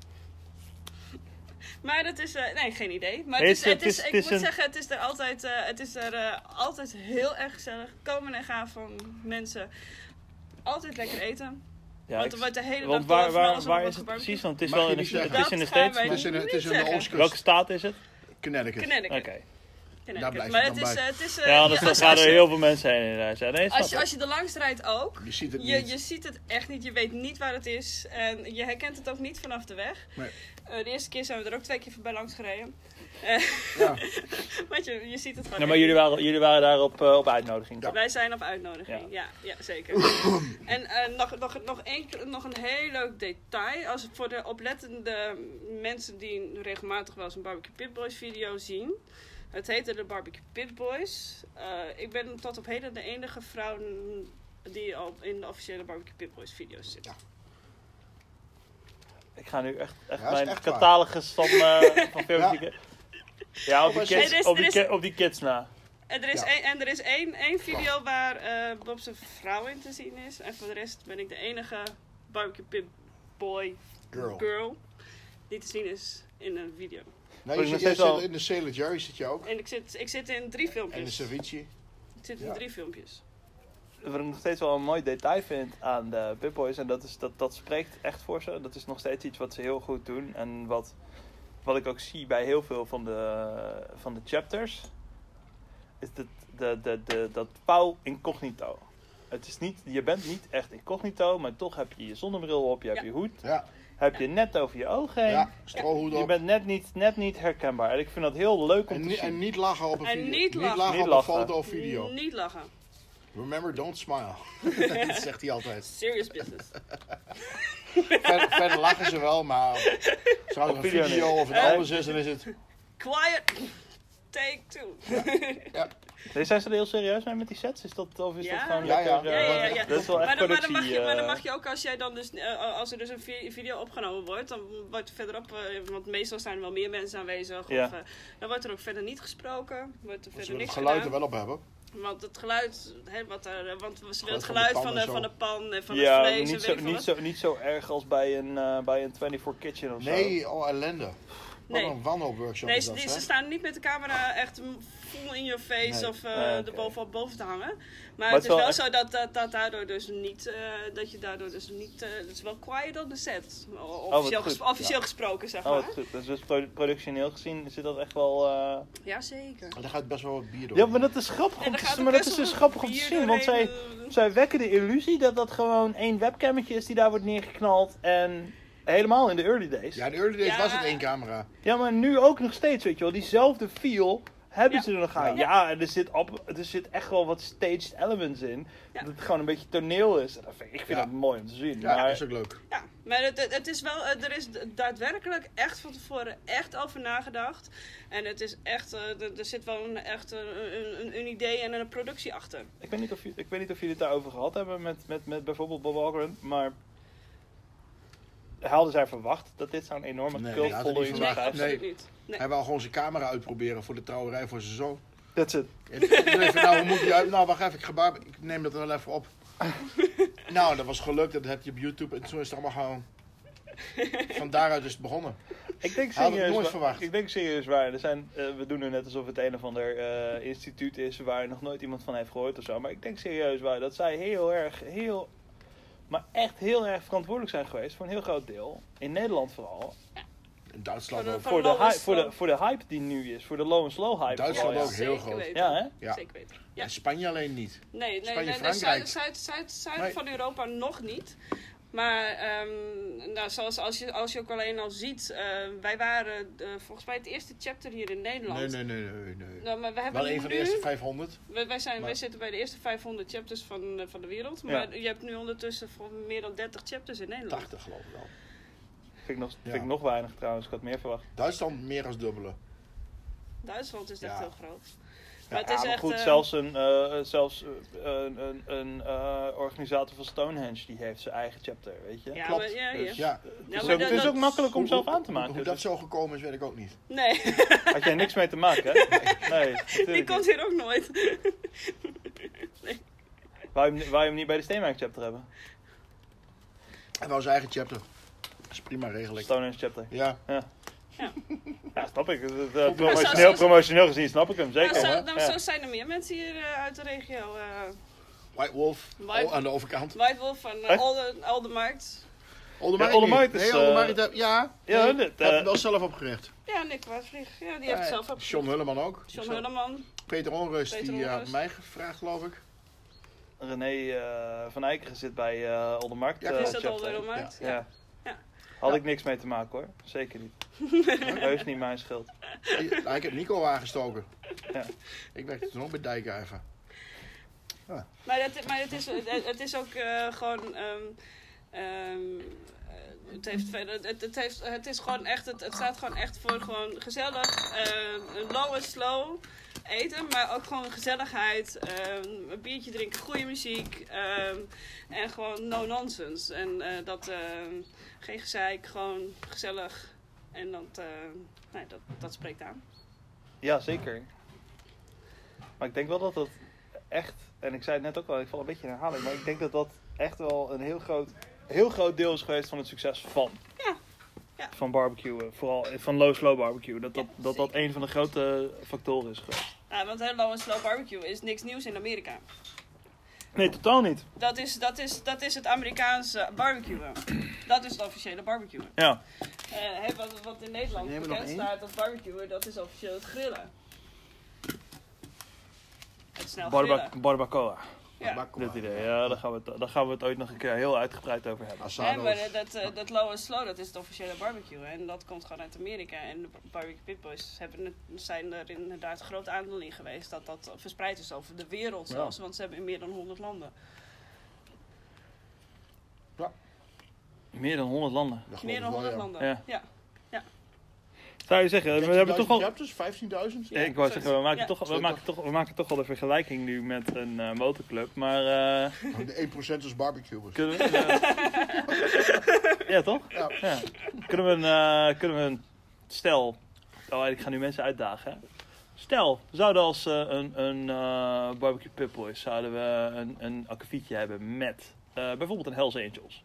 [SPEAKER 3] Maar dat is, eh, nee, geen idee. Maar
[SPEAKER 1] Nee,
[SPEAKER 3] het is, het is, ik
[SPEAKER 1] het is
[SPEAKER 3] moet
[SPEAKER 1] een-
[SPEAKER 3] zeggen, het is er altijd, eh, het is er eh, altijd heel erg gezellig. Komen en gaan van mensen. Altijd lekker eten.
[SPEAKER 1] ja
[SPEAKER 3] want
[SPEAKER 1] ik-
[SPEAKER 3] er wordt de hele
[SPEAKER 1] want
[SPEAKER 3] dag door
[SPEAKER 1] waar,
[SPEAKER 3] van
[SPEAKER 1] waar,
[SPEAKER 3] alles
[SPEAKER 1] waar
[SPEAKER 3] op
[SPEAKER 1] is het
[SPEAKER 3] gebarbecued.
[SPEAKER 1] precies? Want het is
[SPEAKER 2] Mag
[SPEAKER 1] wel
[SPEAKER 2] je
[SPEAKER 1] in de,
[SPEAKER 2] niet zeggen.
[SPEAKER 1] het is in de
[SPEAKER 3] Dat gaan
[SPEAKER 1] States.
[SPEAKER 3] wij
[SPEAKER 2] Het is in, het is in
[SPEAKER 3] Niet
[SPEAKER 2] de
[SPEAKER 3] zeggen.
[SPEAKER 1] Welke
[SPEAKER 2] Oostkust,
[SPEAKER 1] staat is het?
[SPEAKER 2] Connecticut.
[SPEAKER 3] Connecticut.
[SPEAKER 1] Oké.
[SPEAKER 3] Connecticut.
[SPEAKER 2] blijf je
[SPEAKER 3] maar
[SPEAKER 2] dan
[SPEAKER 3] het is,
[SPEAKER 2] bij.
[SPEAKER 3] eh, het is eh,
[SPEAKER 1] Ja,
[SPEAKER 3] ja,
[SPEAKER 1] anders
[SPEAKER 3] als-
[SPEAKER 1] gaan
[SPEAKER 3] als
[SPEAKER 1] er
[SPEAKER 3] je-
[SPEAKER 1] heel veel mensen heen inderdaad. Ja, nee,
[SPEAKER 3] Als je,
[SPEAKER 1] snap ik.
[SPEAKER 3] als je er langs rijdt ook,
[SPEAKER 2] Je ziet het
[SPEAKER 3] je,
[SPEAKER 2] niet.
[SPEAKER 3] je ziet het echt niet, je weet niet waar het is en je herkent het ook niet vanaf de weg.
[SPEAKER 2] Nee.
[SPEAKER 3] Eh, de eerste keer zijn we er ook twee keer voorbij langs gereden. Eh,
[SPEAKER 2] Ja.
[SPEAKER 3] [LAUGHS] Want je, je ziet het gewoon.
[SPEAKER 1] Ja, maar jullie
[SPEAKER 3] echt niet.
[SPEAKER 1] waren, jullie waren daar op, eh, op uitnodiging.
[SPEAKER 2] Ja.
[SPEAKER 3] Wij zijn op uitnodiging, ja, ja,
[SPEAKER 2] [CLEARS THROAT]
[SPEAKER 3] zeker. en eh, nog, nog, nog, één, nog een heel leuk detail. Als voor de oplettende mensen die regelmatig wel eens een Barbecue Pit Boys video zien. Het heette de Barbecue Pit Boys. Eh, ik ben tot op heden de enige vrouw die al in de officiële Barbecue Pit Boys video's zit.
[SPEAKER 1] Ik ga nu echt, echt
[SPEAKER 2] Ja, dat is
[SPEAKER 1] mijn
[SPEAKER 2] echt waar.
[SPEAKER 1] catalogus van, eh
[SPEAKER 2] [LAUGHS]
[SPEAKER 1] van filmpjes... Ja, op, die
[SPEAKER 2] maar er
[SPEAKER 1] kids,
[SPEAKER 3] is-
[SPEAKER 1] op, die
[SPEAKER 3] Oh, er is-
[SPEAKER 1] ki- op die kids na.
[SPEAKER 3] En er is,
[SPEAKER 2] Ja.
[SPEAKER 3] één, en er is één, één video waar eh, Bob zijn vrouw in te zien is. En voor de rest ben ik de enige Barbecue Pit Boy
[SPEAKER 2] Girl.
[SPEAKER 3] girl die te zien is in een video.
[SPEAKER 2] Nou, je
[SPEAKER 1] Ik
[SPEAKER 2] zit,
[SPEAKER 1] nog
[SPEAKER 2] jij
[SPEAKER 1] steeds al-
[SPEAKER 2] zit in de Sailor Jerry zit je ook.
[SPEAKER 3] En ik zit, ik zit in drie
[SPEAKER 2] En de
[SPEAKER 3] filmpjes.
[SPEAKER 2] ceviche.
[SPEAKER 3] Ik zit in
[SPEAKER 2] Ja.
[SPEAKER 3] drie filmpjes.
[SPEAKER 1] Wat ik nog steeds wel een mooi detail vind aan de Pipboys, en dat is dat dat spreekt echt voor ze. Dat is nog steeds iets wat ze heel goed doen. En wat, wat ik ook zie bij heel veel van de, van de chapters, is dat, de, de, de, dat pauw incognito. Het is niet, je bent niet echt incognito, maar toch heb je je zonnebril op, je hebt
[SPEAKER 3] Ja.
[SPEAKER 1] je hoed,
[SPEAKER 2] Ja,
[SPEAKER 1] heb je net over je ogen heen.
[SPEAKER 2] ja. strohoed
[SPEAKER 1] Je
[SPEAKER 2] op.
[SPEAKER 1] bent net niet, net niet herkenbaar. En ik vind dat heel leuk om
[SPEAKER 2] En,
[SPEAKER 1] te
[SPEAKER 2] ni-
[SPEAKER 1] zien.
[SPEAKER 2] en niet lachen op een
[SPEAKER 3] En
[SPEAKER 2] video.
[SPEAKER 3] niet lachen.
[SPEAKER 2] op
[SPEAKER 1] Niet
[SPEAKER 2] een
[SPEAKER 1] lachen.
[SPEAKER 2] foto of video.
[SPEAKER 3] Niet lachen.
[SPEAKER 2] Remember, don't [LAUGHS] smile. dat zegt hij altijd.
[SPEAKER 3] Serious
[SPEAKER 2] [LAUGHS]
[SPEAKER 3] business.
[SPEAKER 2] Verder, verder lachen ze wel, maar zou
[SPEAKER 1] Op
[SPEAKER 2] het een
[SPEAKER 1] video
[SPEAKER 2] video
[SPEAKER 1] niet.
[SPEAKER 2] of het
[SPEAKER 1] Eh.
[SPEAKER 2] anders is, dan is het...
[SPEAKER 3] Quiet. Take two. [LAUGHS]
[SPEAKER 1] Nee, zijn ze er heel serieus mee met die sets? Is dat, of is
[SPEAKER 3] Ja.
[SPEAKER 1] dat gewoon
[SPEAKER 2] Ja, ja.
[SPEAKER 1] lekker...
[SPEAKER 3] Ja,
[SPEAKER 1] eh,
[SPEAKER 3] ja, ja, ja.
[SPEAKER 1] Dat is wel echt
[SPEAKER 3] Maar dan, maar, dan mag
[SPEAKER 1] productie,
[SPEAKER 3] je, maar dan
[SPEAKER 1] eh.
[SPEAKER 3] mag je ook als jij dan dus, eh, als er dus een vi- video opgenomen wordt, dan wordt er verderop, eh, want meestal zijn er wel meer mensen aanwezig,
[SPEAKER 1] Ja.
[SPEAKER 3] of, eh, dan wordt er ook verder niet gesproken, wordt
[SPEAKER 2] Ze
[SPEAKER 3] er verder
[SPEAKER 2] willen het
[SPEAKER 3] niks
[SPEAKER 2] geluid
[SPEAKER 3] gedaan.
[SPEAKER 2] er wel op hebben.
[SPEAKER 3] Want het geluid, hè, wat er, eh, want ze willen
[SPEAKER 2] Geluid
[SPEAKER 3] het geluid
[SPEAKER 2] van de pan
[SPEAKER 3] van
[SPEAKER 2] en
[SPEAKER 3] de,
[SPEAKER 2] zo.
[SPEAKER 3] van de pan en van
[SPEAKER 1] ja,
[SPEAKER 3] het vlees en
[SPEAKER 1] niet,
[SPEAKER 3] weet
[SPEAKER 1] zo,
[SPEAKER 3] ik veel
[SPEAKER 1] niet,
[SPEAKER 3] wat.
[SPEAKER 1] zo, niet zo erg als bij een, eh, bij een 24 Kitchen of zo.
[SPEAKER 2] Nee, oh ellende. Wat
[SPEAKER 3] Nee.
[SPEAKER 2] een wanhoopworkshop
[SPEAKER 3] Nee,
[SPEAKER 2] is
[SPEAKER 3] ze,
[SPEAKER 2] dat,
[SPEAKER 3] die-
[SPEAKER 2] hè?
[SPEAKER 3] ze staan niet met de camera echt m- vol in je face
[SPEAKER 2] Nee.
[SPEAKER 3] of eh
[SPEAKER 1] Ah, oké.
[SPEAKER 3] er bovenop boven te hangen. Maar,
[SPEAKER 1] het
[SPEAKER 3] het
[SPEAKER 1] is
[SPEAKER 3] is wel,
[SPEAKER 1] wel echt-
[SPEAKER 3] zo dat, dat, dat daardoor dus niet, eh, dat je daardoor dus niet, eh, het is wel quiet op de set. O- Officieel,
[SPEAKER 1] Oh, goed.
[SPEAKER 3] ges- officieel gesproken, zeg
[SPEAKER 1] Oh,
[SPEAKER 3] maar.
[SPEAKER 1] wat goed. Dus, dus produ- productioneel gezien zit dat echt wel... eh,
[SPEAKER 3] Ja, zeker.
[SPEAKER 2] En daar gaat best wel wat bier door.
[SPEAKER 1] Ja, maar dat is grappig.
[SPEAKER 3] En
[SPEAKER 1] Om
[SPEAKER 3] dan
[SPEAKER 1] te-
[SPEAKER 3] gaat er
[SPEAKER 1] maar dat
[SPEAKER 3] best
[SPEAKER 1] is
[SPEAKER 3] wel
[SPEAKER 1] dus
[SPEAKER 3] wat
[SPEAKER 1] grappig om te
[SPEAKER 3] bier
[SPEAKER 1] zien, want zij,
[SPEAKER 3] doorheen. eh,
[SPEAKER 1] zij wekken de illusie dat dat gewoon één webcammetje is die daar wordt neergeknald en... Helemaal in de early days.
[SPEAKER 2] Ja, in de early days
[SPEAKER 3] Ja.
[SPEAKER 2] was het één camera.
[SPEAKER 1] Ja, maar nu ook nog steeds, weet je wel. Diezelfde feel hebben
[SPEAKER 3] Ja.
[SPEAKER 1] ze er nog aan. Ja, en er zit, op, er zit echt wel wat staged elements in.
[SPEAKER 3] Ja.
[SPEAKER 1] Dat het gewoon een beetje toneel is. Dat vind, ik ik vind
[SPEAKER 2] Ja.
[SPEAKER 1] dat mooi om te zien.
[SPEAKER 2] Ja,
[SPEAKER 1] maar,
[SPEAKER 2] dat is ook leuk.
[SPEAKER 3] Ja, maar het, het- het is wel, eh, er is daadwerkelijk echt van tevoren echt over nagedacht. En het is echt, eh, er, er zit wel een, echt eh, een, een, een idee en een productie achter.
[SPEAKER 1] ik, weet niet of, je- ik weet niet of jullie het daarover gehad hebben met, met, met bijvoorbeeld Bob Algren, maar... Hadden zij verwacht dat dit zo'n enorme
[SPEAKER 2] Nee,
[SPEAKER 1] cult
[SPEAKER 2] dat hadden
[SPEAKER 1] following
[SPEAKER 2] niet
[SPEAKER 1] zou
[SPEAKER 3] Nee,
[SPEAKER 2] verwacht.
[SPEAKER 1] krijgen?
[SPEAKER 3] absoluut niet. Nee.
[SPEAKER 2] Hij wou gewoon zijn camera uitproberen voor de trouwerij voor zijn zoon.
[SPEAKER 1] Dat is het.
[SPEAKER 2] En ik dacht even, nou, hoe moet die uit? Nou, wacht even, ik, gebaar, ik neem dat wel even
[SPEAKER 3] [LAUGHS]
[SPEAKER 2] op. nou, dat was gelukt, dat heb je op YouTube en zo is het allemaal gewoon... Van daaruit is het begonnen.
[SPEAKER 1] Ik denk
[SPEAKER 2] Hij had het
[SPEAKER 1] serieus,
[SPEAKER 2] nooit
[SPEAKER 1] wa-
[SPEAKER 2] verwacht.
[SPEAKER 1] Ik denk serieus waar. Er zijn, eh, we doen er net alsof het een of ander eh, instituut is waar nog nooit iemand van heeft gehoord of zo. Maar ik denk serieus waar dat zij heel erg, heel, maar echt heel erg verantwoordelijk zijn geweest voor een heel groot deel. In Nederland vooral.
[SPEAKER 2] In Duitsland
[SPEAKER 3] Voor
[SPEAKER 2] ook.
[SPEAKER 3] de-
[SPEAKER 1] Voor de,
[SPEAKER 3] low en
[SPEAKER 1] hy- voor, de,
[SPEAKER 3] slow.
[SPEAKER 1] voor de hype die nu is. Voor de low en slow hype.
[SPEAKER 2] Duitsland
[SPEAKER 1] vooral,
[SPEAKER 2] ook
[SPEAKER 1] ja.
[SPEAKER 2] heel
[SPEAKER 3] Zeker
[SPEAKER 2] groot.
[SPEAKER 3] weten.
[SPEAKER 1] Ja, hè?
[SPEAKER 2] Ja.
[SPEAKER 3] Zeker weten. Ja.
[SPEAKER 2] En Spanje alleen niet.
[SPEAKER 3] Nee, nee,
[SPEAKER 2] Spanje,
[SPEAKER 3] nee, nee,
[SPEAKER 2] Frankrijk.
[SPEAKER 3] Zuid, Zuid, Zuid, Zuiden
[SPEAKER 2] Nee.
[SPEAKER 3] van Europa nog niet. Maar ehm, nou, zoals als je, als je ook alleen al ziet, eh, wij waren eh, volgens mij het eerste chapter hier in Nederland.
[SPEAKER 2] Nee, nee, nee, nee. nee.
[SPEAKER 3] Nou, maar we hebben
[SPEAKER 2] Wel een van de
[SPEAKER 3] nu-
[SPEAKER 2] eerste 500.
[SPEAKER 3] Wij, wij zijn, wij
[SPEAKER 2] Maar-
[SPEAKER 3] zitten bij de eerste 500 chapters van, eh, van de wereld.
[SPEAKER 1] Ja.
[SPEAKER 3] Maar je hebt nu ondertussen voor meer dan 30 chapters in Nederland.
[SPEAKER 2] 80 geloof ik wel.
[SPEAKER 1] Vind ik, nog, vind
[SPEAKER 2] Ja.
[SPEAKER 1] ik nog weinig trouwens. Ik had meer verwacht.
[SPEAKER 2] Duitsland meer als dubbele.
[SPEAKER 3] Duitsland is echt
[SPEAKER 2] Ja.
[SPEAKER 3] heel groot.
[SPEAKER 1] Ja,
[SPEAKER 3] Maar het is
[SPEAKER 1] maar
[SPEAKER 3] echt,
[SPEAKER 1] goed,
[SPEAKER 3] eh,
[SPEAKER 1] zelfs een, eh, zelfs eh, een, een, een eh, organisator van Stonehenge die heeft zijn eigen chapter, weet je.
[SPEAKER 3] Ja,
[SPEAKER 2] klopt.
[SPEAKER 3] maar, ja, ja.
[SPEAKER 1] Dus-
[SPEAKER 2] Ja.
[SPEAKER 3] Ja,
[SPEAKER 1] het is,
[SPEAKER 3] maar
[SPEAKER 1] ook,
[SPEAKER 3] dat-
[SPEAKER 1] het is
[SPEAKER 3] dat-
[SPEAKER 1] ook makkelijk om
[SPEAKER 2] Hoe-
[SPEAKER 1] zelf
[SPEAKER 2] hoe-
[SPEAKER 1] aan te maken.
[SPEAKER 2] Hoe
[SPEAKER 1] dus
[SPEAKER 2] dat zo gekomen is, weet ik ook niet.
[SPEAKER 3] Nee,
[SPEAKER 1] Had jij niks mee te maken, hè?
[SPEAKER 2] [LAUGHS]
[SPEAKER 1] Nee,
[SPEAKER 3] [LAUGHS] die
[SPEAKER 1] natuurlijk
[SPEAKER 3] komt
[SPEAKER 1] niet.
[SPEAKER 3] hier ook nooit.
[SPEAKER 1] Wou je hem, wou je hem niet bij de Steenwijk chapter hebben?
[SPEAKER 2] Hij wou zijn eigen chapter. Dat is prima regelijk.
[SPEAKER 1] Stonehenge chapter.
[SPEAKER 2] Ja.
[SPEAKER 1] Ja, snap ik. Het- het- het-
[SPEAKER 2] Maar
[SPEAKER 3] zo-
[SPEAKER 1] promotioneel,
[SPEAKER 3] zo-
[SPEAKER 1] promotioneel gezien snap ik hem,
[SPEAKER 3] Nou,
[SPEAKER 1] zeker.
[SPEAKER 3] zo,
[SPEAKER 2] hè?
[SPEAKER 3] nou,
[SPEAKER 1] Ja.
[SPEAKER 3] zo zijn er meer mensen hier eh, uit de regio. eh
[SPEAKER 2] White Wolf.
[SPEAKER 3] White-
[SPEAKER 2] Oh, aan de overkant.
[SPEAKER 3] White Wolf van
[SPEAKER 1] Echt?
[SPEAKER 3] uh, Aldermarkt.
[SPEAKER 2] Oldermarit
[SPEAKER 1] Ja, Oldermarit
[SPEAKER 2] niet.
[SPEAKER 1] is,
[SPEAKER 2] Nee, Oldermarit
[SPEAKER 1] eh,
[SPEAKER 2] heb- ja,
[SPEAKER 1] ja,
[SPEAKER 2] nee,
[SPEAKER 1] dat,
[SPEAKER 2] heb
[SPEAKER 1] eh,
[SPEAKER 2] ik wel zelf opgericht.
[SPEAKER 3] Ja, Nick Waardvlieg. Ja, die heeft
[SPEAKER 2] Ja,
[SPEAKER 3] het zelf opgezet.
[SPEAKER 2] John Hulleman ook.
[SPEAKER 3] John Hulleman.
[SPEAKER 2] Peter Onrust,
[SPEAKER 3] Peter
[SPEAKER 2] die eh, had
[SPEAKER 3] Onrust.
[SPEAKER 2] mij gevraagd, geloof ik.
[SPEAKER 1] René eh, van Eikeren zit bij eh Oldermarkt.
[SPEAKER 2] Ja,
[SPEAKER 1] eh,
[SPEAKER 3] Is dat
[SPEAKER 1] chapter.
[SPEAKER 3] al weer maakt?
[SPEAKER 1] Ja.
[SPEAKER 3] Ja.
[SPEAKER 1] Had
[SPEAKER 2] Ja.
[SPEAKER 1] ik niks mee te maken hoor. Zeker
[SPEAKER 3] [LAUGHS]
[SPEAKER 1] niet. Heus niet mijn schuld.
[SPEAKER 2] Die- [LAUGHS] nou, ik heb Nico aangestoken.
[SPEAKER 1] Ja.
[SPEAKER 2] Ik werkte toen ook bij Dijkhuizen.
[SPEAKER 3] Maar, dat, maar het, is, het, het is ook eh, gewoon. ehm, ehm, eh, het, heeft, verder- het, het, heeft, het is gewoon echt. Het, het staat gewoon echt voor gewoon gezellig. ehm, low en slow eten, maar ook gewoon gezelligheid. ehm, een biertje drinken, goede muziek. ehm, en gewoon no nonsense. En eh, dat. ehm, geen gezeik, gewoon gezellig. En dat, ehm, nee, dat, dat spreekt aan.
[SPEAKER 1] Ja, zeker. Maar ik denk wel dat dat echt, en ik zei het net ook al, ik val een beetje in herhaling, maar ik denk dat dat echt wel een heel groot, heel groot deel is geweest van het succes van.
[SPEAKER 3] Ja. Ja.
[SPEAKER 1] Van barbecue, vooral van low slow barbecue. Dat dat, dat, dat een van de grote factoren is geweest.
[SPEAKER 3] Ja, Ah, want hè, low en slow barbecue is niks nieuws in Amerika.
[SPEAKER 1] Nee, totaal niet.
[SPEAKER 3] Dat is, dat is, dat is het Amerikaanse barbecuen. Dat is het officiële barbecuen.
[SPEAKER 1] Ja.
[SPEAKER 3] Eh, hè, wat, wat in Nederland
[SPEAKER 2] Neem er nog
[SPEAKER 3] bekend
[SPEAKER 2] één.
[SPEAKER 3] staat als barbecuen, dat is officieel het grillen. Het snel
[SPEAKER 1] Barba-
[SPEAKER 3] grillen.
[SPEAKER 1] barbacoa,
[SPEAKER 3] Ja.
[SPEAKER 2] Maar kom
[SPEAKER 1] dit
[SPEAKER 2] maar.
[SPEAKER 1] idee. Ja, daar gaan, we het, daar gaan we het ooit nog een keer heel uitgebreid over hebben.
[SPEAKER 3] Hè,
[SPEAKER 2] Assado's.
[SPEAKER 3] maar eh, dat, eh, dat low en slow, dat is het officiële barbecue. En dat komt gewoon uit Amerika. En de barbecue pitboys hebben, het- zijn er inderdaad groot aandeel in geweest dat dat verspreid is over de wereld
[SPEAKER 2] Ja.
[SPEAKER 3] zelfs. Want ze hebben in meer dan 100 landen.
[SPEAKER 1] Meer dan 100 landen.
[SPEAKER 2] Dat geloof
[SPEAKER 3] Meer
[SPEAKER 2] ik
[SPEAKER 3] dan
[SPEAKER 2] wel,
[SPEAKER 3] 100
[SPEAKER 2] ja.
[SPEAKER 3] landen.
[SPEAKER 1] Ja.
[SPEAKER 3] ja.
[SPEAKER 1] Zou je zeggen, we hebben toch
[SPEAKER 2] 13.000
[SPEAKER 1] al...
[SPEAKER 2] chapters, 15.000?
[SPEAKER 1] Ja, ik wou
[SPEAKER 3] zoiets.
[SPEAKER 1] zeggen, we maken,
[SPEAKER 3] Ja.
[SPEAKER 1] toch, we, maken toch, we maken toch wel de vergelijking nu met een eh, motorclub, maar eh,
[SPEAKER 2] Oh, De 1% is dus barbecuers.
[SPEAKER 1] kunnen we... eh, [LAUGHS] ja, toch?
[SPEAKER 2] Ja.
[SPEAKER 1] Ja. Kunnen, we een, eh, kunnen we een... Stel, oh, ik ga nu mensen uitdagen, hè. Stel, we zouden als eh, een, een eh, barbecue pit boys zouden we een, een akkefietje hebben met eh, bijvoorbeeld een Hells Angels.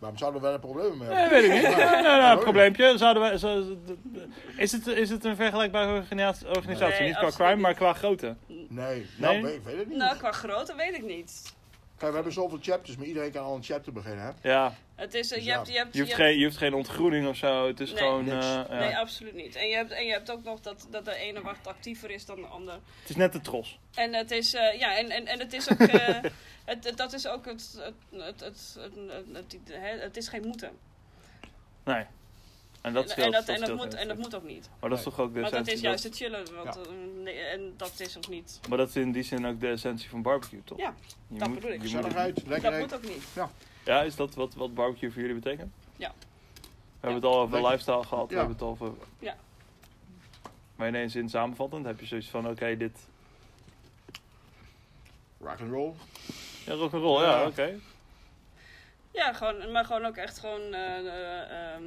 [SPEAKER 2] Waarom zouden we wel een probleem mee
[SPEAKER 1] Nee,
[SPEAKER 2] hebben?
[SPEAKER 1] weet ik niet. Nee, nee, nee,
[SPEAKER 2] hoor.
[SPEAKER 1] probleempje. Zouden wij, zo- d- d- is, het, is het een vergelijkbare organisatie? organisatie?
[SPEAKER 3] Nee,
[SPEAKER 1] niet qua
[SPEAKER 3] absoluut
[SPEAKER 1] crime, maar
[SPEAKER 3] niet.
[SPEAKER 1] qua grootte.
[SPEAKER 2] Nee,
[SPEAKER 1] Nee?
[SPEAKER 2] nou, weet- ik weet het niet.
[SPEAKER 3] Nou, qua grootte weet ik niet.
[SPEAKER 2] Kijk, we hebben zoveel chapters, maar iedereen kan al een chapter beginnen. Hè?
[SPEAKER 1] Ja,
[SPEAKER 3] Het is, eh,
[SPEAKER 2] Dus
[SPEAKER 3] je,
[SPEAKER 2] ja,
[SPEAKER 3] hebt, je, hebt,
[SPEAKER 1] je hoeft,
[SPEAKER 3] je
[SPEAKER 1] geen, je hoeft geen ontgroening of zo. Het is
[SPEAKER 3] Nee,
[SPEAKER 1] gewoon.
[SPEAKER 2] niks.
[SPEAKER 1] eh, ja.
[SPEAKER 3] Nee, oh. absoluut niet. En je hebt, en je hebt ook nog dat, dat de ene wat actiever is dan de ander.
[SPEAKER 1] Het is net de tros.
[SPEAKER 3] En het is, eh, ja, en, en, en het is ook,
[SPEAKER 1] [LAUGHS]
[SPEAKER 3] eh, het, het- dat is ook het, het, het, het, het, het, hè, het is geen moeten.
[SPEAKER 1] Nee. En dat
[SPEAKER 3] En-
[SPEAKER 1] is
[SPEAKER 3] en, dat, en, dat moet, en dat moet ook niet.
[SPEAKER 1] Maar dat is toch ook de
[SPEAKER 3] Want dat
[SPEAKER 1] essentie.
[SPEAKER 3] is juist het chillen. Want,
[SPEAKER 2] Ja.
[SPEAKER 3] eh, nee, en dat is ook niet.
[SPEAKER 1] Maar dat is in die zin ook de essentie van barbecue, toch?
[SPEAKER 3] Ja,
[SPEAKER 1] Je
[SPEAKER 3] dat bedoel ik.
[SPEAKER 1] je
[SPEAKER 2] Gezelligheid,
[SPEAKER 3] Dat
[SPEAKER 2] lekkerheid.
[SPEAKER 3] moet ook niet.
[SPEAKER 1] ja, is dat wat, wat barbecue voor jullie betekent?
[SPEAKER 3] Ja.
[SPEAKER 1] We hebben het al over
[SPEAKER 2] Lekker.
[SPEAKER 1] lifestyle gehad, we
[SPEAKER 2] Ja.
[SPEAKER 1] hebben het al over...
[SPEAKER 3] Ja.
[SPEAKER 1] Maar ineens in samenvattend heb je zoiets van, oké, dit...
[SPEAKER 2] Rock and roll.
[SPEAKER 1] Ja, rock'n'roll, ja,
[SPEAKER 2] Ja.
[SPEAKER 1] oké.
[SPEAKER 3] Ja, gewoon, maar gewoon ook echt gewoon, eh, eh, ehm,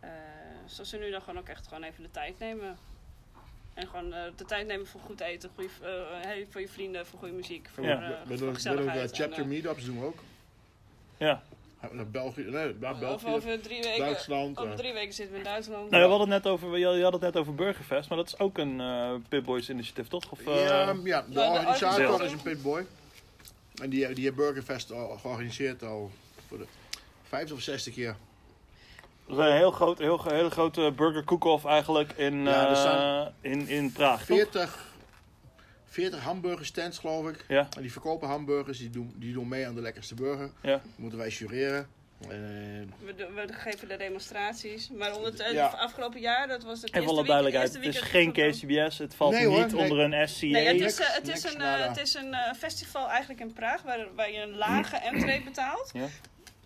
[SPEAKER 3] eh, zoals ze nu dan gewoon ook echt gewoon even de tijd nemen. En gewoon eh, de tijd nemen voor goed eten, goede, eh, hey, voor je vrienden, voor goede muziek, voor,
[SPEAKER 1] Ja.
[SPEAKER 3] eh, voor
[SPEAKER 2] Met een
[SPEAKER 3] gezelligheid.
[SPEAKER 2] chapter
[SPEAKER 3] en, eh,
[SPEAKER 2] meetups doen we ook.
[SPEAKER 1] Ja.
[SPEAKER 2] Hebben we Naar België, nee, naar
[SPEAKER 3] Of
[SPEAKER 2] België,
[SPEAKER 3] over drie weken,
[SPEAKER 2] Duitsland. eh,
[SPEAKER 3] over drie weken zitten we in Duitsland.
[SPEAKER 1] Nou, je had het net over, je je had het net over Burgerfest, maar dat is ook een eh Pitboys initiatief, toch? Of, eh,
[SPEAKER 2] ja, ja, de
[SPEAKER 3] de
[SPEAKER 2] organisator is
[SPEAKER 3] organisator.
[SPEAKER 2] een pitboy. En die, die heeft Burgerfest al georganiseerd al voor de vijfde of zesde keer.
[SPEAKER 1] Dat is een heel groot, heel, gro- hele grote burger cook-off eigenlijk in,
[SPEAKER 2] Ja, er
[SPEAKER 1] eh,
[SPEAKER 2] staan-
[SPEAKER 1] in, in Praag, toch?
[SPEAKER 2] 40, 40 hamburgerstands geloof ik.
[SPEAKER 1] Ja,
[SPEAKER 2] En die verkopen hamburgers, die doen, die doen mee aan de lekkerste burger.
[SPEAKER 1] ja.
[SPEAKER 2] Moeten wij jureren. Eh,
[SPEAKER 3] We, do- we geven de demonstraties. Maar onder het eh,
[SPEAKER 2] Ja.
[SPEAKER 3] afgelopen jaar, dat was het
[SPEAKER 1] Even
[SPEAKER 3] eerste
[SPEAKER 1] alle
[SPEAKER 3] week-
[SPEAKER 1] duidelijkheid,
[SPEAKER 3] eerste
[SPEAKER 1] het is
[SPEAKER 3] weekend
[SPEAKER 1] geen
[SPEAKER 3] van-
[SPEAKER 1] KCBS, het valt
[SPEAKER 2] Nee, hoor,
[SPEAKER 1] niet
[SPEAKER 2] nee.
[SPEAKER 1] onder een SCA.
[SPEAKER 3] Nee, het
[SPEAKER 2] Niks,
[SPEAKER 3] is, eh, het is
[SPEAKER 2] niks,
[SPEAKER 3] een,
[SPEAKER 2] nada.
[SPEAKER 3] eh, het is een eh, festival eigenlijk in Praag waar, waar je een lage entree betaalt.
[SPEAKER 1] Ja.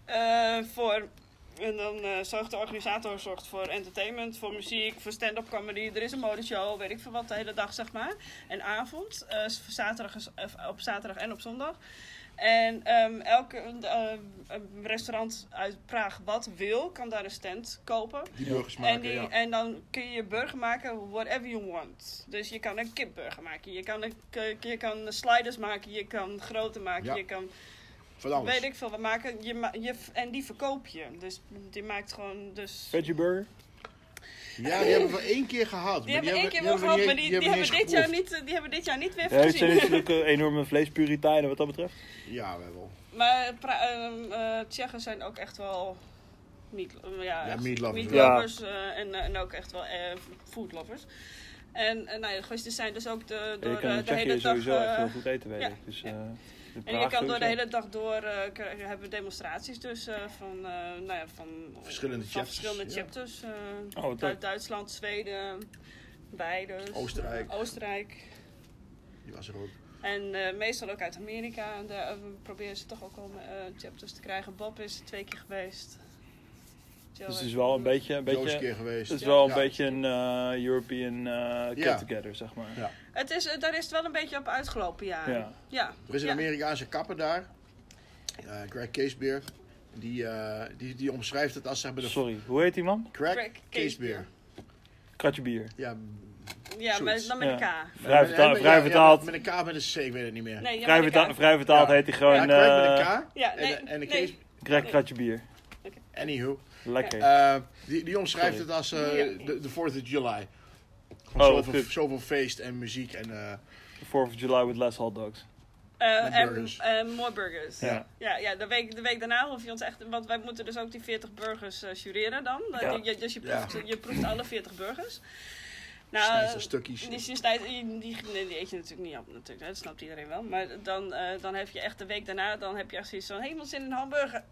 [SPEAKER 3] Eh, voor, en dan eh, zorgt de organisator zorgt voor entertainment, voor muziek, voor stand-up comedy. Er is een modeshow, weet ik veel wat, de hele dag zeg maar. En avond, eh, s- zaterdag, is- eh, op zaterdag en op zondag. En ehm elke eh, een restaurant uit Praag wat wil, kan daar een stand kopen.
[SPEAKER 2] die burgers
[SPEAKER 3] En,
[SPEAKER 2] maken,
[SPEAKER 3] die,
[SPEAKER 2] ja.
[SPEAKER 3] en dan kun je je burger maken whatever you want. Dus je kan een kipburger maken, je kan, een, k- je kan sliders maken, je kan grote maken,
[SPEAKER 2] Ja.
[SPEAKER 3] je kan
[SPEAKER 2] Van alles.
[SPEAKER 3] weet ik veel wat maken. Je ma- je, en die verkoop je. Dus die maakt gewoon dus...
[SPEAKER 1] Veggie burger?
[SPEAKER 2] Ja, die hebben we één keer gehad.
[SPEAKER 3] Die hebben één keer wel gehad, maar die, die, hebben dit jaar niet, eh, die hebben dit jaar niet weer
[SPEAKER 1] Ja, het zijn
[SPEAKER 3] gezien.
[SPEAKER 1] natuurlijk eh, enorme vleespuriteinen wat dat betreft.
[SPEAKER 2] Ja, we wel.
[SPEAKER 3] Maar pra- ehm, eh, Tsjechen zijn ook echt wel meat, eh, ja,
[SPEAKER 2] Ja,
[SPEAKER 3] echt
[SPEAKER 2] meatlovers.
[SPEAKER 3] meatlovers, eh, en, eh, en ook echt wel eh, foodlovers. En eh, nou ja, dus die zijn dus ook de,
[SPEAKER 1] En je
[SPEAKER 3] door
[SPEAKER 1] kan
[SPEAKER 3] eh,
[SPEAKER 1] in
[SPEAKER 3] de hele
[SPEAKER 1] Tsjechië
[SPEAKER 3] dag...
[SPEAKER 1] sowieso echt
[SPEAKER 3] eh,
[SPEAKER 1] heel goed eten, weet
[SPEAKER 3] ja.
[SPEAKER 1] ik. Dus, eh,
[SPEAKER 3] Ja.
[SPEAKER 1] de
[SPEAKER 3] en je
[SPEAKER 1] Praag
[SPEAKER 3] kan door de
[SPEAKER 1] sowieso.
[SPEAKER 3] hele dag door eh, k- hebben we demonstraties dus eh, van, eh, nou ja, van
[SPEAKER 2] Verschillende
[SPEAKER 3] van
[SPEAKER 2] chapters,
[SPEAKER 3] verschillende
[SPEAKER 2] ja.
[SPEAKER 3] chapters eh,
[SPEAKER 1] Oh, wat leuk.
[SPEAKER 3] uit Duitsland, Zweden, wij dus,
[SPEAKER 2] Oostenrijk.
[SPEAKER 3] eh, Oostenrijk.
[SPEAKER 2] Die was er ook.
[SPEAKER 3] En eh, meestal ook uit Amerika. En daar eh, proberen ze toch ook al eh, chapters te krijgen. Bob is er twee keer geweest.
[SPEAKER 1] Dus
[SPEAKER 3] Joe
[SPEAKER 1] het
[SPEAKER 3] heeft-
[SPEAKER 1] is wel een beetje... Een
[SPEAKER 2] Zo is een
[SPEAKER 1] beetje
[SPEAKER 2] keer geweest.
[SPEAKER 1] het is wel een
[SPEAKER 2] Ja.
[SPEAKER 1] beetje een eh, European eh,
[SPEAKER 2] Ja.
[SPEAKER 1] get-together, zeg maar.
[SPEAKER 2] Ja.
[SPEAKER 3] Het is, eh, daar is het wel een beetje op uitgelopen, ja.
[SPEAKER 1] Ja.
[SPEAKER 3] Ja.
[SPEAKER 2] Er is een
[SPEAKER 3] Ja.
[SPEAKER 2] Amerikaanse kapper daar, eh, Greg Casebeer. Die, eh, die, die omschrijft het als zeg maar de
[SPEAKER 1] Sorry, hoe heet die man?
[SPEAKER 2] Greg,
[SPEAKER 3] Greg
[SPEAKER 2] Casebeer.
[SPEAKER 3] Casebeer.
[SPEAKER 1] Kratje bier.
[SPEAKER 2] Ja,
[SPEAKER 3] Ja,
[SPEAKER 2] Zoiets.
[SPEAKER 3] met, dan met
[SPEAKER 1] Ja.
[SPEAKER 3] een K.
[SPEAKER 1] Vrij,
[SPEAKER 2] Met-
[SPEAKER 1] vertaal-
[SPEAKER 2] met-
[SPEAKER 1] vrij
[SPEAKER 2] ja, ja,
[SPEAKER 1] vertaald.
[SPEAKER 2] met met een K met een C, ik weet het niet meer.
[SPEAKER 3] Nee, ja,
[SPEAKER 1] vrij,
[SPEAKER 3] met
[SPEAKER 1] vertaal-
[SPEAKER 3] een K.
[SPEAKER 1] vrij vertaald
[SPEAKER 2] Ja.
[SPEAKER 1] heet hij
[SPEAKER 2] ja,
[SPEAKER 1] gewoon...
[SPEAKER 2] Greg met
[SPEAKER 1] eh,
[SPEAKER 2] een K.
[SPEAKER 3] Ja, nee,
[SPEAKER 2] en, en een
[SPEAKER 3] nee.
[SPEAKER 2] Case.
[SPEAKER 1] Greg Kratje bier.
[SPEAKER 2] Anywho.
[SPEAKER 1] Lekker.
[SPEAKER 2] Eh, die, die omschrijft
[SPEAKER 1] Sorry.
[SPEAKER 2] het als eh,
[SPEAKER 3] Ja.
[SPEAKER 2] de, de 4th of July.
[SPEAKER 1] Oh,
[SPEAKER 2] Gewoon
[SPEAKER 1] wat
[SPEAKER 2] zoveel,
[SPEAKER 1] goed.
[SPEAKER 2] zoveel feest en muziek en eh,
[SPEAKER 3] Nou,
[SPEAKER 1] 4th of July with less hot dogs.
[SPEAKER 3] Eh,
[SPEAKER 2] Met
[SPEAKER 3] en
[SPEAKER 2] burgers.
[SPEAKER 3] en more burgers.
[SPEAKER 1] Ja.
[SPEAKER 3] Ja. Ja, de, week, de week daarna hoef je ons echt... Want wij moeten dus ook die 40 burgers eh, jureren dan. Eh,
[SPEAKER 1] Ja.
[SPEAKER 3] je- je- dus je
[SPEAKER 2] Ja.
[SPEAKER 3] proeft, je proeft alle 40 burgers.
[SPEAKER 2] snijdt
[SPEAKER 3] eh,
[SPEAKER 2] er stukjes.
[SPEAKER 3] Dus je snijdt, die, die, nee, die eet je natuurlijk niet op, natuurlijk, hè, dat snapt iedereen wel. Maar dan, eh, dan heb je echt de week daarna, dan heb je echt zoiets van, helemaal zin in een hamburger.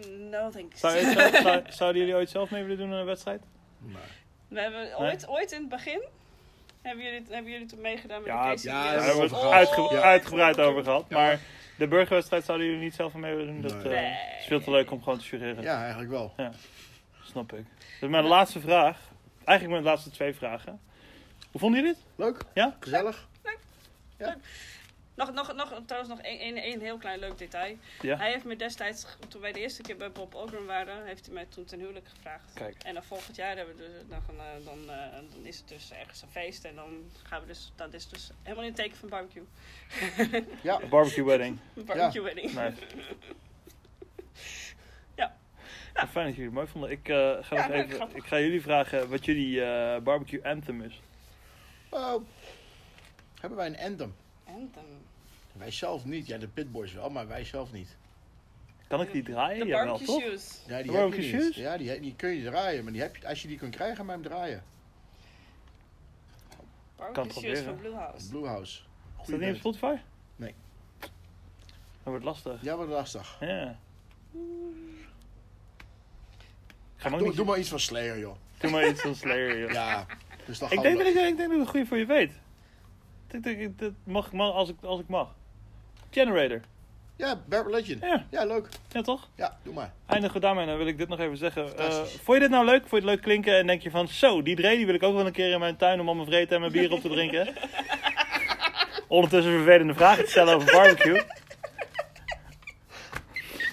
[SPEAKER 3] Eh, no thanks.
[SPEAKER 1] Zou
[SPEAKER 3] [LAUGHS]
[SPEAKER 1] je het zelf- zou- zouden jullie ooit zelf mee willen doen aan een wedstrijd?
[SPEAKER 2] maar-
[SPEAKER 3] We hebben ooit, ooit in het begin, hebben jullie, hebben jullie toen meegedaan met
[SPEAKER 1] Ja, Oh.
[SPEAKER 3] de Casey
[SPEAKER 2] ja,
[SPEAKER 3] Beers?
[SPEAKER 2] daar
[SPEAKER 1] Daar hebben we het
[SPEAKER 2] over gehad.
[SPEAKER 1] uitge-
[SPEAKER 3] Ooit.
[SPEAKER 2] Ja.
[SPEAKER 1] uitgebreid over gehad. Maar de burgerwedstrijd zouden jullie niet zelf aan mee willen doen. Dat eh,
[SPEAKER 3] Nee.
[SPEAKER 1] is veel te leuk om gewoon te jureren.
[SPEAKER 2] ja, eigenlijk wel.
[SPEAKER 1] Snap ik. Dus mijn laatste vraag. Eigenlijk mijn laatste twee vragen. Hoe vonden jullie dit?
[SPEAKER 2] Leuk?
[SPEAKER 1] Ja?
[SPEAKER 2] Gezellig?
[SPEAKER 3] Nog, nog, nog, trouwens nog één, één, één heel klein leuk detail.
[SPEAKER 1] Ja.
[SPEAKER 3] Hij heeft me destijds, toen wij de eerste keer bij Bob Ogren waren, heeft hij mij toen ten huwelijk gevraagd.
[SPEAKER 1] Kijk.
[SPEAKER 3] En dan volgend jaar hebben we dus, dan, gaan, eh, dan, eh, dan is het dus ergens een feest en dan gaan we dus, dat is dus helemaal in het teken van barbecue. [LAUGHS]
[SPEAKER 2] Ja.
[SPEAKER 1] Een barbecue wedding.
[SPEAKER 3] Een barbecue wedding.
[SPEAKER 1] Nee.
[SPEAKER 3] Ja.
[SPEAKER 1] Nou, Fijn dat jullie het mooi vonden. Ik, eh, ga,
[SPEAKER 3] Ja,
[SPEAKER 1] nog
[SPEAKER 3] leuk,
[SPEAKER 1] even,
[SPEAKER 3] grappig.
[SPEAKER 1] ik ga jullie vragen wat jullie eh, barbecue anthem is.
[SPEAKER 2] Oh, hebben wij een anthem?
[SPEAKER 3] En dan...
[SPEAKER 2] Wij zelf niet. Ja, de Pitboys wel, maar wij zelf niet.
[SPEAKER 1] Kan ik die draaien?
[SPEAKER 3] De
[SPEAKER 1] Ja, wel
[SPEAKER 3] barbecue
[SPEAKER 1] toch?
[SPEAKER 3] shoes.
[SPEAKER 2] Ja, die
[SPEAKER 1] Waarom
[SPEAKER 2] heb je
[SPEAKER 1] geen
[SPEAKER 2] niet.
[SPEAKER 1] shoes?
[SPEAKER 2] Ja, die, die kun je draaien, maar die heb je, als je die kunt krijgen, maar hem draaien.
[SPEAKER 3] Barbecue
[SPEAKER 1] het
[SPEAKER 3] shoes
[SPEAKER 1] proberen.
[SPEAKER 3] van Blue House.
[SPEAKER 2] Blue House.
[SPEAKER 1] Is dat niet op Spotify?
[SPEAKER 2] Nee.
[SPEAKER 1] Dat wordt lastig.
[SPEAKER 2] Ja, wat lastig.
[SPEAKER 1] Ja. Ik ga hem ook
[SPEAKER 2] Doe,
[SPEAKER 1] niet
[SPEAKER 2] doe maar iets van Slayer, joh.
[SPEAKER 1] Doe maar iets van
[SPEAKER 2] [LAUGHS]
[SPEAKER 1] Slayer, joh.
[SPEAKER 2] Ja, dus dan
[SPEAKER 1] ik,
[SPEAKER 2] gaan
[SPEAKER 1] denk
[SPEAKER 2] we-
[SPEAKER 1] dat ik, ik denk dat ik het goede voor je weet. Ik denk, ik- dat mag, ik maar als, ik, als ik mag. Generator.
[SPEAKER 2] Ja, Barrel Legend.
[SPEAKER 1] Ja.
[SPEAKER 2] Ja, leuk.
[SPEAKER 1] Ja, toch?
[SPEAKER 2] Ja, doe maar.
[SPEAKER 1] Eindigen we daarmee. Dan wil ik dit nog even zeggen. Eh,
[SPEAKER 2] Fantastisch.
[SPEAKER 1] vond je dit nou leuk? Vond je het leuk klinken? En denk je van, zo, die Dre die wil ik ook wel een keer in mijn tuin om al mijn vreten en mijn bier op te drinken. Ondertussen vervelende vragen te stellen over barbecue.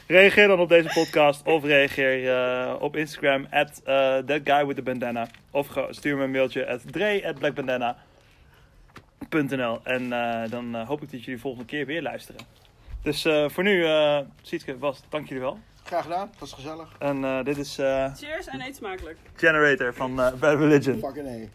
[SPEAKER 1] Reageer dan op deze podcast of reageer eh, op Instagram at eh, that guy with the bandana. Of ge- stuur me een mailtje at dre at blackbandana.nl En eh, dan eh, hoop ik dat jullie volgende keer weer luisteren. Dus eh, voor nu, eh Sietke, Bas, dank jullie wel.
[SPEAKER 2] Graag gedaan. Was gezellig.
[SPEAKER 1] En eh, dit is eh,
[SPEAKER 3] Cheers en eet smakelijk.
[SPEAKER 1] Generator van eh, Bad Religion.
[SPEAKER 2] Fucking nee.